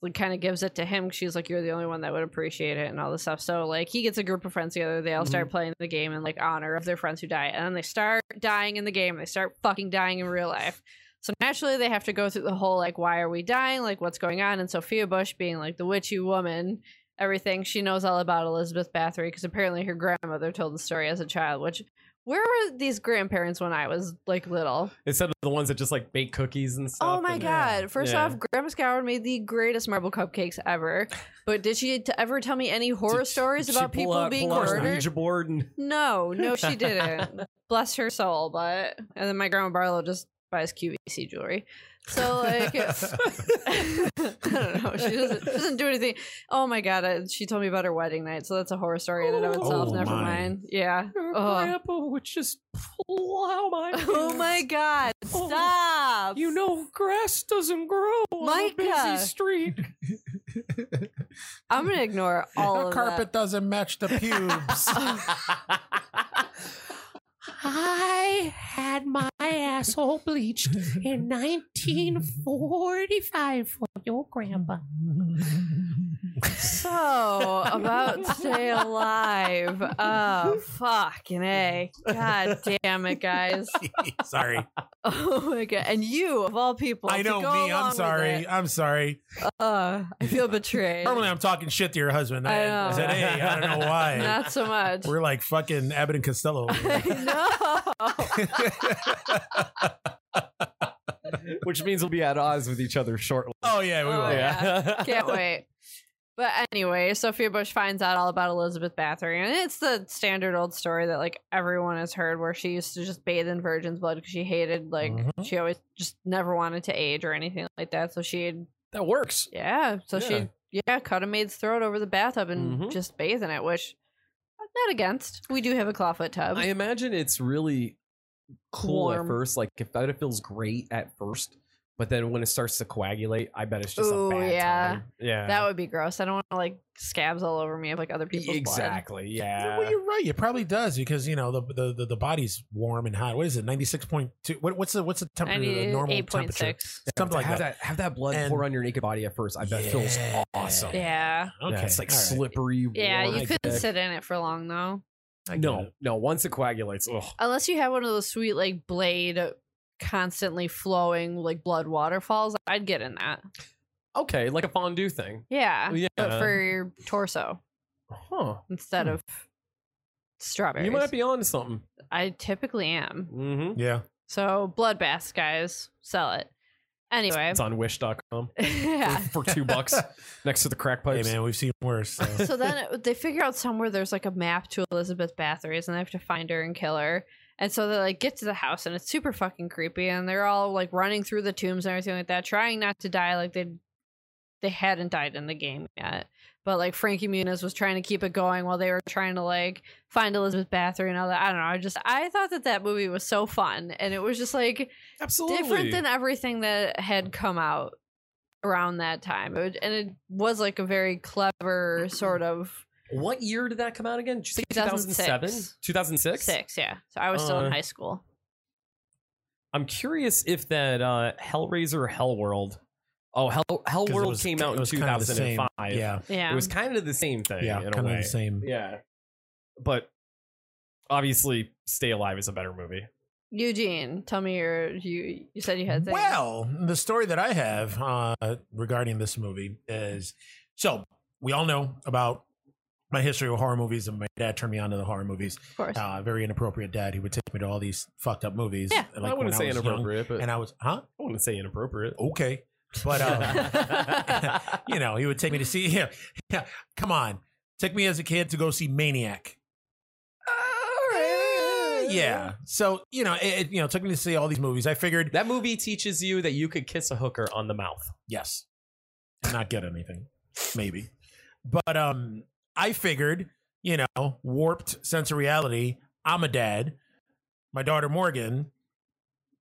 Speaker 3: like kind of gives it to him. 'cause She's like, you're the only one that would appreciate it and all this stuff. So like he gets a group of friends together. They all start playing the game in like honor of their friends who die, and then they start dying in the game. They start fucking dying in real life. So naturally, they have to go through the whole like, why are we dying? Like, what's going on? And Sophia Bush, being like the witchy woman, everything she knows all about Elizabeth Bathory because apparently her grandmother told the story as a child. Which where were these grandparents when I was like little?
Speaker 2: Instead of the ones that just like bake cookies and stuff.
Speaker 3: Oh my
Speaker 2: and-
Speaker 3: god! First
Speaker 2: Yeah.
Speaker 3: off, Grandma Scoward made the greatest marble cupcakes ever, but did she t- ever tell me any horror
Speaker 2: Did-
Speaker 3: stories
Speaker 2: did she
Speaker 3: about
Speaker 2: pull
Speaker 3: people
Speaker 2: out-
Speaker 3: being
Speaker 2: pull out her
Speaker 3: murdered?
Speaker 2: Ouija board
Speaker 3: [LAUGHS]
Speaker 2: and [LAUGHS]
Speaker 3: No, no, she didn't. Bless her soul. But and then my grandma Barlow just buys QVC jewelry, so like. [LAUGHS] I don't know. She doesn't, she doesn't do anything. Oh my god! I, she told me about her wedding night, so that's a horror story in and of
Speaker 2: Oh,
Speaker 3: itself.
Speaker 1: oh
Speaker 3: Never
Speaker 1: my.
Speaker 3: mind. Yeah.
Speaker 2: Your
Speaker 3: Oh.
Speaker 4: Uh.
Speaker 2: grandpa would just plow
Speaker 4: [LAUGHS]
Speaker 2: my.
Speaker 3: [LAUGHS] Oh my
Speaker 2: hands.
Speaker 3: god!
Speaker 2: Oh,
Speaker 3: Stop.
Speaker 2: You know, grass doesn't grow on a
Speaker 3: Micah.
Speaker 2: busy street.
Speaker 3: I'm gonna ignore all
Speaker 1: the
Speaker 3: of
Speaker 1: carpet doesn't match the pubes.
Speaker 3: [LAUGHS]
Speaker 1: [LAUGHS]
Speaker 4: I had my asshole bleached
Speaker 2: [LAUGHS]
Speaker 4: in 1945 for your
Speaker 2: [LAUGHS]
Speaker 4: grandpa.
Speaker 3: That. So about stay alive. Oh fucking a! God damn it, guys.
Speaker 1: sorry.
Speaker 3: [LAUGHS] Oh my god! And you of all people,
Speaker 1: I
Speaker 3: to
Speaker 1: know
Speaker 3: go
Speaker 1: me.
Speaker 3: along
Speaker 1: I'm
Speaker 3: with
Speaker 1: sorry.
Speaker 3: it.
Speaker 1: I'm sorry.
Speaker 3: Uh, I
Speaker 1: [LAUGHS]
Speaker 3: feel betrayed.
Speaker 1: Normally I'm talking shit to your husband.
Speaker 3: I
Speaker 1: I,
Speaker 3: know.
Speaker 1: said, hey, I don't know why.
Speaker 3: [LAUGHS] Not so much.
Speaker 1: We're like fucking Abbott and Costello.
Speaker 3: I know. [LAUGHS]
Speaker 2: Which means we'll be at odds with each other shortly.
Speaker 1: [LAUGHS] oh yeah, we
Speaker 3: Oh,
Speaker 1: will.
Speaker 2: [LAUGHS]
Speaker 3: yeah.
Speaker 1: [LAUGHS]
Speaker 3: Can't wait. But anyway, Sophia Bush finds out all about Elizabeth Bathory, and it's the standard old story that like everyone has heard, where she used to just bathe in virgin's blood because she hated like
Speaker 1: Mhm.
Speaker 3: she always just never wanted to age or anything like that. So she had
Speaker 2: That works.
Speaker 1: Mm-hmm.
Speaker 3: yeah, so she yeah cut a maid's throat over the bathtub and
Speaker 2: Mhm.
Speaker 3: just bathe in it, which Not against. We do have a clawfoot tub.
Speaker 2: I imagine it's really cool
Speaker 3: Um, Warm.
Speaker 2: at first. Like, if that it feels great at first, but then when it starts to coagulate, I bet it's just
Speaker 3: Ooh,
Speaker 2: a bad
Speaker 3: yeah.
Speaker 2: time. Yeah, E,
Speaker 3: that would be gross. I don't want to like scabs all over me of like other people's [LAUGHS]
Speaker 2: exactly. Yeah,
Speaker 1: well, you're right. It probably does because you know the the the, the body's warm and hot. What is it? Ninety six point two. What, what's the what's the
Speaker 3: blood. I
Speaker 1: temperature? The
Speaker 3: need
Speaker 1: normal
Speaker 3: eight point
Speaker 1: temperature.
Speaker 3: six.
Speaker 1: Something like
Speaker 2: have
Speaker 1: that.
Speaker 2: that. Have that blood
Speaker 1: And-
Speaker 2: pour on your naked body at first. I bet it feels
Speaker 1: Yeah.
Speaker 2: awesome.
Speaker 3: Yeah.
Speaker 2: Yeah,
Speaker 1: Okay,
Speaker 2: it's like
Speaker 1: all right.
Speaker 2: slippery.
Speaker 3: Yeah,
Speaker 2: warm.
Speaker 3: you
Speaker 1: I
Speaker 3: couldn't
Speaker 1: get it.
Speaker 3: sit in it for long though.
Speaker 1: I get
Speaker 2: no,
Speaker 1: it.
Speaker 2: no. Once it coagulates, ugh.
Speaker 3: Unless you have one of those sweet like blade uh, constantly flowing like blood waterfalls, I'd get in that.
Speaker 2: okay, like a fondue thing.
Speaker 3: Yeah.
Speaker 2: Yeah,
Speaker 3: But for your torso
Speaker 2: huh?
Speaker 3: instead of strawberries.
Speaker 2: You might be on something.
Speaker 3: I typically am.
Speaker 2: Mm-hmm.
Speaker 1: Yeah.
Speaker 3: So bloodbaths, guys, sell it. Anyway. [LAUGHS]
Speaker 2: It's on Wish.com
Speaker 3: yeah.
Speaker 2: for, for two [LAUGHS] bucks next to the crack
Speaker 1: Hey
Speaker 2: pipes.
Speaker 1: man, we've seen worse.
Speaker 3: [LAUGHS]
Speaker 1: So.
Speaker 3: so then it- they figure out somewhere there's like a map to Elizabeth Bathory's and they have to find her and kill her. And so they like get to the house and it's super fucking creepy and they're all like running through the tombs and everything like that, trying not to die like they they hadn't died in the game yet. But like Frankie Muniz was trying to keep it going while they were trying to like find Elizabeth Bathory and all that. I don't know. I just I thought that that movie was so fun and it was just like
Speaker 2: Absolutely
Speaker 3: different than everything that had come out around that time. It would, and it was like a very clever sort of
Speaker 2: What year did that come out again? Did you say 2007?
Speaker 3: 2006.
Speaker 2: 2006?
Speaker 3: six, yeah. So I was still
Speaker 2: Uh,
Speaker 3: in high school.
Speaker 2: I'm curious if that uh, Hellraiser or Hellworld. Oh, Hell
Speaker 1: Because it [LAUGHS]
Speaker 2: Hellworld
Speaker 1: was-
Speaker 2: came out
Speaker 1: it
Speaker 2: in
Speaker 1: was kinda the
Speaker 2: 2005.
Speaker 1: same. Yeah.
Speaker 3: Yeah,
Speaker 2: It was kind of the same thing
Speaker 1: Yeah.
Speaker 2: in a
Speaker 1: Kind of
Speaker 2: way.
Speaker 1: the same.
Speaker 2: Yeah. But obviously Stay Alive is a better movie.
Speaker 3: Eugene. Tell me your you. You said you had things.
Speaker 1: Well, the story that I have uh, regarding this movie is so we all know about my history with horror movies, and my dad turned me on to the horror movies.
Speaker 3: of course.
Speaker 1: Uh, very inappropriate dad who would take me to all these fucked up movies.
Speaker 3: Yeah.
Speaker 1: like
Speaker 2: I
Speaker 1: when
Speaker 2: wouldn't say
Speaker 1: was young,
Speaker 2: inappropriate, but
Speaker 1: and I was, huh?
Speaker 2: I wouldn't say inappropriate.
Speaker 1: Okay. But,
Speaker 2: [LAUGHS]
Speaker 1: um,
Speaker 2: uh,
Speaker 1: [LAUGHS] you know, he would take me to see, [LAUGHS] yeah, yeah, come on. Take me as a kid to go see Maniac. [LAUGHS] Yeah. So, you know, it, it, you know, took me to see all these movies. I figured
Speaker 2: That movie teaches you that you could kiss a hooker on the mouth.
Speaker 1: Yes. And not get anything. Maybe. But um I figured, you know, warped sense of reality. I'm a dad. My daughter Morgan.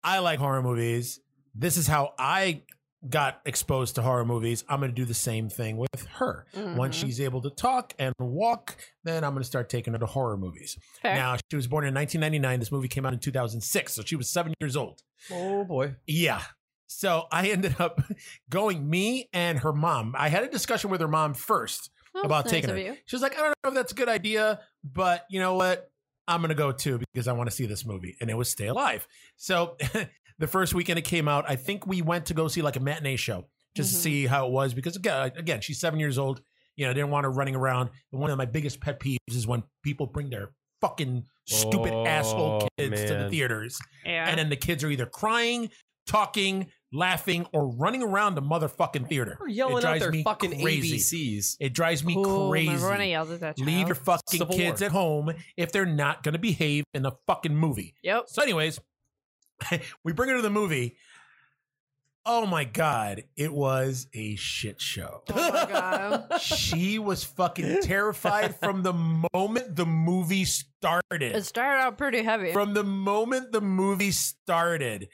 Speaker 1: I like horror movies. This is how I got exposed to horror movies. I'm gonna do the same thing with her. Once
Speaker 3: Mhm.
Speaker 1: she's able to talk and walk, then I'm gonna start taking her to horror movies.
Speaker 3: Fair.
Speaker 1: Now she was born in 1999. This movie came out in 2006, so she was seven years old.
Speaker 2: Oh boy.
Speaker 1: Yeah. So I ended up [LAUGHS] going, me and her mom. I had a discussion with her mom first
Speaker 3: Well,
Speaker 1: about
Speaker 3: that's
Speaker 1: taking
Speaker 3: nice
Speaker 1: her.
Speaker 3: of you.
Speaker 1: She was like, I don't know if that's a good idea, but you know what? I'm going to go too because I want to see this movie. And it was Stay Alive. So [LAUGHS] the first weekend it came out, I think we went to go see like a matinee show just
Speaker 3: Mhm.
Speaker 1: to see how it was because again, again, she's seven years old. You know, I didn't want her running around. And one of my biggest pet peeves is when people bring their fucking stupid
Speaker 2: Oh,
Speaker 1: asshole kids to the
Speaker 2: man.
Speaker 1: theaters
Speaker 3: Yeah.
Speaker 1: and then the kids are either crying, talking, laughing, or running around the motherfucking theater.
Speaker 2: Or
Speaker 1: It
Speaker 2: yelling out
Speaker 1: drives
Speaker 2: their
Speaker 1: me
Speaker 2: fucking
Speaker 1: crazy.
Speaker 2: ABCs.
Speaker 1: It drives me
Speaker 3: Ooh, Remember when I
Speaker 1: crazy.
Speaker 3: yelled at that child?
Speaker 1: Leave your fucking
Speaker 2: Civil
Speaker 1: kids
Speaker 2: War.
Speaker 1: at home if they're not going to behave in the fucking movie. [LAUGHS]
Speaker 3: Yep.
Speaker 1: So, anyways, we bring her to the movie. Oh my god, it was a shit show.
Speaker 3: Oh my god.
Speaker 1: she was fucking terrified from the moment the movie started
Speaker 3: It started out pretty heavy.
Speaker 1: from the moment the movie started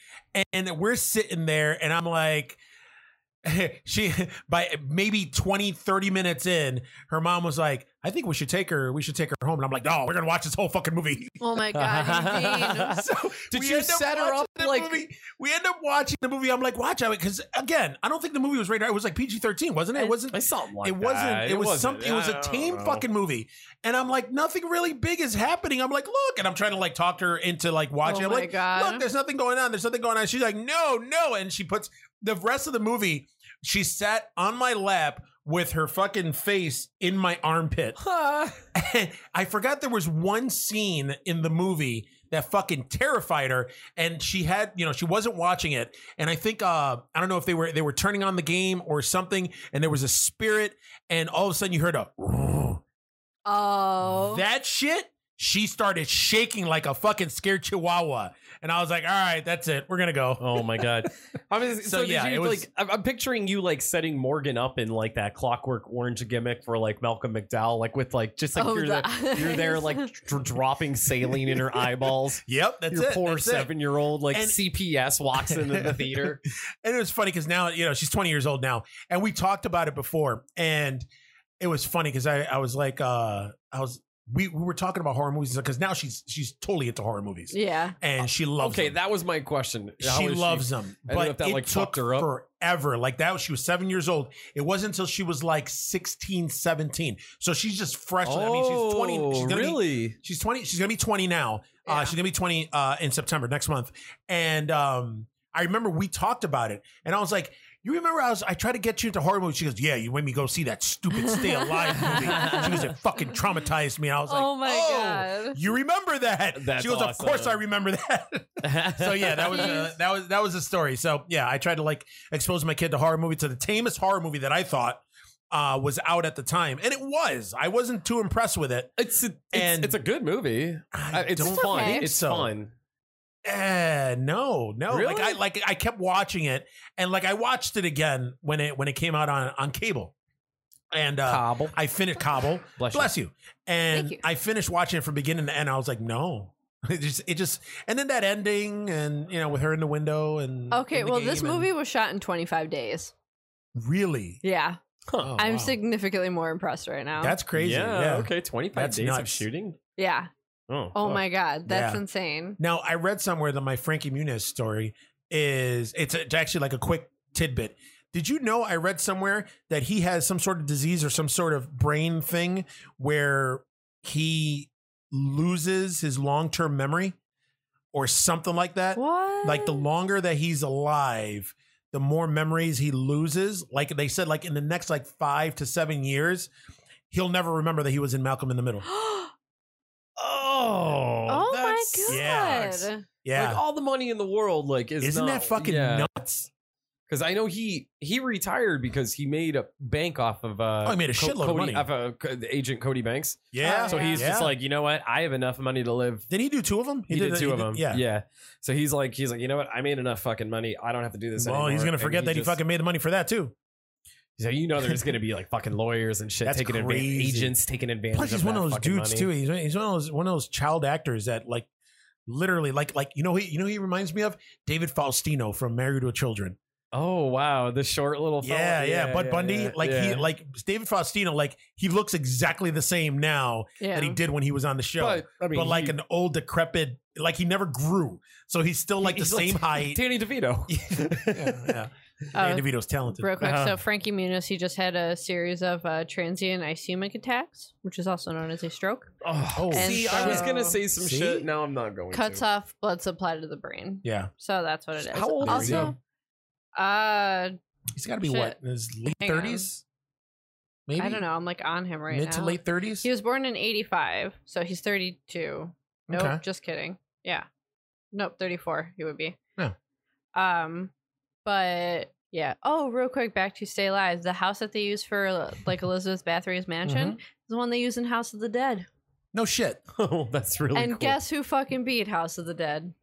Speaker 1: and we're sitting there and i'm like [LAUGHS] she by maybe 20 30 minutes in her mom was like i think we should take her we should take her home and i'm like no we're gonna watch this whole fucking movie [LAUGHS]
Speaker 3: oh my god, Eugene. [LAUGHS]
Speaker 1: so
Speaker 2: Did
Speaker 1: we
Speaker 2: you
Speaker 1: end up
Speaker 2: set her
Speaker 1: watching
Speaker 2: up
Speaker 1: the
Speaker 2: like-
Speaker 1: movie. we end up watching the movie i'm like watch it because again i don't think the movie was rated r it was like pg-13 wasn't it it wasn't
Speaker 2: I saw like
Speaker 1: it wasn't.
Speaker 2: that.
Speaker 1: It, was
Speaker 2: wasn't.
Speaker 1: something. It was
Speaker 2: I
Speaker 1: a
Speaker 2: don't
Speaker 1: tame
Speaker 2: know.
Speaker 1: fucking movie, and I'm like, nothing really big is happening. I'm like, look, and I'm trying to like talk to her into like watching.
Speaker 3: Oh
Speaker 1: I'm
Speaker 3: my
Speaker 1: like,
Speaker 3: God.
Speaker 1: look, there's nothing going on. There's nothing going on. She's like, no, no, and she puts the rest of the movie. She sat on my lap with her fucking face in my armpit.
Speaker 2: Huh.
Speaker 1: I forgot there was one scene in the movie that fucking terrified her and she had you know she wasn't watching it and i think uh i don't know if they were they were turning on the game or something and there was a spirit and all of a sudden you heard a
Speaker 3: Oh.
Speaker 1: that shit she started shaking like a fucking scared chihuahua. And I was like, all right, that's it. We're going to go.
Speaker 2: Oh
Speaker 1: [LAUGHS]
Speaker 2: my god! I mean, so,
Speaker 1: So,
Speaker 2: did
Speaker 1: yeah,
Speaker 2: you,
Speaker 1: it was-
Speaker 2: like I'm- I'm picturing you like setting Morgan up in like that Clockwork Orange gimmick for like Malcolm McDowell, like with like just like
Speaker 3: Oh,
Speaker 2: you're,
Speaker 3: the
Speaker 2: the- you're there
Speaker 3: eyes.
Speaker 2: like dr- dropping
Speaker 1: [LAUGHS]
Speaker 2: saline in her eyeballs.
Speaker 1: Yep, that's
Speaker 2: Your
Speaker 1: it.
Speaker 2: poor
Speaker 1: that's it.
Speaker 2: seven year old like
Speaker 1: And-
Speaker 2: CPS walks into the theater.
Speaker 1: and it was funny because now you know she's 20 years old now and we talked about it before and it was funny because I, I was like uh i was we, we were talking about horror movies because now she's she's totally into horror movies
Speaker 3: [LAUGHS] Yeah.
Speaker 1: and she [LAUGHS] loves
Speaker 2: okay,
Speaker 1: them.
Speaker 2: that was my question. How
Speaker 1: she
Speaker 2: is
Speaker 1: loves them
Speaker 2: I don't know
Speaker 1: but
Speaker 2: if that,
Speaker 1: it
Speaker 2: like,
Speaker 1: took
Speaker 2: fucked her up.
Speaker 1: forever like that she was seven years old it wasn't until she was like 16 17 so she's just fresh i mean she's 20 she's
Speaker 2: Oh,
Speaker 1: gonna be-
Speaker 2: really?
Speaker 1: She's 20. She's going to be 20 now. Uh,
Speaker 3: Yeah.
Speaker 1: she's going to be 20 uh, in September next month. And um, I remember we talked about it, and I was like, "You remember I was I tried to get you into horror movies?" She goes, "Yeah, you made me go see that stupid Stay
Speaker 3: [LAUGHS]
Speaker 1: Alive movie." She goes, "It fucking traumatized me." I was like,
Speaker 3: oh my god.
Speaker 1: You remember that?
Speaker 2: That's
Speaker 1: she goes, "Of course
Speaker 2: awesome.
Speaker 1: I remember that." [LAUGHS]
Speaker 2: [LAUGHS]
Speaker 1: so yeah, that was [LAUGHS] a,
Speaker 3: Jeez.
Speaker 1: that was that was a story. So yeah, I tried to like expose my kid to horror movie to the tamest horror movie that I thought uh, was out at the time, and it was. I wasn't too impressed with it.
Speaker 2: it's a, it's,
Speaker 1: And-
Speaker 2: it's a good movie.
Speaker 1: I
Speaker 2: Uh, it's
Speaker 1: don't
Speaker 2: fun.
Speaker 3: okay.
Speaker 2: It's
Speaker 1: So-
Speaker 2: fun.
Speaker 1: Eh, no, no. Like I
Speaker 2: Really?
Speaker 1: like I kept watching it, and like I watched it again when it when it came out on on cable, and uh,
Speaker 2: Cobble.
Speaker 1: I finished Cobble.
Speaker 2: Bless,
Speaker 1: Bless you. And
Speaker 3: Thank you.
Speaker 1: I finished watching it from beginning to end. I was like, no, [LAUGHS] it just it just and then that ending, and you know, with her in the window and
Speaker 3: Okay,
Speaker 1: in the
Speaker 3: well this
Speaker 1: game and-
Speaker 3: movie was shot in 25 days.
Speaker 1: really.
Speaker 3: Yeah.
Speaker 2: you.
Speaker 1: Oh,
Speaker 3: I'm
Speaker 1: wow.
Speaker 3: significantly more impressed right now.
Speaker 1: That's crazy.
Speaker 2: Yeah,
Speaker 1: Yeah.
Speaker 2: okay. 25
Speaker 1: That's
Speaker 2: days of
Speaker 1: nuts.
Speaker 2: shooting.
Speaker 3: yeah.
Speaker 2: Oh,
Speaker 3: Oh
Speaker 2: fuck.
Speaker 3: my god, that's
Speaker 1: Yeah.
Speaker 3: insane.
Speaker 1: Now I read somewhere that my Frankie Muniz story is it's, it's actually like a quick tidbit. Did you know I read somewhere that he has some sort of disease or some sort of brain thing where he loses his long-term memory or something like that?
Speaker 3: What?
Speaker 1: Like the
Speaker 3: [GASPS]
Speaker 1: longer that he's alive, the more memories he loses. Like they said like in the next like 5 to 7 years, he'll never remember that he was in Malcolm in the Middle.
Speaker 3: Oh,
Speaker 2: Oh,
Speaker 3: my
Speaker 2: that's-
Speaker 3: god.
Speaker 1: yeah. Yeah.
Speaker 2: Like all the money in the world, like is
Speaker 1: Isn't
Speaker 2: not,
Speaker 1: that fucking nuts?
Speaker 2: Because I know he he retired because he made a bank off of uh,
Speaker 1: Oh, he made a shitload of
Speaker 2: Cody,
Speaker 1: money.
Speaker 2: off of Co- the agent Cody Banks.
Speaker 1: Yeah.
Speaker 3: Oh,
Speaker 2: So
Speaker 3: yeah.
Speaker 2: he's just
Speaker 1: Yeah.
Speaker 2: like, you know what? I have enough money to live.
Speaker 1: Did he do two of them?
Speaker 2: He, did,
Speaker 1: a-
Speaker 2: two of
Speaker 1: did-
Speaker 2: them.
Speaker 1: Yeah.
Speaker 2: yeah. So he's like, he's like, you know what? I made enough fucking money. I don't have to do this
Speaker 1: Well,
Speaker 2: anymore.
Speaker 1: he's gonna
Speaker 2: And
Speaker 1: forget that
Speaker 2: just-
Speaker 1: he fucking made the money for that too.
Speaker 2: So you know, there's gonna be like fucking lawyers and shit
Speaker 1: That's
Speaker 2: taking advantage,
Speaker 1: crazy.
Speaker 2: agents taking advantage.
Speaker 1: Plus, he's
Speaker 2: of
Speaker 1: one
Speaker 2: that
Speaker 1: of those
Speaker 2: fucking
Speaker 1: dudes
Speaker 2: money.
Speaker 1: too. He's, he's one of those one of those child actors that like literally like like you know he you know who he reminds me of David Faustino from Married with Children.
Speaker 2: Oh wow, the short little. fella.
Speaker 1: yeah, yeah, Bud Bundy
Speaker 2: yeah,
Speaker 1: like he
Speaker 2: yeah.
Speaker 1: like David Faustino like he looks exactly the same now
Speaker 3: Yeah.
Speaker 1: that he did when he was on the show, but,
Speaker 2: But, I mean,
Speaker 1: like
Speaker 2: he-
Speaker 1: an old decrepit like he never grew, so he's still
Speaker 2: [LAUGHS]
Speaker 1: like
Speaker 2: he's
Speaker 1: the same height.
Speaker 2: Danny DeVito.
Speaker 1: [LAUGHS] yeah, yeah. Danny DeVito's talented.
Speaker 3: Oh, Uh, Real quick,
Speaker 2: Uh-huh.
Speaker 3: so Frankie Muniz, he just had a series of uh, transient ischemic attacks, which is also known as a stroke.
Speaker 1: Oh,
Speaker 3: And
Speaker 2: See, I was
Speaker 3: so-
Speaker 2: gonna say some
Speaker 1: See?
Speaker 2: shit. Now I'm not going.
Speaker 3: Cuts
Speaker 2: to.
Speaker 3: off blood supply to the brain.
Speaker 1: yeah.
Speaker 3: So that's what it is.
Speaker 2: How old
Speaker 1: is he?
Speaker 3: also, Uh,
Speaker 1: He's got to be
Speaker 3: Shit.
Speaker 1: what in his late
Speaker 3: Hang on.
Speaker 1: thirties, maybe.
Speaker 3: I don't know. I'm like on him right
Speaker 1: Mid
Speaker 3: now.
Speaker 1: to late thirties.
Speaker 3: He was born in 85, so he's 32. Nope,
Speaker 1: Okay.
Speaker 3: just kidding. Yeah. Nope, 34 he would be.
Speaker 1: Yeah.
Speaker 3: Um but yeah. Oh, real quick back to Stay Alive. The house that they use for like Elizabeth Bathory's mansion
Speaker 2: Mm-hmm.
Speaker 3: is the one they use in House of the Dead.
Speaker 1: No shit.
Speaker 2: [LAUGHS] Oh, that's really.
Speaker 3: and
Speaker 2: cool.
Speaker 3: guess who fucking beat House of the Dead?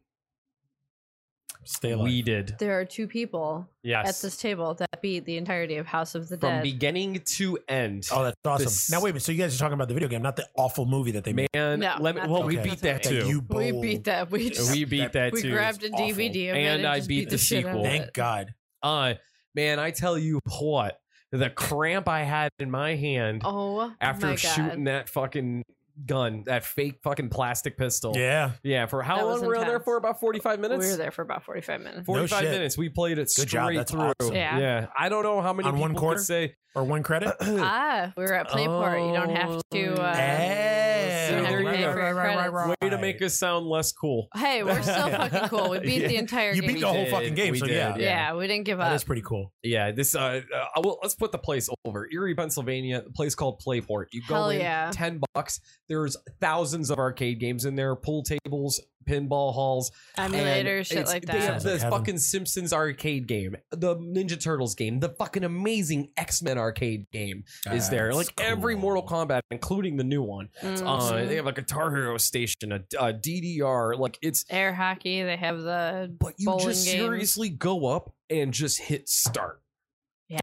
Speaker 1: Stay
Speaker 2: we did.
Speaker 3: There are two people
Speaker 2: Yes.
Speaker 3: at this table that beat the entirety of House of the
Speaker 2: From
Speaker 3: Dead.
Speaker 2: beginning to end.
Speaker 1: Oh, that's awesome.
Speaker 2: This-
Speaker 1: Now wait a minute. So you guys are talking about the video game, not the awful movie that they
Speaker 2: Man,
Speaker 1: made.
Speaker 3: No,
Speaker 2: let me,
Speaker 3: not
Speaker 2: well,
Speaker 1: the
Speaker 2: we
Speaker 1: whole
Speaker 2: beat that
Speaker 1: That
Speaker 3: thing.
Speaker 2: too.
Speaker 1: you
Speaker 3: we
Speaker 1: bowl-
Speaker 3: beat that. We just
Speaker 2: Oh. we beat that,
Speaker 3: we
Speaker 2: too.
Speaker 3: grabbed a
Speaker 1: It's awful.
Speaker 3: DVD of it
Speaker 2: And I
Speaker 3: just
Speaker 2: beat
Speaker 3: beat
Speaker 2: the
Speaker 3: the, shit out of
Speaker 2: sequel.
Speaker 3: it.
Speaker 1: Thank God.
Speaker 2: Uh, man, I tell you what, the cramp I had in my hand
Speaker 3: Oh,
Speaker 2: after
Speaker 3: my God.
Speaker 2: shooting that fucking gun, that fake fucking plastic pistol.
Speaker 1: Yeah.
Speaker 2: Yeah, for how
Speaker 3: That
Speaker 2: long
Speaker 3: was
Speaker 2: were we there
Speaker 3: intense.
Speaker 2: for? About 45 minutes?
Speaker 3: We were there for about 45 minutes.
Speaker 1: No
Speaker 2: 45
Speaker 1: shit.
Speaker 2: minutes. We played it
Speaker 1: Good
Speaker 2: straight
Speaker 1: job. That's
Speaker 2: through.
Speaker 1: awesome.
Speaker 3: Yeah.
Speaker 2: I don't know how many
Speaker 1: On
Speaker 2: people
Speaker 1: one
Speaker 2: could
Speaker 1: quarter? [CLEARS THROAT]
Speaker 3: [CLEARS THROAT]
Speaker 2: say.
Speaker 1: Or one
Speaker 3: [LAUGHS]
Speaker 1: credit.
Speaker 3: ah, we were at Playport. you don't
Speaker 1: Oh,
Speaker 3: have to. Uh,
Speaker 1: Hey.
Speaker 2: so
Speaker 3: you don't have
Speaker 2: Oh, there
Speaker 3: to
Speaker 2: you
Speaker 3: pay
Speaker 2: go.
Speaker 3: for your credits.
Speaker 2: Way to make us sound less cool.
Speaker 3: Hey, we're
Speaker 2: [LAUGHS]
Speaker 3: still
Speaker 2: Yeah.
Speaker 3: fucking cool. We beat the
Speaker 2: Yeah.
Speaker 3: entire
Speaker 1: You
Speaker 3: game.
Speaker 1: beat the whole
Speaker 2: did.
Speaker 1: fucking game.
Speaker 2: We
Speaker 1: so
Speaker 2: did,
Speaker 1: yeah.
Speaker 2: yeah.
Speaker 3: yeah. we didn't give
Speaker 1: That
Speaker 3: up.
Speaker 1: is pretty cool.
Speaker 2: Yeah, this uh, uh well, let's put the place over Erie, Pennsylvania. A place called Playport. You go
Speaker 3: Hell
Speaker 2: in,
Speaker 3: yeah.
Speaker 2: ten bucks. There's thousands of arcade games in there, pool tables, pinball halls,
Speaker 3: Emulators,
Speaker 2: and
Speaker 3: shit
Speaker 2: it's-
Speaker 3: like
Speaker 2: They
Speaker 3: that.
Speaker 2: have
Speaker 1: Sounds like
Speaker 2: the
Speaker 1: heaven.
Speaker 2: fucking Simpsons arcade game, the Ninja Turtles game, the fucking amazing X Men arcade game is there.
Speaker 1: That's
Speaker 2: Like every
Speaker 1: cool.
Speaker 2: Mortal Kombat, including the new one.
Speaker 3: Mhm.
Speaker 2: Uh, they have a Guitar Hero station, a, a DDR. Like it's,
Speaker 3: Air hockey. They have the
Speaker 2: but you
Speaker 3: Bowling
Speaker 2: just
Speaker 3: games.
Speaker 2: seriously go up and just hit start,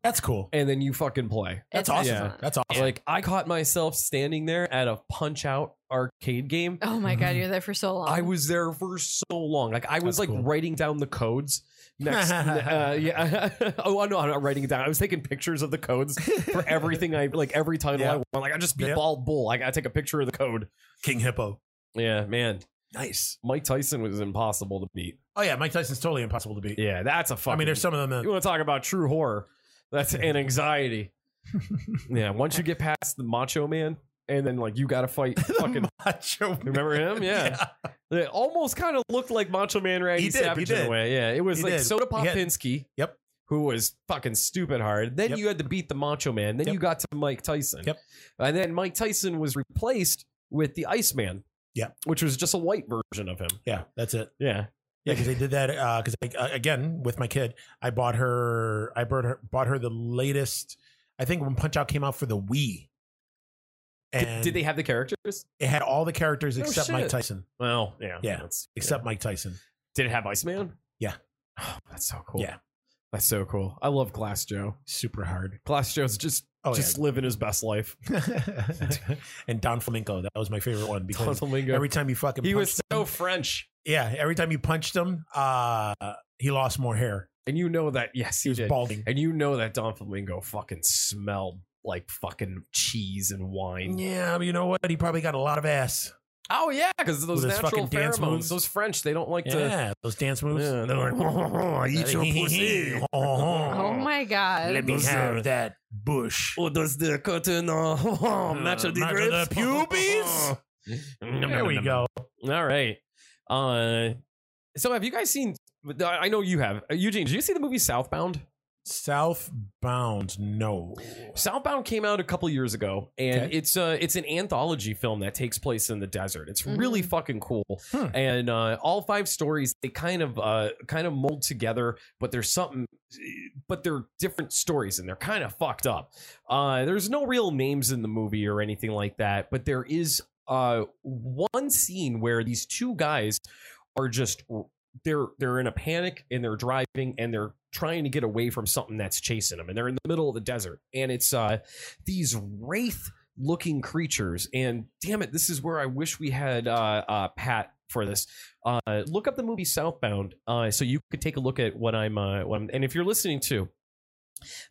Speaker 1: That's cool.
Speaker 2: and then you fucking play.
Speaker 1: That's
Speaker 3: It's
Speaker 1: awesome.
Speaker 2: Yeah.
Speaker 1: That's awesome.
Speaker 2: Like I caught myself standing there at a Punch Out arcade game.
Speaker 3: Oh my god, you're there for so long.
Speaker 2: I was there for so long. Like I was
Speaker 1: Uh-huh. That's
Speaker 2: like
Speaker 1: cool.
Speaker 2: writing down the codes.
Speaker 1: [LAUGHS]
Speaker 2: Next, uh, yeah. [LAUGHS] oh no, I'm not writing it down. I was taking pictures of the codes [LAUGHS] for everything. I like every title
Speaker 1: Yeah.
Speaker 2: I want. Like I just beat
Speaker 1: Yeah.
Speaker 2: Bald Bull. Like I take a picture of the code.
Speaker 1: [LAUGHS] King Hippo.
Speaker 2: Yeah, man.
Speaker 1: Nice.
Speaker 2: Mike Tyson was impossible to beat.
Speaker 1: Oh yeah, Mike Tyson's totally impossible to beat.
Speaker 2: Yeah, that's a fucking.
Speaker 1: I mean, there's some of them.
Speaker 2: [LAUGHS] You
Speaker 1: That,
Speaker 2: want to talk about true horror?
Speaker 1: [LAUGHS]
Speaker 2: That's an anxiety. yeah, once you get past the Macho Man, and then like you got
Speaker 1: [LAUGHS]
Speaker 2: to fight fucking.
Speaker 1: Macho. [LAUGHS]
Speaker 2: Remember him? Yeah. It almost kind of looked like Macho Man Randy
Speaker 1: He did, he
Speaker 2: Savage in
Speaker 1: did.
Speaker 2: a way. Yeah, it was
Speaker 1: He
Speaker 2: like
Speaker 1: did.
Speaker 2: Soda
Speaker 1: He had-
Speaker 2: Popinski.
Speaker 1: Yep.
Speaker 2: Who was fucking stupid hard. Then
Speaker 1: Yep.
Speaker 2: you had to beat the Macho Man. Then
Speaker 1: Yep.
Speaker 2: you got to Mike Tyson.
Speaker 1: Yep.
Speaker 2: And then Mike Tyson was replaced with the Iceman.
Speaker 1: Yep.
Speaker 2: Which was just a white version of him.
Speaker 1: Yeah, that's it.
Speaker 2: Yeah.
Speaker 1: Yeah, because they did that. Because uh, again, with my kid, I bought her. I bought her. Bought her the latest. I think when Punch Out came out for the Wii, and
Speaker 2: Did they have the characters?
Speaker 1: it had all the characters
Speaker 2: No
Speaker 1: except Mike
Speaker 2: shit.
Speaker 1: Tyson.
Speaker 2: Well, yeah.
Speaker 1: Yeah.
Speaker 2: that's-
Speaker 1: Except Mike Tyson.
Speaker 2: Did it have Iceman?
Speaker 1: Yeah.
Speaker 2: Oh, that's so cool.
Speaker 1: Yeah.
Speaker 2: That's so cool. I love Glass Joe.
Speaker 1: Super hard.
Speaker 2: Glass Joe's just
Speaker 1: Oh
Speaker 2: just living his best life.
Speaker 1: yeah. [LAUGHS] and Don Flamenco. That was my favorite one because
Speaker 2: Flamingo.
Speaker 1: every time you fucking
Speaker 2: he
Speaker 1: punched
Speaker 2: was so
Speaker 1: him-
Speaker 2: French.
Speaker 1: yeah, every time you punched him, uh, he lost more hair.
Speaker 2: And you know that, yes,
Speaker 1: He
Speaker 2: he
Speaker 1: was
Speaker 2: did.
Speaker 1: balding.
Speaker 2: And you know that Don Flamingo fucking smelled like fucking cheese and wine.
Speaker 1: Yeah, but you know what? He probably got a lot of ass.
Speaker 2: Oh yeah, because those
Speaker 1: With his
Speaker 2: natural
Speaker 1: fucking dance
Speaker 2: pheromones,
Speaker 1: moves.
Speaker 2: those French, they don't like to.
Speaker 1: Yeah, those dance moves.
Speaker 2: Yeah, they're like,
Speaker 1: [LAUGHS]
Speaker 2: eat your pussy. [LAUGHS]
Speaker 3: oh my god.
Speaker 1: Let me
Speaker 2: Those are-
Speaker 1: have that bush.
Speaker 2: Oh, does the curtain uh, [LAUGHS] match
Speaker 1: Match
Speaker 2: the
Speaker 1: of
Speaker 2: [LAUGHS] drapes?
Speaker 1: the pubes? There we go.
Speaker 2: All right. Uh, so have you guys seen? I know you have. Uh, Eugene, did you see the movie Southbound?
Speaker 1: Southbound, no.
Speaker 2: Southbound came out a couple years ago, and
Speaker 1: Okay.
Speaker 2: it's uh it's an anthology film that takes place in the desert. It's
Speaker 3: Mhm.
Speaker 2: really fucking cool,
Speaker 1: Hmm.
Speaker 2: and uh, all five stories they kind of uh kind of mold together, but there's something, but they're different stories, and they're kind of fucked up. Uh, there's no real names in the movie or anything like that, but there is uh one scene where these two guys are just they're they're in a panic and they're driving and they're trying to get away from something that's chasing them and they're in the middle of the desert and it's uh these wraith looking creatures and damn it this is where i wish we had uh uh pat for this uh look up the movie southbound uh so you could take a look at what i'm uh what I'm, and if you're listening to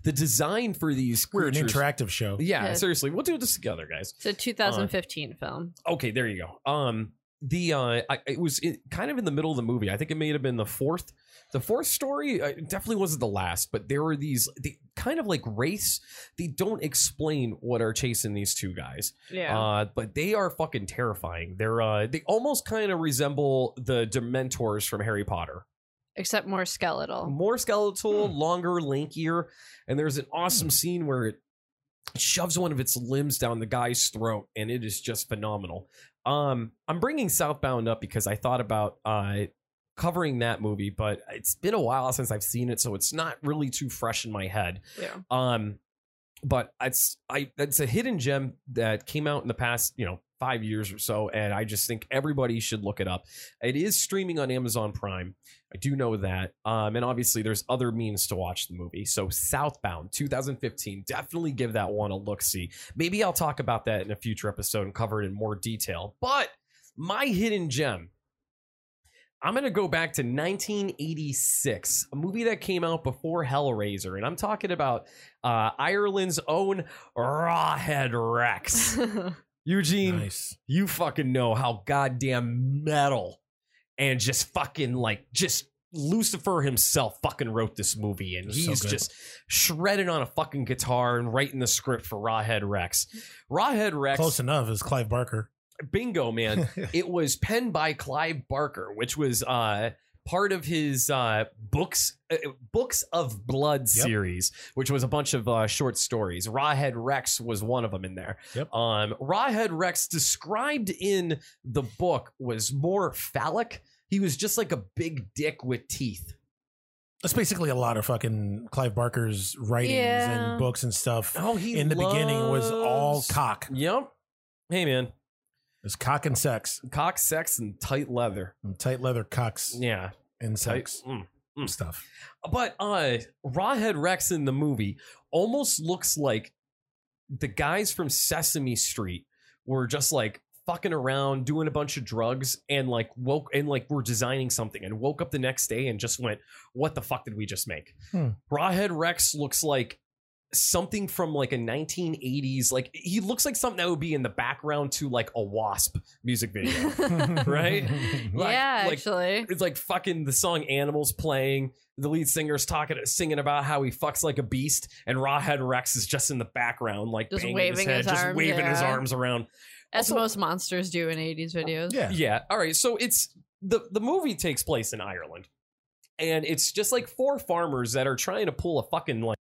Speaker 2: the design for these
Speaker 1: We're an
Speaker 2: creatures
Speaker 1: interactive show.
Speaker 2: yeah
Speaker 3: Yeah.
Speaker 2: seriously we'll do this together guys
Speaker 3: It's a 2015 film.
Speaker 2: okay there you go um the uh I, it was it, kind of in the middle of the movie i think it may have been the fourth the fourth story uh, it definitely wasn't the last but there were these they, kind of like race they don't explain what are chasing these two guys
Speaker 3: Yeah.
Speaker 2: uh but they are fucking terrifying they're uh they almost kind of resemble the dementors from harry potter
Speaker 3: Except more skeletal.
Speaker 2: more skeletal, longer, lankier, and there's an awesome scene where it shoves one of its limbs down the guy's throat, and it is just phenomenal. Um, I'm bringing Southbound up because I thought about uh, covering that movie, but it's been a while since I've seen it, so it's not really too fresh in my head.
Speaker 3: Yeah. [LAUGHS]
Speaker 2: Um, but it's I it's a hidden gem that came out in the past, you know, five years or so, and I just think everybody should look it up. It is streaming on Amazon Prime. I do know that. Um, and obviously there's other means to watch the movie. So Southbound 2015, definitely give that one a look see. Maybe I'll talk about that in a future episode and cover it in more detail. But my hidden gem. I'm going to go back to 1986, a movie that came out before Hellraiser. And I'm talking about uh, Ireland's own Rawhead
Speaker 3: [LAUGHS]
Speaker 2: Rex. Eugene,
Speaker 1: Nice.
Speaker 2: you fucking know how goddamn metal and just fucking like just Lucifer himself fucking wrote this movie and
Speaker 1: So
Speaker 2: he's
Speaker 1: good.
Speaker 2: just shredded on a fucking guitar and writing the script for Rawhead Rex. Rawhead Rex,
Speaker 1: Close enough is Clive Barker.
Speaker 2: bingo, man. it was penned by Clive Barker, which was uh part of his uh, books uh, books of blood series, which was a bunch of uh, short stories. Rawhead Rex was one of them in there.
Speaker 1: Yep.
Speaker 2: Um, Rawhead Rex described in the book was more phallic. He was just like a big dick with teeth.
Speaker 1: That's basically a lot of fucking Clive Barker's writings
Speaker 3: Yeah.
Speaker 1: and books and stuff.
Speaker 2: Oh, he
Speaker 1: In the beginning was all
Speaker 2: loves-
Speaker 1: cock. It
Speaker 2: Yep. Hey man,
Speaker 1: was cock and sex,
Speaker 2: cock, sex, and tight leather.
Speaker 1: and tight leather cocks
Speaker 2: Yeah,
Speaker 1: and
Speaker 2: tight.
Speaker 1: sex
Speaker 2: mm. mm.
Speaker 1: stuff.
Speaker 2: But uh Rawhead Rex in the movie almost looks like the guys from Sesame Street were just like fucking around, doing a bunch of drugs, and like woke and like were designing something and woke up the next day and just went, What the fuck did we just make?
Speaker 1: Hmm.
Speaker 2: Rawhead Rex looks like something from like a 1980s like he looks like something that would be in the background to like a wasp music video [LAUGHS] Right? [LAUGHS] Like-
Speaker 3: yeah,
Speaker 2: like,
Speaker 3: actually.
Speaker 2: it's like fucking the song Animals playing. The lead singer's talking, singing about how he fucks like a beast, and Rawhead Rex is just in the background, like
Speaker 3: Just
Speaker 2: banging his
Speaker 3: waving
Speaker 2: head,
Speaker 3: his
Speaker 2: just
Speaker 3: arms,
Speaker 2: waving his
Speaker 3: yeah.
Speaker 2: arms around.
Speaker 3: As
Speaker 2: also-
Speaker 3: most monsters do in 80s
Speaker 1: [LAUGHS]
Speaker 3: videos.
Speaker 1: yeah.
Speaker 2: Yeah. All right. So it's the the movie takes place in Ireland, and it's just like four farmers that are trying to pull a fucking like.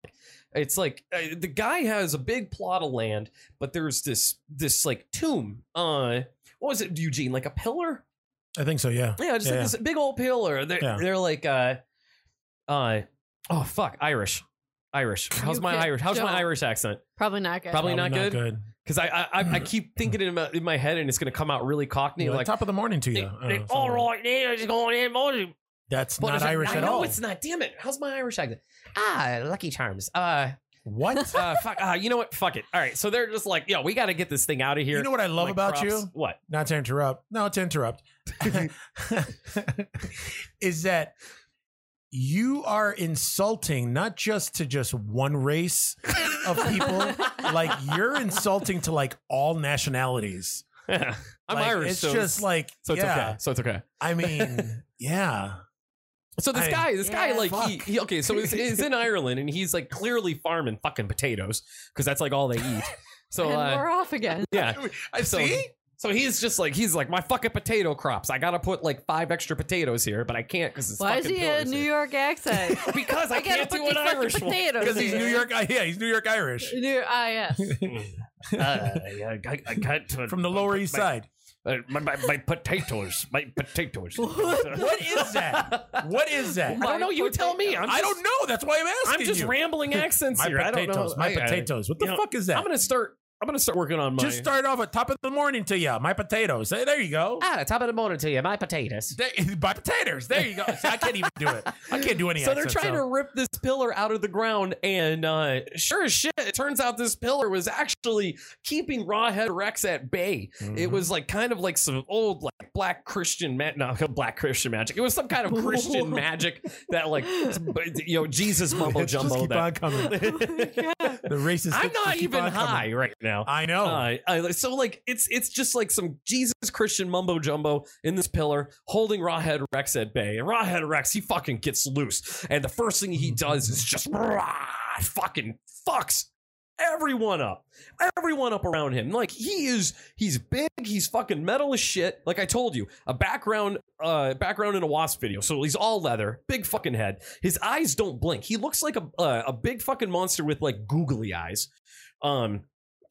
Speaker 2: It's like uh, the guy has a big plot of land, but there's this this like tomb. Uh, what was it, Eugene? Like a pillar?
Speaker 1: I think so. Yeah.
Speaker 2: Yeah, just
Speaker 1: Yeah.
Speaker 2: like this big old pillar. They're,
Speaker 1: Yeah.
Speaker 2: they're like, uh, uh, oh fuck, Irish, Irish. How's my
Speaker 3: can't-
Speaker 2: Irish? How's my
Speaker 3: don't.
Speaker 2: Irish accent?
Speaker 3: Probably not good.
Speaker 2: Probably not good.
Speaker 1: good.
Speaker 2: Because I, I
Speaker 1: [CLEARS THROAT]
Speaker 2: I I keep thinking it in my, in my head and it's gonna come out really cockney.
Speaker 1: Like,
Speaker 2: like,
Speaker 1: top of the morning to
Speaker 2: they,
Speaker 1: you. I don't
Speaker 2: they
Speaker 1: know,
Speaker 2: all
Speaker 1: something.
Speaker 2: right, they're just going in. motion."
Speaker 1: That's
Speaker 2: But
Speaker 1: not
Speaker 2: it's like,
Speaker 1: Irish
Speaker 2: I
Speaker 1: at
Speaker 2: know
Speaker 1: all.
Speaker 2: it's not. Damn it! How's my Irish accent? Ah, Lucky Charms. Uh,
Speaker 1: What?
Speaker 2: uh, fuck. Uh, you know what? Fuck it. All right. So they're just like, yo, we got to get this thing out of [LAUGHS] here.
Speaker 1: You know what I love
Speaker 2: Like,
Speaker 1: about
Speaker 2: props.
Speaker 1: you?
Speaker 2: What? [LAUGHS]
Speaker 1: Not to interrupt. No, to interrupt. is that you are insulting not just to just one race of
Speaker 3: [LAUGHS]
Speaker 1: people, like you're insulting to like all nationalities.
Speaker 2: I'm
Speaker 1: Like,
Speaker 2: Irish.
Speaker 1: It's
Speaker 2: so
Speaker 1: just like
Speaker 2: so it's
Speaker 1: yeah.
Speaker 2: okay. So it's okay.
Speaker 1: I
Speaker 2: [LAUGHS]
Speaker 1: mean, yeah.
Speaker 2: So this
Speaker 1: I-
Speaker 2: guy, this
Speaker 3: Yeah.
Speaker 2: guy, like he,
Speaker 1: Fuck.
Speaker 2: he, okay. So he's,
Speaker 6: [LAUGHS]
Speaker 2: he's in Ireland and he's like clearly farming fucking potatoes because that's like all they eat. So
Speaker 3: and
Speaker 2: uh,
Speaker 3: we're off again.
Speaker 2: yeah,
Speaker 1: I
Speaker 2: So- so he's just like he's like my fucking potato crops. I gotta put like five extra potatoes here, but I can't because it's
Speaker 3: Why is
Speaker 2: fucking
Speaker 3: he a
Speaker 2: pillars
Speaker 3: New
Speaker 2: here.
Speaker 3: York accent?
Speaker 2: [LAUGHS] Because I,
Speaker 3: I gotta
Speaker 2: can't
Speaker 3: put
Speaker 2: do
Speaker 3: these
Speaker 2: an
Speaker 3: fucking
Speaker 2: Irish one.
Speaker 3: potatoes
Speaker 1: because he's
Speaker 3: in.
Speaker 1: New York. [LAUGHS] Yeah, he's New York Irish
Speaker 3: New, ah, yes.
Speaker 6: Uh, I, I, I can't. uh,
Speaker 1: from the Lower East
Speaker 6: my-
Speaker 1: Side.
Speaker 6: uh, my, my, my potatoes. My
Speaker 3: [LAUGHS]
Speaker 6: potatoes. [LAUGHS]
Speaker 1: What is that? What is that?
Speaker 2: I don't know. You tell me. I'm just,
Speaker 1: I don't know. That's why I'm asking.
Speaker 2: I'm just
Speaker 6: [LAUGHS]
Speaker 1: you.
Speaker 2: rambling accents
Speaker 1: My
Speaker 2: here. I don't
Speaker 1: potatoes.
Speaker 2: know.
Speaker 1: My
Speaker 2: I- I-
Speaker 1: potatoes. What the
Speaker 2: you know,
Speaker 1: fuck is that?
Speaker 2: I'm gonna start. I'm gonna start working on my.
Speaker 1: Just start off at top of the morning to you. My potatoes. Hey, There you go.
Speaker 2: ah, top of the morning to you. My potatoes.
Speaker 1: They- my potatoes. There [LAUGHS]
Speaker 2: [LAUGHS]
Speaker 1: you go. See, I can't even do it. I can't do any.
Speaker 2: so they're
Speaker 1: accent,
Speaker 2: trying to rip this pillar out of the ground and uh sure as shit it turns out this pillar was actually keeping rawhead rex at bay it was like kind of like some old like black christian ma- no [LAUGHS] black christian magic it was some kind of [LAUGHS] christian magic that [LAUGHS] like you know jesus mumbo
Speaker 1: Let's Mm-hmm. [LAUGHS] just
Speaker 2: jumbo
Speaker 1: keep
Speaker 2: that Oh
Speaker 1: on
Speaker 2: [LAUGHS]
Speaker 1: coming. [LAUGHS] The racist.
Speaker 2: i'm
Speaker 1: hits just
Speaker 2: not
Speaker 1: keep
Speaker 2: even
Speaker 1: on coming.
Speaker 2: high right now
Speaker 1: I know.
Speaker 2: uh, uh, so like it's it's just like some Jesus Christian mumbo jumbo in this pillar holding Rawhead Rex at bay, and Rawhead Rex he fucking gets loose, and the first thing he does is just rah, fucking fucks everyone up, everyone up around him. Like he is he's big, he's fucking metal as shit. Like I told you, a background uh background in a wasp video, so he's all leather, big fucking head. His eyes don't blink. He looks like a uh, a big fucking monster with like googly eyes. Um,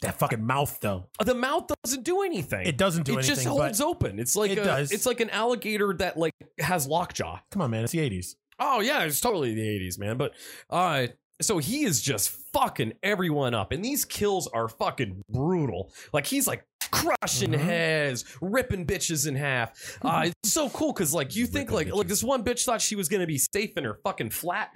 Speaker 1: that fucking mouth though.
Speaker 2: the mouth doesn't do anything.
Speaker 1: It doesn't do
Speaker 2: it
Speaker 1: anything.
Speaker 2: just holds
Speaker 1: but,
Speaker 2: open. It's like
Speaker 1: It
Speaker 2: a,
Speaker 1: does.
Speaker 2: It's like an alligator that like has lockjaw.
Speaker 1: Come on, man. It's the '80s.
Speaker 2: Oh yeah, it's totally the '80s, man. But uh, so he is just fucking everyone up, and these kills are fucking brutal. Like he's like crushing
Speaker 1: Mhm.
Speaker 2: heads, ripping bitches in [LAUGHS] half. Uh, it's so cool because like you think like
Speaker 1: Ripping
Speaker 2: like this one bitch thought she was gonna be safe in her fucking flat.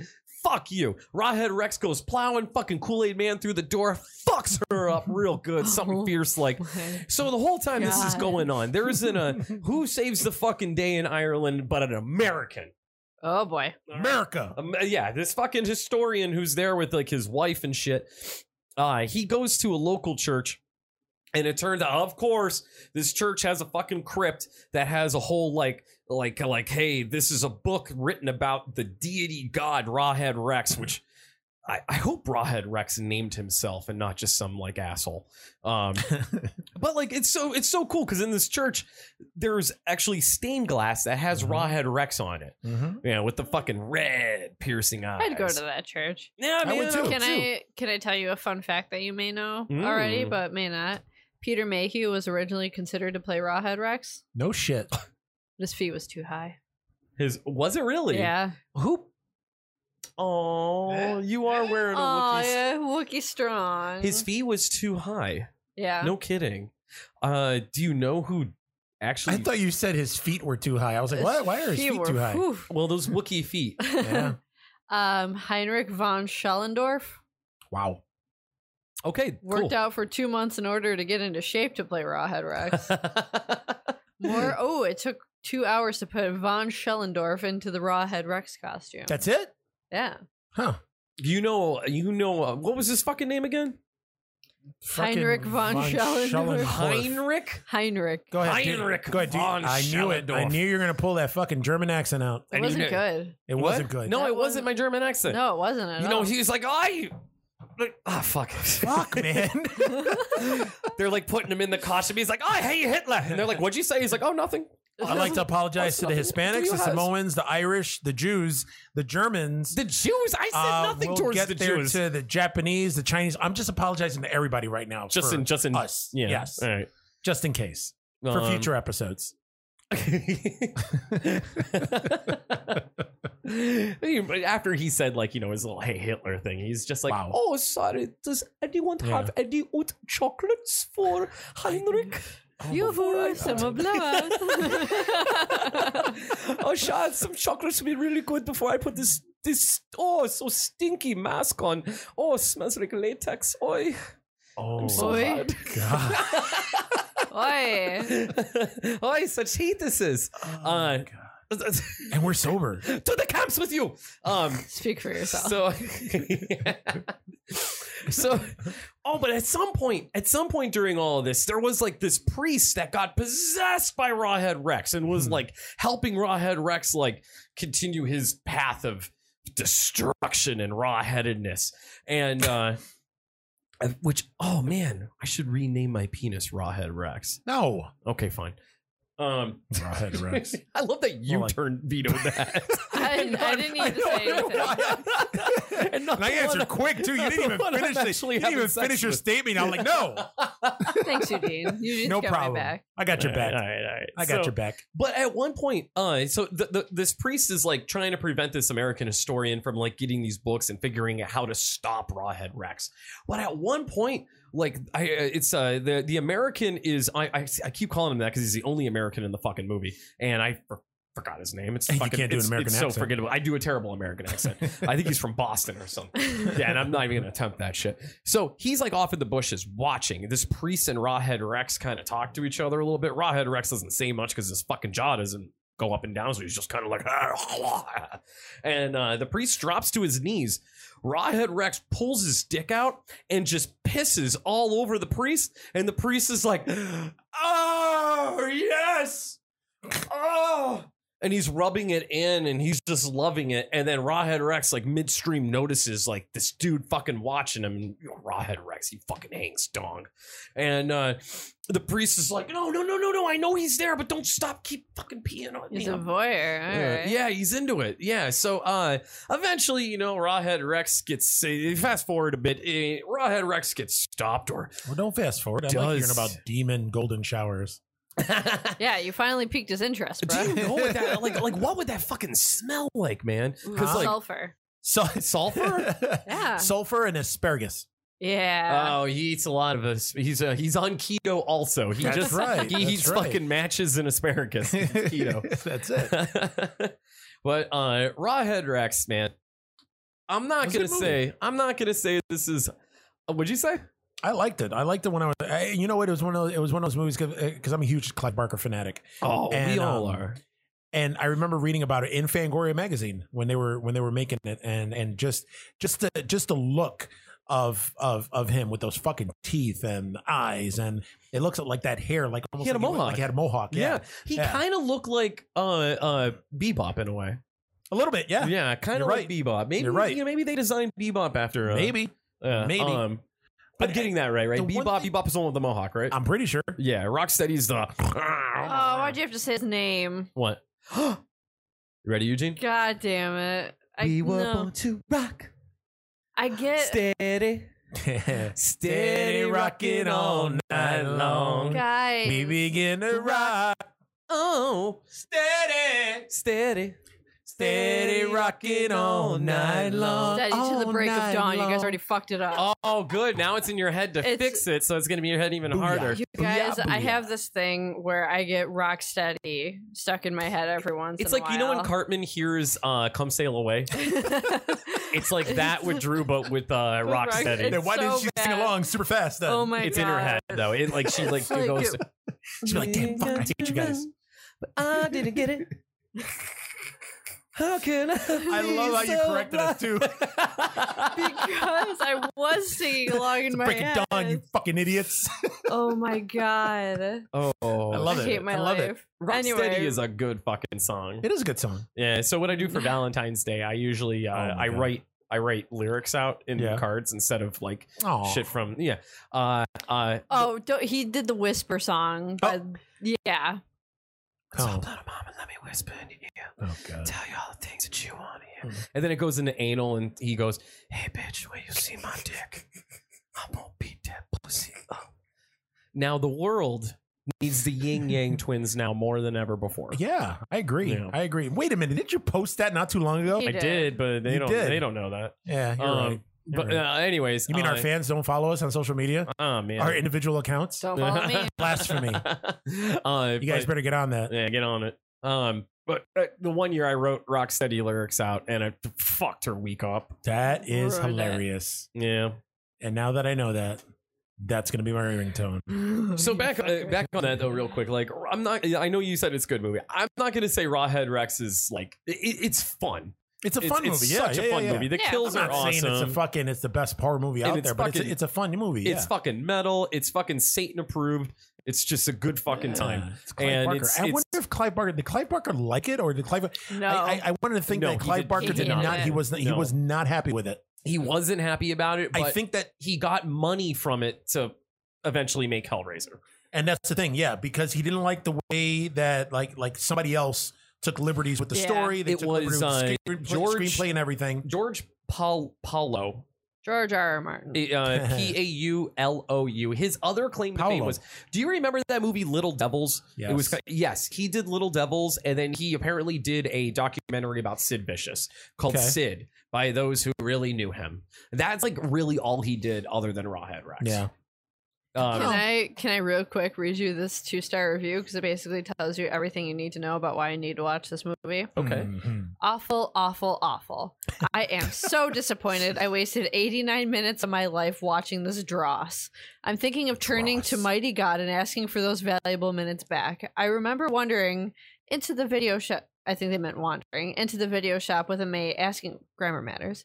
Speaker 2: Fuck you. Rawhead Rex goes plowing fucking Kool Aid Man through the door, fucks her up real good, [LAUGHS] something fierce like. [LAUGHS] So the whole time this is
Speaker 3: God.
Speaker 2: going on, there isn't a who saves the fucking day in Ireland but an American.
Speaker 3: oh boy.
Speaker 1: America.
Speaker 2: Um, yeah, this fucking historian who's there with like his wife and shit. Uh, he goes to a local church, and it turned out, of course, this church has a fucking crypt that has a whole like, like, like, hey, this is a book written about the deity god Rawhead Rex, which I, I hope Rawhead Rex named himself and not just some like asshole. Um, but like it's so it's so cool because in this church there's actually stained glass that has
Speaker 1: Mhm.
Speaker 2: Rawhead Rex on it,
Speaker 1: Mhm.
Speaker 2: you know, with the fucking red piercing eyes.
Speaker 3: I'd go to that church.
Speaker 2: Yeah,
Speaker 1: I would
Speaker 2: man,
Speaker 1: too.
Speaker 3: Can I can I tell you a fun fact that you may know
Speaker 2: Mm.
Speaker 3: already, but may not? Peter Mayhew was originally considered to play Rawhead Rex.
Speaker 1: No shit.
Speaker 3: but His fee was too high.
Speaker 2: His was it really?
Speaker 3: Yeah.
Speaker 2: Who? Oh, you
Speaker 1: eh,
Speaker 2: are wearing a
Speaker 3: Oh
Speaker 2: Wookiee.
Speaker 3: yeah, Wookie strong.
Speaker 2: His fee was too high.
Speaker 3: Yeah.
Speaker 2: No kidding. Uh, do you know who actually?
Speaker 1: I thought you said his feet were too high. I was like, what? Why are his
Speaker 3: He
Speaker 1: feet
Speaker 3: were-
Speaker 1: too high?
Speaker 3: whew.
Speaker 2: well, those Wookiee feet.
Speaker 1: Yeah.
Speaker 3: [LAUGHS] um, Heinrich von Schellendorf
Speaker 1: Wow.
Speaker 2: Okay,
Speaker 3: [LAUGHS] worked out for two months in order to get into shape to play Rawhead
Speaker 2: [LAUGHS]
Speaker 3: Rex.
Speaker 2: out.
Speaker 3: More. Oh, it took two hours to put von Schellendorf into the Rawhead Rex costume.
Speaker 1: That's it?
Speaker 3: yeah.
Speaker 1: Huh.
Speaker 2: you know, you know, uh, what was his fucking name again?
Speaker 1: Fucking
Speaker 3: Heinrich von Schellendorf.
Speaker 1: Schellendorf.
Speaker 2: Heinrich.
Speaker 3: Heinrich.
Speaker 1: Go ahead, dude.
Speaker 6: Heinrich
Speaker 1: Go ahead, dude.
Speaker 6: von
Speaker 1: I knew it. I
Speaker 6: Schellendorf.
Speaker 1: knew you were gonna pull that fucking German accent out.
Speaker 3: It
Speaker 2: And you
Speaker 3: wasn't
Speaker 2: knew-
Speaker 3: good.
Speaker 1: It
Speaker 2: What?
Speaker 1: wasn't good.
Speaker 2: No,
Speaker 3: That
Speaker 2: it wasn't
Speaker 3: wasn't-
Speaker 2: my German accent.
Speaker 3: No, it wasn't at
Speaker 2: you know,
Speaker 3: all.
Speaker 2: he was like, "Ah, you." like, Ah, fuck.
Speaker 1: Fuck,
Speaker 2: [LAUGHS]
Speaker 1: man.
Speaker 2: they're like putting him in the costume. He's like, "I hate Hitler," and they're like, "What'd you say?" He's like, "Oh, nothing."
Speaker 1: I like to apologize to the Hispanics, the Samoans, the Irish, the Jews, the Germans.
Speaker 2: The Jews. I said
Speaker 1: Uh,
Speaker 2: nothing
Speaker 1: we'll
Speaker 2: towards
Speaker 1: get
Speaker 2: the
Speaker 1: there
Speaker 2: Jews.
Speaker 1: to the Japanese, the Chinese. I'm just apologizing to everybody right now.
Speaker 2: just
Speaker 1: for
Speaker 2: in, just in
Speaker 1: us.
Speaker 2: Yeah.
Speaker 1: Yes.
Speaker 2: All right.
Speaker 1: Just in case. For
Speaker 2: Um, [LAUGHS]
Speaker 1: future episodes.
Speaker 2: After he said like you know his little "Hey Hitler" thing, he's just like,
Speaker 1: Wow.
Speaker 2: "Oh, sorry. Does anyone
Speaker 1: Yeah.
Speaker 2: have any oat chocolates for Heinrich?"
Speaker 3: You have some [LAUGHS] blood.
Speaker 2: [LAUGHS] oh, Shad, some chocolates would be really good before I put this this oh so stinky mask on. Oh, it smells like latex. Oi,
Speaker 1: Oh
Speaker 2: I'm so
Speaker 3: Oi.
Speaker 2: hard.
Speaker 1: god.
Speaker 2: [LAUGHS]
Speaker 3: Oi.
Speaker 2: Oi, such heat this is. [LAUGHS] Uh, to
Speaker 1: and we're sober.
Speaker 2: the camps with you. Um,
Speaker 3: Speak for yourself.
Speaker 2: so, so, [LAUGHS] oh, but at some point, at some point during all of this, there was like this priest that got possessed by Rawhead Rex and was
Speaker 1: Mhm.
Speaker 2: like helping Rawhead Rex like continue his path of destruction and rawheadedness, and uh, which oh man, I should rename my penis Rawhead Rex.
Speaker 1: No.
Speaker 2: Okay, fine. Um,
Speaker 1: Rawhead Rex.
Speaker 2: [LAUGHS] I love that you
Speaker 1: Well, like-
Speaker 2: turned veto that.
Speaker 3: I didn't-
Speaker 2: [LAUGHS]
Speaker 3: I didn't need to say
Speaker 2: anything. and not
Speaker 1: And I
Speaker 2: the one
Speaker 1: answered quick too. You
Speaker 2: That's
Speaker 1: didn't
Speaker 2: the
Speaker 1: even
Speaker 2: one I'm
Speaker 1: finish the,
Speaker 2: actually
Speaker 1: You didn't even
Speaker 2: having sex
Speaker 1: finish your
Speaker 2: with.
Speaker 1: statement. I'm like,
Speaker 2: [LAUGHS]
Speaker 1: no,
Speaker 3: Thanks, Eugene. Eugene's
Speaker 1: no
Speaker 3: got
Speaker 1: problem.
Speaker 3: my back. [LAUGHS]
Speaker 1: I got your
Speaker 2: All right,
Speaker 1: back.
Speaker 2: all right, all right.
Speaker 1: I got
Speaker 2: So-
Speaker 1: your back.
Speaker 2: But at one point, uh, so the, the, this priest is like trying to prevent this American historian from like getting these books and figuring out how to stop Rawhead Rex. But at one point, like I, uh, it's uh, the the American is I I, I keep calling him that because he's the only American in the fucking movie, and I. For, Forgot his name. It's
Speaker 1: You
Speaker 2: fucking,
Speaker 1: can't do an
Speaker 2: it's-
Speaker 1: American
Speaker 2: it's so
Speaker 1: accent.
Speaker 2: forgettable. I do a terrible American
Speaker 1: [LAUGHS]
Speaker 2: accent. [LAUGHS] I think he's from Boston or something [LAUGHS] yeah, and I'm not even gonna attempt that shit. So he's like off in the bushes watching this priest and Rawhead Rex kind of talk to each other a little bit. Rawhead Rex doesn't say much because his fucking jaw doesn't go up and down, so he's just kind of like, [LAUGHS] "Ah, and uh, the priest drops to his knees. Rawhead Rex pulls his dick out and just pisses all over the priest, and the priest is like, "Oh yes, oh." and he's rubbing it in and he's just loving it. And then Rawhead Rex, like midstream, notices like this dude fucking watching him. And, you know, Rawhead Rex, he fucking hangs dong. And uh, the priest is like, no, no, no, no, no. I know he's there, but don't stop. Keep fucking peeing on
Speaker 3: He's
Speaker 2: me.
Speaker 3: a voyeur. All
Speaker 2: Yeah,
Speaker 3: right.
Speaker 2: Yeah, he's into it. Yeah. So uh eventually, you know, Rawhead Rex gets uh, fast forward a bit. Uh, Rawhead Rex gets stopped or [LAUGHS]
Speaker 1: Well, don't fast forward. I like
Speaker 2: Does-
Speaker 1: hearing about demon golden showers.
Speaker 3: Yeah, you finally piqued
Speaker 2: [LAUGHS]
Speaker 3: his interest,
Speaker 2: Do
Speaker 3: bro.
Speaker 2: you know what that like like what would that fucking smell like, man? Because
Speaker 1: Huh?
Speaker 2: like
Speaker 3: Sulfur.
Speaker 1: So [LAUGHS]
Speaker 2: sulfur?
Speaker 3: Yeah.
Speaker 1: sulfur and asparagus.
Speaker 3: Yeah.
Speaker 2: Oh, he eats a lot of us. He's uh, he's on keto also. He
Speaker 1: That's
Speaker 2: just
Speaker 1: right.
Speaker 2: he
Speaker 1: That's
Speaker 2: eats
Speaker 1: right.
Speaker 2: fucking matches
Speaker 1: [LAUGHS]
Speaker 2: and asparagus. He's [LAUGHS] keto.
Speaker 1: That's it.
Speaker 2: [LAUGHS] but uh Rawhead Rex, man. I'm not
Speaker 1: That's a
Speaker 2: gonna
Speaker 1: good movie.
Speaker 2: say I'm not gonna say this is uh, what'd you say?
Speaker 1: I liked it. I liked it when I was. I, you know what? It was one of those, it was one of those movies because I'm a huge Clive Barker fanatic,
Speaker 2: Oh,
Speaker 1: And,
Speaker 2: we all
Speaker 1: um,
Speaker 2: are.
Speaker 1: and I remember reading about it in Fangoria magazine when they were when they were making it, and and just just the just the look of of of him with those fucking teeth and eyes, and it looks like that hair, like almost
Speaker 2: He had
Speaker 1: like
Speaker 2: a
Speaker 1: went-
Speaker 2: mohawk.
Speaker 1: like he had a mohawk.
Speaker 2: Yeah.
Speaker 1: Yeah,
Speaker 2: He
Speaker 1: yeah.
Speaker 2: kinda looked like uh uh Bebop in a way.
Speaker 1: A little bit, yeah.
Speaker 2: Yeah, kind
Speaker 1: You're
Speaker 2: of
Speaker 1: right.
Speaker 2: like Bebop. Maybe
Speaker 1: You're right.
Speaker 2: you know, maybe they designed Bebop after uh,
Speaker 1: Maybe.
Speaker 2: uh,
Speaker 1: maybe.
Speaker 2: Um,
Speaker 1: But
Speaker 2: I'm getting that right, right?
Speaker 1: the one
Speaker 2: Bebop,
Speaker 1: thing-
Speaker 2: Bebop is the one with the mohawk, right?
Speaker 1: I'm pretty
Speaker 2: [LAUGHS]
Speaker 1: sure.
Speaker 2: yeah, Rocksteady's the
Speaker 1: [GASPS]
Speaker 3: Oh, why'd you have to say his name?
Speaker 2: what? you ready, Eugene?
Speaker 3: God damn it. I, Eh. no.
Speaker 2: to rock
Speaker 3: I get.
Speaker 2: steady,
Speaker 1: Steady rocking all night long.
Speaker 3: Guys.
Speaker 1: We begin to rock.
Speaker 2: Oh, steady, steady,
Speaker 1: Steady rocking all night long.
Speaker 3: Steady to the
Speaker 1: all
Speaker 3: break of
Speaker 1: night
Speaker 3: dawn. You guys
Speaker 1: long.
Speaker 3: already fucked it up.
Speaker 2: Oh, good. Now it's in your head to
Speaker 3: It's-
Speaker 2: fix it, so it's going to be in your head even
Speaker 1: Booyah.
Speaker 2: harder.
Speaker 3: You guys, I have this thing where I get rock steady stuck in my head every once
Speaker 2: It's
Speaker 3: in a
Speaker 2: like you know when
Speaker 3: [LAUGHS] while.
Speaker 2: Cartman hears uh, "Come Sail Away."
Speaker 3: [LAUGHS]
Speaker 2: It's like that with Drew, but with uh,
Speaker 3: With Rock-
Speaker 2: Rocksteady.
Speaker 1: Then why
Speaker 3: so
Speaker 1: didn't she sing
Speaker 3: bad.
Speaker 1: along super fast then?
Speaker 3: oh my
Speaker 2: it's
Speaker 3: god.
Speaker 2: in her head though. It like she like,
Speaker 3: It's like
Speaker 2: goes.
Speaker 3: it-
Speaker 1: She'd be like, damn, fuck, I hate you guys.
Speaker 4: But I didn't
Speaker 3: [LAUGHS]
Speaker 4: get it. How can I?
Speaker 1: I love how you corrected us too. [LAUGHS]
Speaker 3: because I was singing along in my
Speaker 1: Break
Speaker 3: head.
Speaker 1: of dawn, you fucking
Speaker 2: [LAUGHS]
Speaker 1: idiots.
Speaker 3: Oh my god.
Speaker 2: [LAUGHS] oh,
Speaker 1: I love
Speaker 3: I
Speaker 1: it.
Speaker 3: hate my
Speaker 1: I love it.
Speaker 3: life.
Speaker 2: Rocksteady
Speaker 3: anyway.
Speaker 2: is a good fucking song.
Speaker 1: It is a good song.
Speaker 2: Yeah. So what I do for Valentine's Day, I usually uh,
Speaker 1: Oh my
Speaker 2: I
Speaker 1: God.
Speaker 2: write I write lyrics out in
Speaker 1: Yeah.
Speaker 2: cards instead of like
Speaker 1: Oh,
Speaker 2: shit from yeah. Uh, uh,
Speaker 3: Oh, don't, he did the whisper song.
Speaker 2: Oh.
Speaker 3: But
Speaker 2: [LAUGHS]
Speaker 3: yeah.
Speaker 1: Oh,
Speaker 2: Hold on, mama, let me whisper in your ear. [LAUGHS]
Speaker 1: oh god.
Speaker 2: tell you all the things that you want to hear. Hmm. And then it goes into anal, and he goes, "Hey, bitch, when you see my dick, I'm gonna beat that pussy up." Now the world needs the [LAUGHS] yin yang twins now more than ever before.
Speaker 1: Yeah, I agree.
Speaker 2: Yeah.
Speaker 1: I agree. Wait a minute, did you post that not too long ago?
Speaker 3: He
Speaker 2: I did, but they
Speaker 1: You
Speaker 2: don't.
Speaker 1: did.
Speaker 2: They don't know that.
Speaker 1: Yeah, you're
Speaker 2: Um,
Speaker 1: right. You're
Speaker 2: But
Speaker 1: right.
Speaker 2: uh, anyways,
Speaker 1: you mean our
Speaker 2: uh,
Speaker 1: fans don't follow us on social media?
Speaker 2: Oh man,
Speaker 1: Our individual accounts?
Speaker 3: Don't follow me.
Speaker 1: [LAUGHS] Blasphemy.
Speaker 2: [LAUGHS] uh,
Speaker 1: You guys
Speaker 2: but-
Speaker 1: better get on that.
Speaker 2: Yeah, get on it. Um, but uh, the one year I wrote Rocksteady lyrics out, and it fucked her week up.
Speaker 1: That is
Speaker 3: Or that.
Speaker 1: hilarious.
Speaker 2: Yeah.
Speaker 1: And now that I know that, that's gonna be my ringtone.
Speaker 2: So back uh, back on that though, real quick. Like I'm not. I know you said it's a good movie. I'm not gonna say Rawhead Rex is like it, it's fun.
Speaker 1: It's a fun
Speaker 2: it's,
Speaker 1: movie.
Speaker 2: It's
Speaker 1: yeah,
Speaker 2: such
Speaker 1: yeah,
Speaker 2: a
Speaker 1: yeah,
Speaker 2: fun
Speaker 1: yeah.
Speaker 2: movie. The
Speaker 3: Yeah,
Speaker 2: kills
Speaker 1: I'm
Speaker 2: are
Speaker 1: not saying
Speaker 2: awesome.
Speaker 1: it's a fucking it's the best horror movie
Speaker 2: And
Speaker 1: out
Speaker 2: it's
Speaker 1: there, but it's a,
Speaker 2: fucking-
Speaker 1: it's a fun movie. Yeah.
Speaker 2: It's fucking metal. It's fucking Satan approved. It's just a good fucking time.
Speaker 1: Yeah, it's Clive
Speaker 2: And
Speaker 1: Barker.
Speaker 2: it's-
Speaker 1: I
Speaker 2: it's-
Speaker 1: wonder if Clive Barker did Clive Barker like it or did Clive?
Speaker 3: [LAUGHS] No.
Speaker 1: I, I, I wanted to think
Speaker 2: No,
Speaker 1: that
Speaker 2: he
Speaker 1: Clive
Speaker 2: did-
Speaker 1: Barker
Speaker 3: he
Speaker 1: did
Speaker 3: hated
Speaker 1: not. He
Speaker 3: it.
Speaker 1: was he
Speaker 2: No.
Speaker 1: was not happy with it.
Speaker 2: He wasn't happy about it, but
Speaker 1: I think that,
Speaker 2: he got money from it to eventually make Hellraiser.
Speaker 1: and that's the thing. Yeah, because he didn't like the way that like like somebody else took liberties with the
Speaker 3: Yeah.
Speaker 1: story. They
Speaker 2: It
Speaker 1: took liberties
Speaker 2: was,
Speaker 1: with
Speaker 2: uh,
Speaker 1: the screenplay,
Speaker 2: George-
Speaker 1: screenplay and everything.
Speaker 2: George Paul Paulo, eh, uh,
Speaker 3: George R. R. Martin.
Speaker 2: P
Speaker 1: [LAUGHS]
Speaker 2: A U L O U. His other claim to
Speaker 1: Paolo.
Speaker 2: fame was. Do you remember that movie Little Devils?
Speaker 1: Yes.
Speaker 2: It was yes. He did Little Devils, and then he apparently did a documentary about Sid Vicious called
Speaker 1: Okay.
Speaker 2: Sid by those who really knew him. That's like really all he did other than Rawhead Rex.
Speaker 1: Yeah.
Speaker 2: Um,
Speaker 3: Can I can I real quick read you this two star review because it basically tells you everything you need to know about why you need to watch this movie.
Speaker 2: okay.
Speaker 1: Mhm.
Speaker 3: Awful, awful, awful. I am so disappointed. I wasted 89 minutes of my life watching this dross. I'm thinking of turning to
Speaker 1: Dross.
Speaker 3: Mighty God and asking for those valuable minutes back. I remember wandering into the video shop. I think they meant wandering into the video shop with a mate asking grammar matters,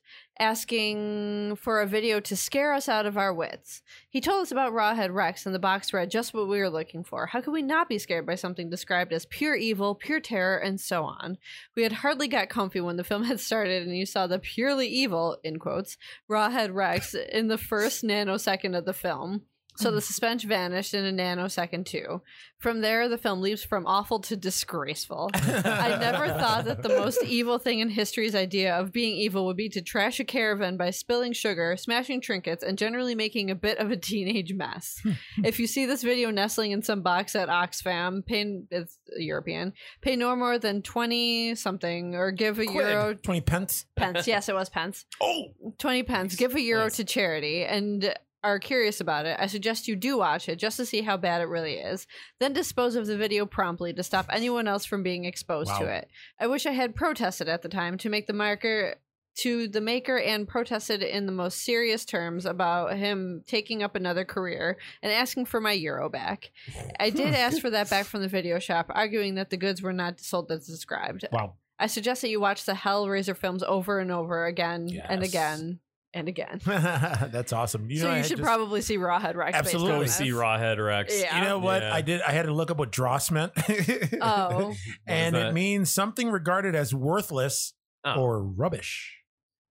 Speaker 3: asking for a video to scare us out of our wits. He told us about Rawhead Rex and the box read just what we were looking for. How could we not be scared by something described as pure evil, pure terror, and so on? We had hardly got comfy when the film [LAUGHS] had started and you saw the purely evil, in quotes, Rawhead Rex in the first nanosecond of the film. So the suspense vanished in a nanosecond too. From there, the film leaps from awful to disgraceful. I never thought that the most evil thing in history's idea of being evil would be to trash a caravan by spilling sugar, smashing trinkets, and generally making a bit of a teenage mess. if you see this video nestling in some box at Oxfam, pay, it's European, pay no more than 20 something or give a euro
Speaker 1: [LAUGHS] Twenty pence.
Speaker 3: pence. Yes, it was pence.
Speaker 1: Oh,
Speaker 3: 20 pence. Give a euro
Speaker 2: Nice.
Speaker 3: to charity and are curious about it, I suggest you do watch it just to see how bad it really is. Then dispose of the video promptly to stop anyone else from being exposed to
Speaker 1: Wow.
Speaker 3: it. I wish I had protested at the time to make the marker to the maker and protested in the most serious terms about him taking up another career and asking for my euro back. I did ask for that back from the video shop, arguing that the goods were not sold as described.
Speaker 1: wow.
Speaker 3: I suggest that you watch the Hellraiser films over and over again and
Speaker 1: Yes.
Speaker 3: again and again.
Speaker 1: that's awesome. [LAUGHS] You
Speaker 3: so
Speaker 1: know,
Speaker 3: you
Speaker 1: I
Speaker 3: should
Speaker 1: just-
Speaker 3: probably see Rawhead Rex. based
Speaker 1: Absolutely.
Speaker 3: on
Speaker 2: Go
Speaker 3: this.
Speaker 2: see Rawhead Rex.
Speaker 3: Yeah.
Speaker 1: You know what?
Speaker 2: Yeah.
Speaker 1: I did. I had to look up what dross meant.
Speaker 3: [LAUGHS]
Speaker 1: [LAUGHS]
Speaker 3: Oh,
Speaker 2: What is
Speaker 1: and it
Speaker 2: that?
Speaker 1: means something regarded as worthless
Speaker 2: Oh.
Speaker 1: or rubbish.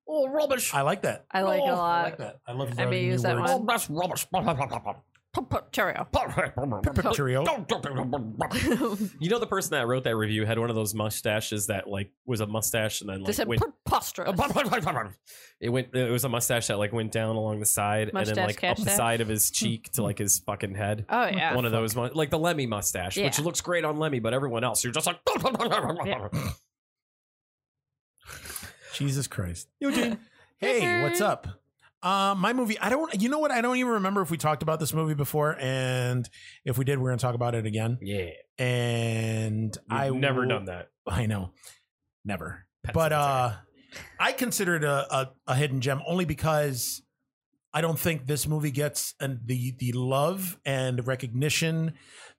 Speaker 6: Oh, rubbish.
Speaker 1: I like that.
Speaker 3: Oh, I like it
Speaker 1: I
Speaker 3: a
Speaker 1: like
Speaker 3: lot.
Speaker 1: that. I love
Speaker 3: I may
Speaker 1: learning new
Speaker 3: use that
Speaker 1: words.
Speaker 3: one.
Speaker 6: Oh, that's rubbish.
Speaker 3: [LAUGHS] Pop, pop, Cheerio.
Speaker 1: Cheerio.
Speaker 7: You know, the person that wrote that review had one of those mustaches that like was a mustache and then
Speaker 3: They
Speaker 7: like
Speaker 3: said
Speaker 7: went.
Speaker 3: preposterous.
Speaker 7: It went. It was a mustache that like went down along the side and
Speaker 3: Mustache
Speaker 7: then like up
Speaker 3: catch
Speaker 7: the
Speaker 3: that.
Speaker 7: side of
Speaker 3: [LAUGHS]
Speaker 7: his cheek to like his fucking head.
Speaker 3: Oh yeah.
Speaker 7: one of those, mu- like the Lemmy mustache, which
Speaker 3: Yeah.
Speaker 7: looks great on Lemmy, but everyone else, you're just like. [LAUGHS]
Speaker 1: Jesus Christ.
Speaker 3: Eugene.
Speaker 1: Hey, what's up? Uh, my movie. I don't. You know what? I don't even remember if we talked about this movie before, and if we did, we're gonna talk about it again.
Speaker 7: Yeah,
Speaker 1: And I
Speaker 7: I've never
Speaker 1: will-
Speaker 7: done that.
Speaker 1: I know, never.
Speaker 7: Pets
Speaker 1: but
Speaker 7: in the
Speaker 1: uh, I consider it a, a a hidden gem only because I don't think this movie gets and the the love and recognition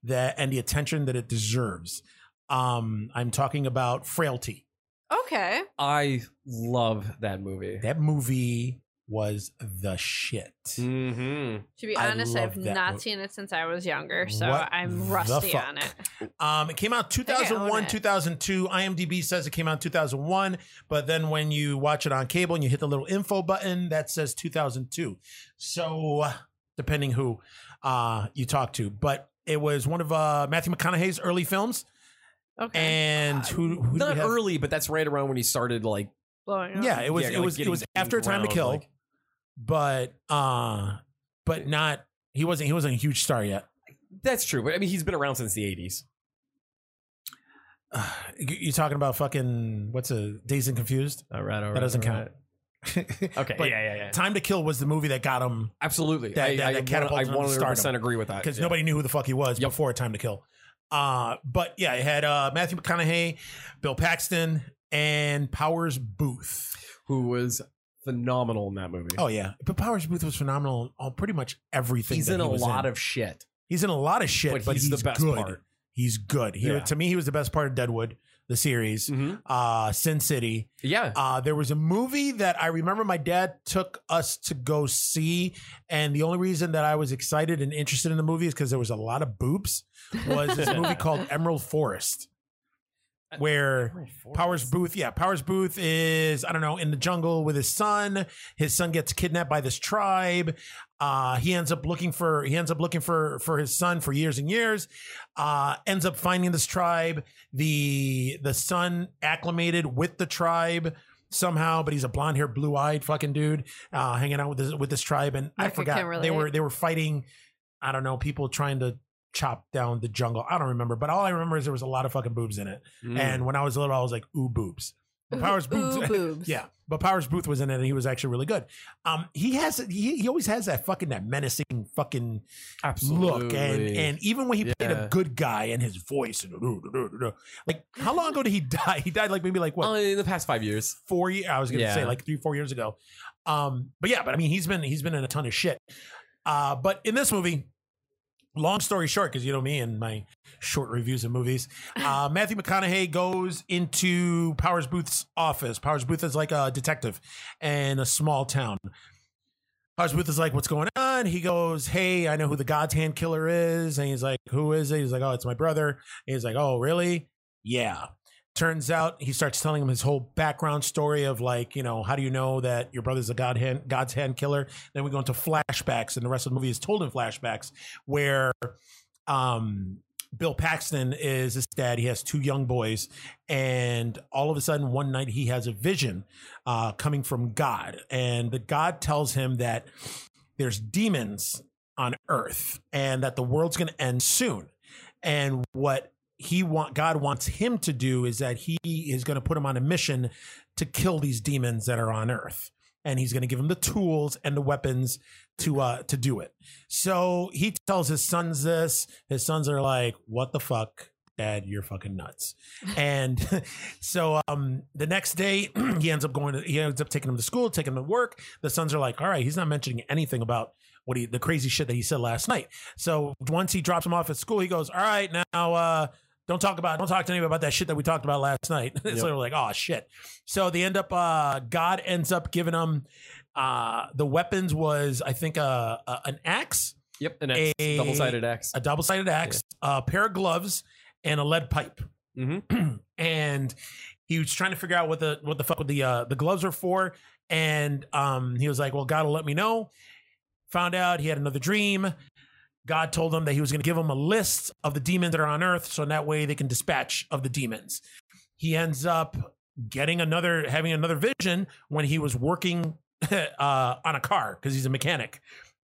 Speaker 1: that and the attention that it deserves. Um, I'm talking about Frailty.
Speaker 3: Okay.
Speaker 7: I love that movie.
Speaker 1: That movie was the shit.
Speaker 7: Mm-hmm.
Speaker 3: To be
Speaker 1: I
Speaker 3: honest,
Speaker 1: love
Speaker 3: I've
Speaker 1: that
Speaker 3: not
Speaker 1: movie.
Speaker 3: seen it since I was younger, so
Speaker 1: What
Speaker 3: I'm
Speaker 1: the
Speaker 3: rusty
Speaker 1: fuck?
Speaker 3: on it.
Speaker 1: Um, it came out
Speaker 3: I
Speaker 1: 2001,
Speaker 3: own it.
Speaker 1: 2002. IMDb says it came out 2001, but then when you watch it on cable and you hit the little info button, that says 2002. So depending who uh, you talk to, but it was one of uh, Matthew McConaughey's early films,
Speaker 3: Okay.
Speaker 1: and who, who do we
Speaker 7: Not
Speaker 1: have?
Speaker 7: early, but that's right around when he started like
Speaker 3: Blowing up.
Speaker 1: Yeah, it was
Speaker 7: Yeah,
Speaker 1: it
Speaker 7: like
Speaker 1: was it
Speaker 7: getting
Speaker 1: was after a time to
Speaker 7: ground,
Speaker 1: kill,
Speaker 7: like-
Speaker 1: but uh, but not he wasn't he wasn't a huge star yet.
Speaker 7: That's true, but I mean, he's been around since the '80s.
Speaker 1: Uh, you you talking about fucking what's a Days and Confused?
Speaker 7: All right, all right.
Speaker 1: That doesn't
Speaker 7: all
Speaker 1: count.
Speaker 7: right. Okay,
Speaker 1: [LAUGHS] But
Speaker 7: yeah, yeah, yeah.
Speaker 1: Time to Kill was the movie that got him
Speaker 7: Absolutely.
Speaker 1: That-
Speaker 7: I,
Speaker 1: that-
Speaker 7: I,
Speaker 1: that catapulted
Speaker 7: I
Speaker 1: him to
Speaker 7: 100 percent
Speaker 1: stardom.
Speaker 7: agree with that
Speaker 1: because
Speaker 7: Uh, yeah.
Speaker 1: nobody knew who the fuck he was
Speaker 7: Yep.
Speaker 1: before Time to Kill. Uh, but yeah, it had uh, Matthew McConaughey, Bill Paxton, and Powers Booth.
Speaker 7: who was phenomenal in that movie.
Speaker 1: Oh yeah, but Powers Booth was phenomenal on pretty much everything.
Speaker 7: he's
Speaker 1: that
Speaker 7: in
Speaker 1: he
Speaker 7: a
Speaker 1: was
Speaker 7: lot of shit.
Speaker 1: he's in a lot of shit, but,
Speaker 7: But
Speaker 1: he's,
Speaker 7: he's the best
Speaker 1: good.
Speaker 7: part.
Speaker 1: He's good. He,
Speaker 7: Yeah. Mm.
Speaker 1: To me, he was the best part of Deadwood, the series, uh, Sin City.
Speaker 7: Mm-hmm. Yeah,
Speaker 1: Uh, there was a movie that I remember my dad took us to go see, and the only reason that I was excited and interested in the movie is because there was a lot of boobs. Was this movie called Emerald Forest, where Powers Booth, yeah, Powers Booth is I don't know in the jungle with his son. His son gets kidnapped by this tribe. Uh, he ends up looking for he ends up looking for for his son for years and years. Uh, ends up finding this tribe. The the son acclimated with the tribe somehow, but he's a blonde haired, blue eyed fucking dude uh, hanging out with this with this tribe. And I
Speaker 3: Like, I
Speaker 1: forgot
Speaker 3: can't relate.
Speaker 1: they were they were fighting. I don't know people trying to chop down the jungle. I don't remember, but all I remember is there was a lot of fucking boobs in it.
Speaker 7: Mm-hmm.
Speaker 1: And when I was little, I was like, ooh, boobs. But Powers
Speaker 3: [LAUGHS] Ooh,
Speaker 1: [LAUGHS] Booth.
Speaker 3: boobs.
Speaker 1: yeah. But Powers Booth was in it and he was actually really good. Um, he has he, he always has that fucking that menacing fucking look. And and even when he played
Speaker 7: Yeah.
Speaker 1: a good guy and his voice and like how long ago did he [LAUGHS] die? He died like maybe like what
Speaker 7: Uh, in the past five years,
Speaker 1: four years. I was gonna
Speaker 7: Yeah.
Speaker 1: say like three, four years ago. Um, but yeah, but I mean, he's been he's been in a ton of shit. Uh, but in this movie, long story short, because you know me and my short reviews of movies, uh, Matthew McConaughey goes into Powers Booth's office. Powers Booth is like a detective in a small town. Powers Booth is like, "What's going on?" He goes, "Hey, I know who the God's Hand Killer is," and he's like, "Who is it?" He's like, "Oh, it's my brother." And he's like, "Oh, really? Yeah." Turns out he starts telling him his whole background story of like, you know, how do you know that your brother's a god hand, God's hand killer? Then we go into flashbacks, and the rest of the movie is told in flashbacks where um, Bill Paxton is his dad. He has two young boys, and all of a sudden, one night he has a vision uh, coming from God, and the God tells him that there's demons on Earth, and that the world's going to end soon. And what he want God wants him to do is that he is going to put him on a mission to kill these demons that are on Earth, and he's going to give him the tools and the weapons to uh to do it. So he tells his sons this. His sons are like, "What the fuck, Dad? You're fucking nuts." And [LAUGHS] so um the next day [CLEARS THROAT] he ends up going. To, he ends up taking him to school, taking him to work. The sons are like, "All right, he's not mentioning anything about." What he the crazy shit that he said last night. So once he drops him off at school, he goes, "All right, now uh, don't talk about don't talk to anybody about that shit that we talked about last night." [LAUGHS] so they're like, "Oh shit!" So they end up uh, God ends up giving them uh, the weapons was I think uh, a an axe,
Speaker 7: yep, an X,
Speaker 1: A-
Speaker 7: double-sided X.
Speaker 1: a double sided axe, a pair of gloves, [CLEARS THROAT] and a lead pipe.
Speaker 7: Mhm.
Speaker 1: and He was trying to figure out what the what the fuck with the uh, the gloves are for, and um, he was like, "Well, God will let me know." Found out he had another dream. God told him that he was going to give him a list of the demons that are on Earth, so in that way they can dispatch of the demons. He ends up getting another, having another vision when he was working [LAUGHS] uh, on a car because he's a mechanic.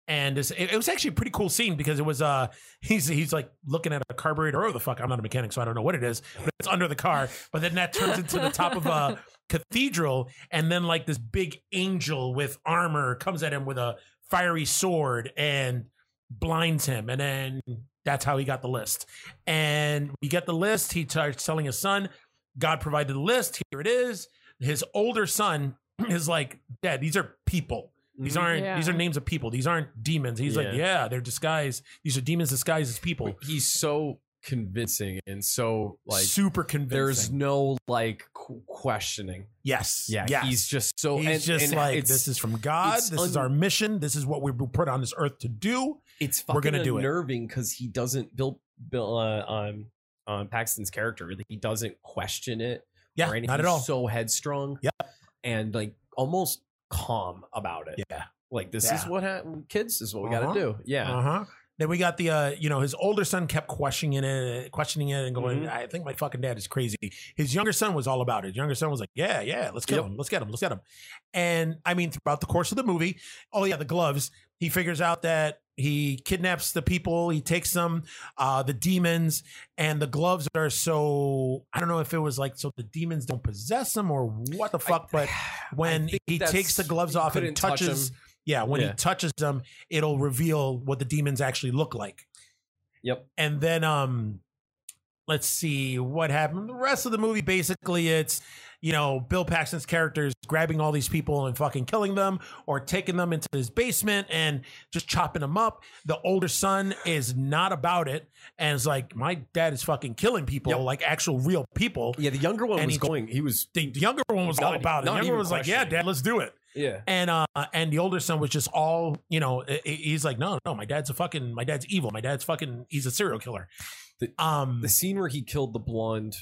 Speaker 1: And it's, it, it was actually a pretty cool scene because it was uh [LAUGHS] he's he's like looking at a carburetor. Oh the fuck! I'm not a mechanic, so I don't know what it is. But it's under the car. But then that turns into the top of a cathedral, and then like this big angel with armor comes at him with a fiery sword and blinds him and then that's how he got the list and we get the list he starts telling his son god provided the list here it is his older son [CLEARS THROAT] is like dad these are people
Speaker 7: Mm-hmm.
Speaker 2: Mm-hmm.
Speaker 1: these aren't
Speaker 3: Yeah.
Speaker 1: these are names of people these aren't demons he's
Speaker 7: Yeah.
Speaker 1: like yeah they're disguised these are demons disguised as people
Speaker 2: He's so convincing and so
Speaker 1: like
Speaker 2: like
Speaker 1: super convincing
Speaker 2: there's no like qu- questioning.
Speaker 1: yes yes.
Speaker 2: he's just so
Speaker 1: He's
Speaker 2: and-
Speaker 1: just
Speaker 2: and
Speaker 1: like
Speaker 2: it's,
Speaker 1: this is from god
Speaker 2: it's
Speaker 1: this is
Speaker 2: un-
Speaker 1: our mission this is what we were put on this earth to do
Speaker 7: it's fucking
Speaker 1: We're gonna do it.
Speaker 7: unnerving because he doesn't Bill Bill uh, um um Paxton's character like, he doesn't question it
Speaker 1: yeah
Speaker 7: or anything.
Speaker 1: not at
Speaker 7: He's
Speaker 1: all
Speaker 7: So headstrong,
Speaker 1: Yep.
Speaker 7: and like almost calm about it.
Speaker 1: yeah
Speaker 7: Like this is
Speaker 1: Yeah.
Speaker 7: what happened, kids. This is what we got
Speaker 1: Uh-huh.
Speaker 7: to do. Yeah,
Speaker 1: Uh-huh. Then we got the uh, you know, his older son kept questioning it, questioning it and going,
Speaker 2: Mm-hmm.
Speaker 1: I think my fucking dad is crazy. His younger son was all about it. His younger son was like, Yeah, yeah, let's kill him, let's get him, let's get him. And I mean, throughout the course of the movie, oh yeah, the gloves, he figures out that he kidnaps the people, he takes them, uh, the demons, and the gloves are so I don't know if it was like so the demons don't possess them or what the fuck,
Speaker 2: [SIGHS]
Speaker 1: but when he
Speaker 2: that's-
Speaker 1: takes the gloves
Speaker 2: you
Speaker 1: off and
Speaker 2: couldn't touch
Speaker 1: touches
Speaker 2: him.
Speaker 1: yeah, when
Speaker 2: Yeah.
Speaker 1: he touches them, it'll reveal what the demons actually look like.
Speaker 7: Yep.
Speaker 1: And then um let's see what happened. The rest of the movie basically it's you know, Bill Paxton's characters grabbing all these people and fucking killing them or taking them into his basement and just chopping them up. The older son is not about it and it's like, my dad is fucking killing people,
Speaker 2: Yep.
Speaker 1: like actual real people.
Speaker 2: yeah, the younger one
Speaker 1: And
Speaker 2: was
Speaker 1: he-
Speaker 2: going. He was
Speaker 1: The younger one was all
Speaker 2: Not- e
Speaker 1: about it.
Speaker 2: not
Speaker 1: The younger
Speaker 2: even
Speaker 1: one was like, yeah,
Speaker 2: questioning.
Speaker 1: dad, let's do it
Speaker 2: yeah.
Speaker 1: and uh and the older son was just all you know i- i- he's like no no my dad's a fucking my dad's evil my dad's fucking he's a serial killer
Speaker 2: The-
Speaker 1: um
Speaker 2: The scene where he killed the blonde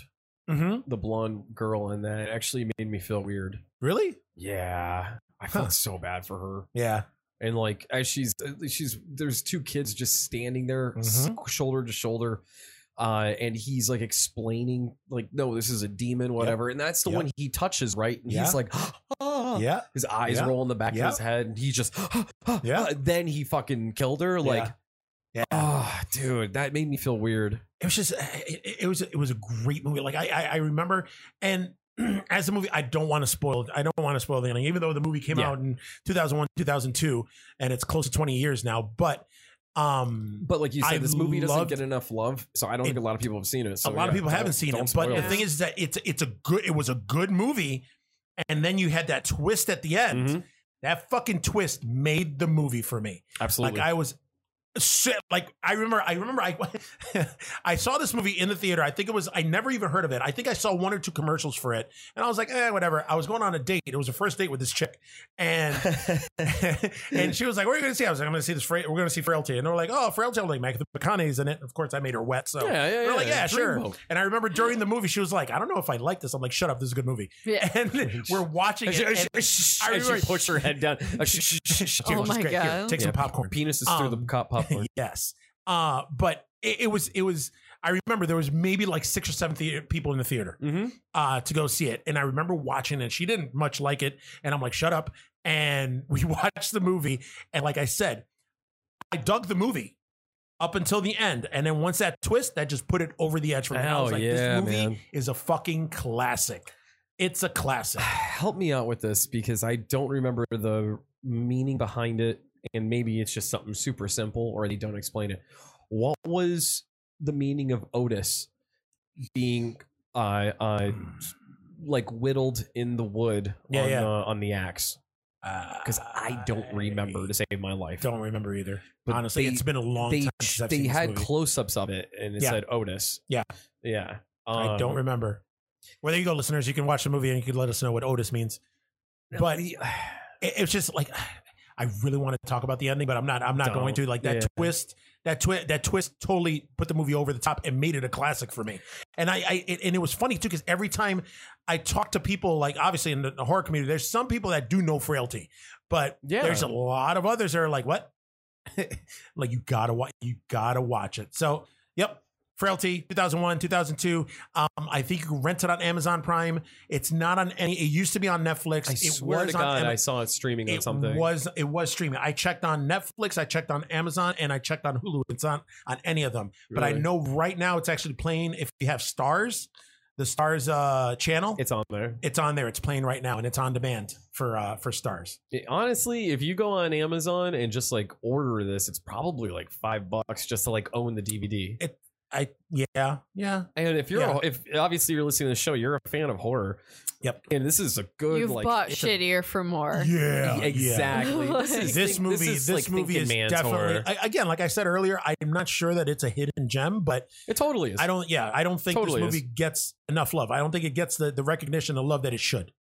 Speaker 1: mhm.
Speaker 2: the blonde girl and that actually made me feel weird.
Speaker 1: really
Speaker 2: Yeah. I
Speaker 1: Huh.
Speaker 2: felt so bad for her.
Speaker 1: yeah
Speaker 2: And like as she's uh, she's there's two kids just standing there s-
Speaker 1: Mm-hmm.
Speaker 2: shoulder to shoulder. Uh, and he's like explaining, like, no, this is a demon, whatever. And that's the
Speaker 1: Yep.
Speaker 2: one he touches, right? And
Speaker 1: Yeah.
Speaker 2: he's like, [GASPS] ah.
Speaker 1: yeah
Speaker 2: his eyes
Speaker 1: Yeah.
Speaker 2: roll in the back
Speaker 1: Yeah.
Speaker 2: of his head, and he just, [GASPS] uh,
Speaker 1: Yeah.
Speaker 2: Then he fucking killed her. Like,
Speaker 1: yeah
Speaker 2: ah, dude, that made me feel weird.
Speaker 1: it was just eh, it, it- it was it was a great movie like i i, I remember and [CLEARS THROAT] as a movie i don't want to spoil i don't want to spoil the ending even though the movie came
Speaker 2: Yeah.
Speaker 1: out in 2001 2002 and it's close to 20 years now but um
Speaker 2: But like you
Speaker 1: I
Speaker 2: said, this movie doesn't
Speaker 1: loved-
Speaker 2: get enough love, so I don't
Speaker 1: It-
Speaker 2: think a lot of people have seen it.
Speaker 1: a
Speaker 2: So
Speaker 1: lot of
Speaker 2: yeah,
Speaker 1: people haven't
Speaker 2: don't-
Speaker 1: seen
Speaker 2: don't
Speaker 1: it, but
Speaker 2: spoil
Speaker 1: the thing is that it's it's a good it was a good movie, and then you had that twist at the
Speaker 2: Mm-hmm.
Speaker 1: end.
Speaker 7: Mhm.
Speaker 1: That fucking twist made the movie for me.
Speaker 7: absolutely.
Speaker 1: Like I was shit. Like I remember, I [LAUGHS] remember, I I saw this movie in the theater. I think it was I never even heard of it. I think I saw one or two commercials for it, and I was like, eh, whatever. I was going on a date. It was a first date with this chick, and [LAUGHS] and she was like, "What are you going to see?" I was like, "I'm going to see this. Fra- we're going to see Frailty," and they were like, "Oh, Frailty." I'm like, "Mac the McConaughey's in it." Of course, I made her wet. So
Speaker 2: yeah,
Speaker 1: we're like, yeah, sure.
Speaker 2: Dreamboat.
Speaker 1: And I remember during the movie, she was like, I don't know if I like this. I'm like, shut up, this is a good movie.
Speaker 3: Yeah.
Speaker 1: And [LAUGHS] we're watching it. and- I
Speaker 7: and
Speaker 1: remember-
Speaker 7: she pushed her head down. Uh, sh- sh- sh- sh-
Speaker 1: Here,
Speaker 3: Oh
Speaker 1: it's
Speaker 3: my
Speaker 1: great. Here,
Speaker 3: God.
Speaker 1: take
Speaker 2: Yeah,
Speaker 1: some popcorn.
Speaker 2: Penis is through the
Speaker 1: Um, [LAUGHS]
Speaker 2: cop popcorn.
Speaker 1: yes. Uh, but it, it was, it was, I remember there was maybe like six or seven thea- people in the theater
Speaker 7: Mhm.
Speaker 1: uh, to go see it. And I remember watching it. She didn't much like it. And I'm like, shut up. And [LAUGHS] we watched the movie. And like I said, I dug the movie up until the end. And then once that twist, that just put it over the edge for me. I was
Speaker 2: Hell
Speaker 1: like,
Speaker 2: yeah,
Speaker 1: this movie
Speaker 2: man.
Speaker 1: is a fucking classic. It's a classic.
Speaker 2: Help me out with this because I don't remember the meaning behind it, and maybe it's just something super simple or they don't explain it. What was the meaning of Otis being uh, uh
Speaker 1: Mm.
Speaker 2: [SIGHS] like whittled in the wood
Speaker 1: Yeah,
Speaker 2: on,
Speaker 1: yeah.
Speaker 2: Uh, on the axe? Because I don't remember to save my life.
Speaker 1: Don't remember either.
Speaker 2: But
Speaker 1: Honestly,
Speaker 2: they-
Speaker 1: it's been a long
Speaker 2: they
Speaker 1: time since I've
Speaker 2: they
Speaker 1: seen
Speaker 2: had
Speaker 1: this movie.
Speaker 2: close ups of it and it
Speaker 1: Yeah.
Speaker 2: said Otis.
Speaker 1: Yeah.
Speaker 2: Yeah.
Speaker 1: I don't
Speaker 2: Um,
Speaker 1: remember. Well, there you go,
Speaker 2: [SIGHS]
Speaker 1: listeners. You can watch the movie and you can let us know what Otis means. But it, it's just like [SIGHS] I really want to talk about the ending, but I'm not. I'm not going
Speaker 2: Don't.
Speaker 1: to. Like that
Speaker 2: Yeah.
Speaker 1: twist, that twist, that twist totally put the movie over the top and made it a classic for me. And I, I it, and it was funny too because every time I talk to people, like obviously in the, the horror community, there's some people that do know frailty, but
Speaker 2: Yeah.
Speaker 1: there's a lot of others that are like, what? [LAUGHS] like you gotta watch, you gotta watch it. So, yep, Frailty, 2001, 2002. Um, I think you can rent it on Amazon Prime. It's not on any. It used to be on Netflix.
Speaker 2: I
Speaker 1: it
Speaker 2: swear to God,
Speaker 1: Ama-
Speaker 2: I saw it streaming on
Speaker 1: it
Speaker 2: something.
Speaker 1: was it was streaming. I checked on Netflix, I checked on Amazon, and I checked on Hulu. It's on on any of them. But I
Speaker 2: Really?
Speaker 1: know right now it's actually playing. If you have Stars, the Stars uh, channel,
Speaker 2: It's on there.
Speaker 1: it's on there. It's playing right now, and it's on demand for uh, for Stars.
Speaker 2: It- honestly, if you go on Amazon and just like order this, it's probably like five bucks just to like own the DVD.
Speaker 1: I yeah yeah.
Speaker 2: And if you're
Speaker 1: Yeah.
Speaker 2: a, if obviously you're listening to the show, you're a fan of horror.
Speaker 1: Yep.
Speaker 2: And this is a good
Speaker 3: You've
Speaker 2: like
Speaker 3: bought
Speaker 2: it's a-
Speaker 3: shittier
Speaker 2: [LAUGHS]
Speaker 3: for more.
Speaker 1: Yeah,
Speaker 3: [LAUGHS]
Speaker 2: exactly.
Speaker 3: Like-
Speaker 1: This movie, this,
Speaker 2: like
Speaker 1: movie
Speaker 2: thinking
Speaker 1: is
Speaker 2: man's
Speaker 1: definitely
Speaker 2: horror.
Speaker 1: I, again, like I said earlier, I'm not sure that it's a hidden gem, but
Speaker 2: It totally is.
Speaker 1: I don't. Yeah, I don't think
Speaker 2: Totally
Speaker 1: this
Speaker 2: is.
Speaker 1: movie gets enough love. I don't think it gets the, the recognition, the love that it should.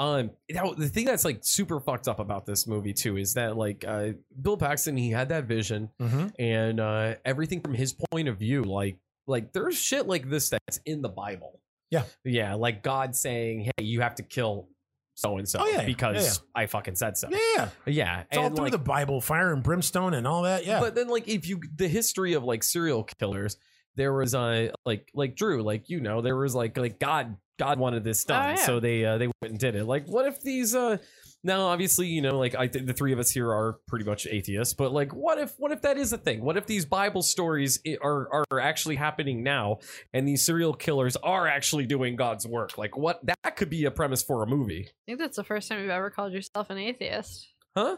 Speaker 2: Um, now, the thing that's like super fucked up about this movie too is that like uh, Bill Paxton he had that vision and uh, everything from his point of view, like like there's shit like this that's in the Bible.
Speaker 1: Yeah.
Speaker 2: yeah, like God saying, "Hey, you have to kill so and so
Speaker 1: Oh, yeah, yeah,
Speaker 2: because
Speaker 1: yeah,
Speaker 2: I fucking said so."
Speaker 1: Yeah, it's
Speaker 2: Yeah,
Speaker 1: all
Speaker 2: and,
Speaker 1: through
Speaker 2: like,
Speaker 1: the Bible, fire and brimstone, and all that. Yeah,
Speaker 2: But then like if you the history of like serial killers, there was uh like like Drew, like you know, there was like like God God wanted this done,
Speaker 3: Oh, yeah.
Speaker 2: so they uh, they went and did it. Like what if these uh now obviously you know like I think the three of us here are pretty much atheists, but like what if what if that is a thing? What if these Bible stories i- are are actually happening now and these serial killers are actually doing God's work? Like what that could be a premise for a movie.
Speaker 3: I think that's the first time you've ever called yourself an atheist.
Speaker 2: Huh?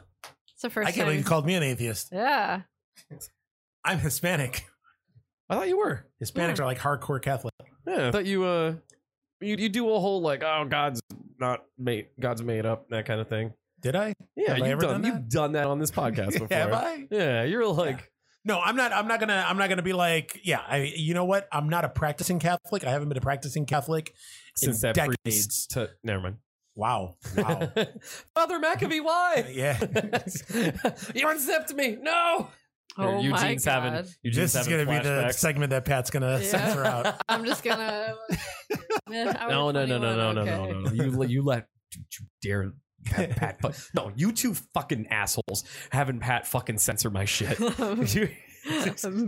Speaker 3: It's the first
Speaker 1: I can't believe
Speaker 3: time.
Speaker 1: you called me an atheist.
Speaker 3: yeah.
Speaker 1: I'm Hispanic.
Speaker 2: I thought you were.
Speaker 1: Hispanics are like hardcore Catholic.
Speaker 2: Yeah, I thought you uh, you you do a whole like oh God's not made God's made up that kind of thing.
Speaker 1: Did I?
Speaker 2: Yeah,
Speaker 1: Have I
Speaker 2: you've
Speaker 1: ever
Speaker 2: done,
Speaker 1: done that?
Speaker 2: you've done that on [LAUGHS] this podcast before.
Speaker 1: [LAUGHS] Have I?
Speaker 2: Yeah, you're like
Speaker 1: No, I'm not. I'm not gonna. I'm not gonna be like. Yeah, I. You know what? I'm not a practicing Catholic. I haven't been a practicing Catholic
Speaker 2: since
Speaker 1: in
Speaker 2: that
Speaker 1: decades.
Speaker 2: priest. To, never mind.
Speaker 1: Wow. Wow.
Speaker 2: [LAUGHS] Father McAfee, [LAUGHS] why?
Speaker 1: Uh, yeah. [LAUGHS]
Speaker 2: you accept me? No.
Speaker 3: Oh
Speaker 2: Here,
Speaker 3: my
Speaker 2: Eugene's
Speaker 3: god.
Speaker 2: having Eugene's
Speaker 1: This is gonna
Speaker 2: having
Speaker 1: be the
Speaker 2: flashbacks.
Speaker 1: segment that Pat's gonna
Speaker 3: Yeah.
Speaker 1: censor out.
Speaker 3: [LAUGHS] I'm just
Speaker 2: [LAUGHS]
Speaker 3: gonna.
Speaker 2: no, no, no, no, no, no, no,
Speaker 3: [LAUGHS]
Speaker 2: no, no. You let- you let you dare have [LAUGHS] Pat. fu- no, you two fucking assholes having Pat fucking censor my [LAUGHS] shit.
Speaker 3: [LAUGHS]
Speaker 2: You-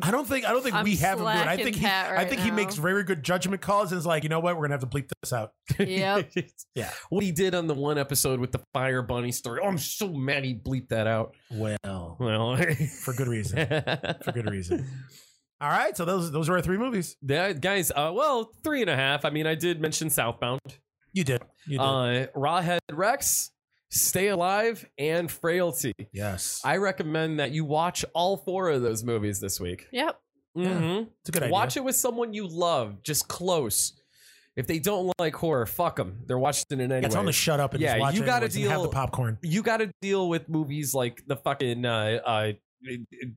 Speaker 1: I don't think. I don't think
Speaker 3: I'm
Speaker 1: we have him do it. I
Speaker 3: slacking
Speaker 1: think. He,
Speaker 3: Pat
Speaker 1: I
Speaker 3: right
Speaker 1: think he
Speaker 3: now.
Speaker 1: makes very good judgment calls and is like, you know what? We're gonna have to bleep this out. [LAUGHS]
Speaker 3: yep.
Speaker 1: Yeah.
Speaker 2: What he Oh. did on the one episode with the fire bunny story. Oh, I'm so mad he bleeped that out.
Speaker 1: Well,
Speaker 2: Well, [LAUGHS]
Speaker 1: for good reason. For good reason. [LAUGHS] All right. So those those were our three movies.
Speaker 2: Yeah, guys, uh, well, three and a half. I mean, I did mention Southbound,
Speaker 1: You did. You did.
Speaker 2: uh, Rawhead Rex, Stay Alive, and Frailty.
Speaker 1: yes.
Speaker 2: I recommend that you watch all four of those movies this week.
Speaker 3: Yep.
Speaker 2: Mhm.
Speaker 1: it's a good idea.
Speaker 2: Watch it with someone you love, just close. If they don't like horror, fuck them. They're watching it anyway.
Speaker 1: Yeah, tell them to shut up and
Speaker 2: Yeah,
Speaker 1: just watch
Speaker 2: you
Speaker 1: it
Speaker 2: gotta
Speaker 1: anyways and have the
Speaker 2: deal-
Speaker 1: popcorn.
Speaker 2: you got to deal with movies like the fucking uh, uh,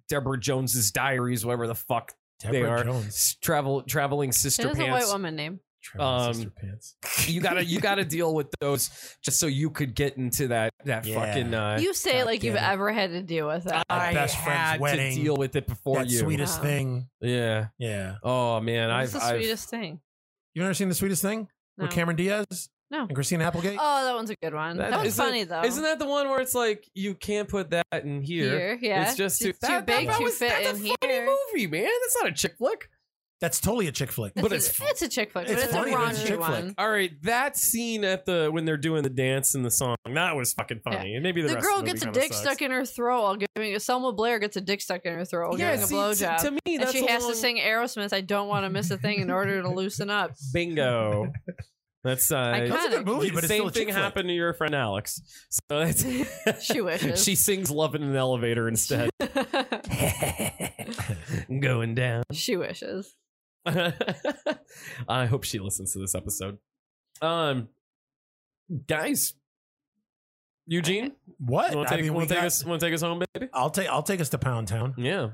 Speaker 2: Deborah Jones's Diaries, whatever the fuck,
Speaker 1: Deborah
Speaker 2: are-
Speaker 1: Jones.
Speaker 2: s- travel traveling
Speaker 3: It
Speaker 2: sister
Speaker 3: is a white
Speaker 2: pants.
Speaker 3: woman name.
Speaker 1: Trevor's
Speaker 2: um,
Speaker 1: sister pants.
Speaker 2: You gotta you
Speaker 3: [LAUGHS]
Speaker 2: gotta deal with those just so you could get into that that
Speaker 1: Yeah.
Speaker 2: fucking. Uh,
Speaker 3: You say it like you've
Speaker 1: goddamn it.
Speaker 3: ever had to deal with that.
Speaker 2: I
Speaker 1: best friend's
Speaker 2: had
Speaker 1: wedding,
Speaker 2: to deal with it before
Speaker 1: That
Speaker 2: you.
Speaker 1: sweetest
Speaker 3: Wow.
Speaker 1: thing.
Speaker 2: Yeah.
Speaker 1: Yeah.
Speaker 2: Oh man,
Speaker 3: That's
Speaker 2: I've,
Speaker 3: the
Speaker 2: I've
Speaker 3: sweetest thing.
Speaker 1: You ever seen the sweetest thing
Speaker 3: No.
Speaker 1: with Cameron Diaz?
Speaker 3: No.
Speaker 1: And Christina Applegate.
Speaker 3: Oh, that one's a good one.
Speaker 2: That
Speaker 3: That, one's
Speaker 2: isn't-
Speaker 3: funny though.
Speaker 2: Isn't that the one where it's like you can't put that in here?
Speaker 3: yeah.
Speaker 2: It's just too,
Speaker 3: too
Speaker 2: that-
Speaker 3: big
Speaker 2: that
Speaker 3: to
Speaker 2: was-
Speaker 3: fit
Speaker 2: that's
Speaker 3: in
Speaker 2: a funny
Speaker 3: here.
Speaker 2: movie, man. That's not a chick flick.
Speaker 1: That's totally a chick flick.
Speaker 3: It's
Speaker 2: but
Speaker 3: a-
Speaker 2: it's
Speaker 3: it's, a chick flick,
Speaker 1: it's
Speaker 3: but it's a
Speaker 1: funny, but it's a
Speaker 3: raunchy
Speaker 1: chick flick.
Speaker 3: one.
Speaker 2: All right, that scene at the when they're doing the dance and the song that was fucking funny. And maybe the,
Speaker 3: The,
Speaker 2: rest
Speaker 3: girl
Speaker 2: of the
Speaker 3: gets a
Speaker 2: movie
Speaker 3: dick
Speaker 2: kinda
Speaker 3: stuck in her throat while giving Selma Blair gets a dick stuck in her throat
Speaker 2: sucks.
Speaker 3: while
Speaker 2: Yeah,
Speaker 3: giving
Speaker 2: see,
Speaker 3: a blowjob.
Speaker 2: to, to me
Speaker 3: and
Speaker 2: that's
Speaker 3: she
Speaker 2: a
Speaker 3: has
Speaker 2: long-
Speaker 3: to sing Aerosmith. I don't want to miss a thing in order to
Speaker 2: [LAUGHS]
Speaker 3: loosen up. [LAUGHS]
Speaker 2: bingo. That's uh,
Speaker 3: I
Speaker 1: That's a good
Speaker 3: Iconic.
Speaker 1: movie,
Speaker 2: the
Speaker 1: but it's
Speaker 2: same
Speaker 1: still a
Speaker 2: thing
Speaker 1: chick flick.
Speaker 2: happened to your friend Alex. So that's
Speaker 3: [LAUGHS] She wishes.
Speaker 2: [LAUGHS] she sings "Love in an
Speaker 1: [LAUGHS]
Speaker 2: Elevator" instead. Going down.
Speaker 3: she wishes.
Speaker 2: [LAUGHS] I hope she listens to this episode. Um, guys, Eugene,
Speaker 1: What?
Speaker 2: want to
Speaker 1: I
Speaker 2: take,
Speaker 1: mean, we
Speaker 2: wanna take
Speaker 1: got-
Speaker 2: us? Want to take us home, baby?
Speaker 1: I'll take I'll take us to Pound Town.
Speaker 2: Yeah.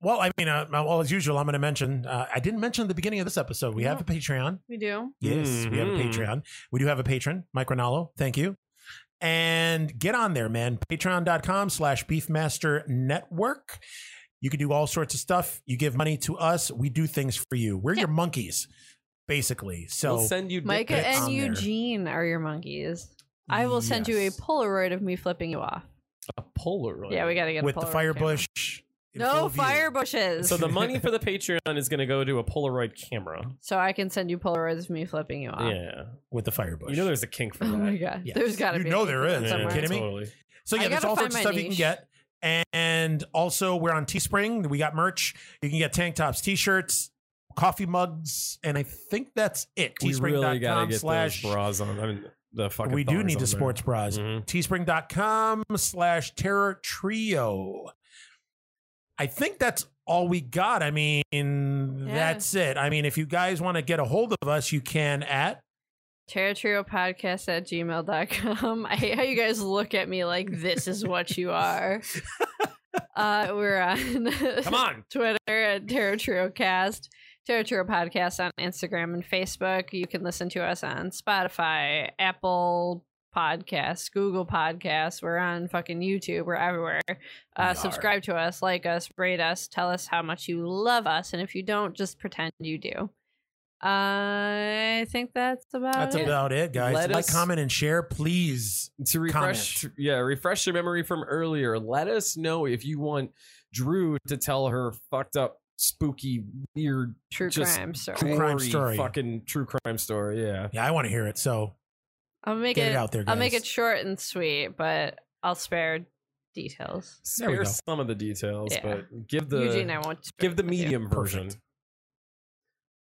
Speaker 1: Well, I mean, uh, well as usual, I'm going to mention. Uh, I didn't mention at the beginning of this episode. We have a Patreon.
Speaker 3: We do.
Speaker 1: Yes, we have a
Speaker 2: Mhm.
Speaker 1: Patreon. We do have a patron, Mike Ronaldo. Thank you. and get on there, man. Patreon.com slash Beefmaster Network. You can do all sorts of stuff. You give money to us. We do things for you. We're your monkeys, basically. So
Speaker 2: we'll send you.
Speaker 3: Micah
Speaker 1: pics
Speaker 3: and
Speaker 1: on there.
Speaker 3: Eugene are your monkeys. I will send you a
Speaker 1: yes.
Speaker 3: Polaroid of me flipping you off.
Speaker 2: a Polaroid.
Speaker 3: Yeah, we gotta get
Speaker 1: with
Speaker 3: a
Speaker 1: the
Speaker 3: Polaroid
Speaker 1: fire
Speaker 3: camera.
Speaker 1: bush. in full
Speaker 3: No
Speaker 1: view.
Speaker 3: fire bushes.
Speaker 2: So
Speaker 3: So,
Speaker 2: the
Speaker 3: [LAUGHS]
Speaker 2: money for the Patreon is going to go to a Polaroid camera.
Speaker 3: I can send you Polaroids of me flipping you off.
Speaker 2: Yeah,
Speaker 1: with the fire bush.
Speaker 2: you know there's a kink for
Speaker 3: Ah, Oh
Speaker 2: that.
Speaker 3: my god.
Speaker 1: Yes.
Speaker 3: There's gotta
Speaker 1: You
Speaker 3: be.
Speaker 1: know
Speaker 3: a
Speaker 1: there
Speaker 3: picture of
Speaker 1: is.
Speaker 3: that
Speaker 1: Are you
Speaker 3: somewhere.
Speaker 1: kidding me?
Speaker 2: Totally.
Speaker 1: So yeah,
Speaker 3: I
Speaker 1: there's
Speaker 3: gotta
Speaker 1: all
Speaker 3: find
Speaker 1: sorts of
Speaker 3: my
Speaker 1: stuff you can
Speaker 3: niche.
Speaker 1: get. And also, we're on Teespring. We got merch. You can get tank tops, t-shirts, coffee mugs, and I think that's it.
Speaker 2: We really gotta
Speaker 1: Teespring.com
Speaker 2: get
Speaker 1: slash.
Speaker 2: those bras on. I mean, the fucking.
Speaker 1: We do
Speaker 2: thongs
Speaker 1: need the
Speaker 2: on there.
Speaker 1: sports bras.
Speaker 2: Mhm.
Speaker 1: Teespring.com slash Terror Trio. I think that's all we got. I mean, that's it. I mean, if you guys want to get a hold of us, you can
Speaker 3: [LAUGHS]
Speaker 1: at
Speaker 3: Podcast at gmail.com. [LAUGHS] I hate how you guys look at me like this is what
Speaker 1: [LAUGHS]
Speaker 3: you are. uh, we're on
Speaker 2: Come on.
Speaker 3: [LAUGHS] Twitter at TerraTrioCast, TerraTrio Podcast on Instagram and Facebook. You can listen to us on Spotify, Apple Podcasts, Google Podcasts. We're on fucking YouTube. We're everywhere.
Speaker 1: We
Speaker 3: Uh,
Speaker 1: are.
Speaker 3: subscribe to us, like us, rate us, tell us how much you love us. And if you don't, just pretend you do. Uh, I think that's about
Speaker 1: that's
Speaker 3: it.
Speaker 1: about it, guys.
Speaker 2: Let
Speaker 1: like,
Speaker 2: us-
Speaker 1: comment, and share, please.
Speaker 2: to refresh
Speaker 1: Comment.
Speaker 2: yeah refresh your memory from earlier let us know if you want drew to tell her fucked up spooky weird
Speaker 3: True
Speaker 2: just
Speaker 3: crime story.
Speaker 1: True crime
Speaker 2: gory
Speaker 1: story.
Speaker 2: fucking true crime story yeah
Speaker 1: Yeah, I want to hear it. So
Speaker 3: I'll make
Speaker 1: get
Speaker 3: it,
Speaker 1: it out there, guys.
Speaker 3: I'll make it short and sweet, but I'll spare details.
Speaker 1: There we
Speaker 2: spare
Speaker 1: go.
Speaker 2: some of the details
Speaker 3: Yeah.
Speaker 2: but give the
Speaker 3: Eugene, I won't
Speaker 2: give the
Speaker 3: with you.
Speaker 2: medium version
Speaker 1: Perfect.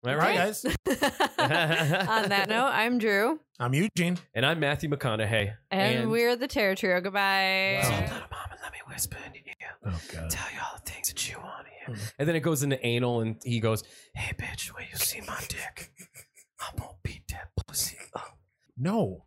Speaker 2: all
Speaker 1: All right,
Speaker 2: right
Speaker 1: guys.
Speaker 3: [LAUGHS] On that note, I'm Drew,
Speaker 1: I'm Eugene.
Speaker 2: and i'm matthew mcconaughey
Speaker 3: and, we're the Terror Trio. Goodbye.
Speaker 1: Wow.
Speaker 2: Oh. Mama, let me whisper in your ear.
Speaker 1: Oh God.
Speaker 2: Tell you all the things that you want to hear. Hmm. And then it goes into anal, and he goes, "Hey, bitch, when you see my dick, I'm gonna beat that pussy up."
Speaker 1: No.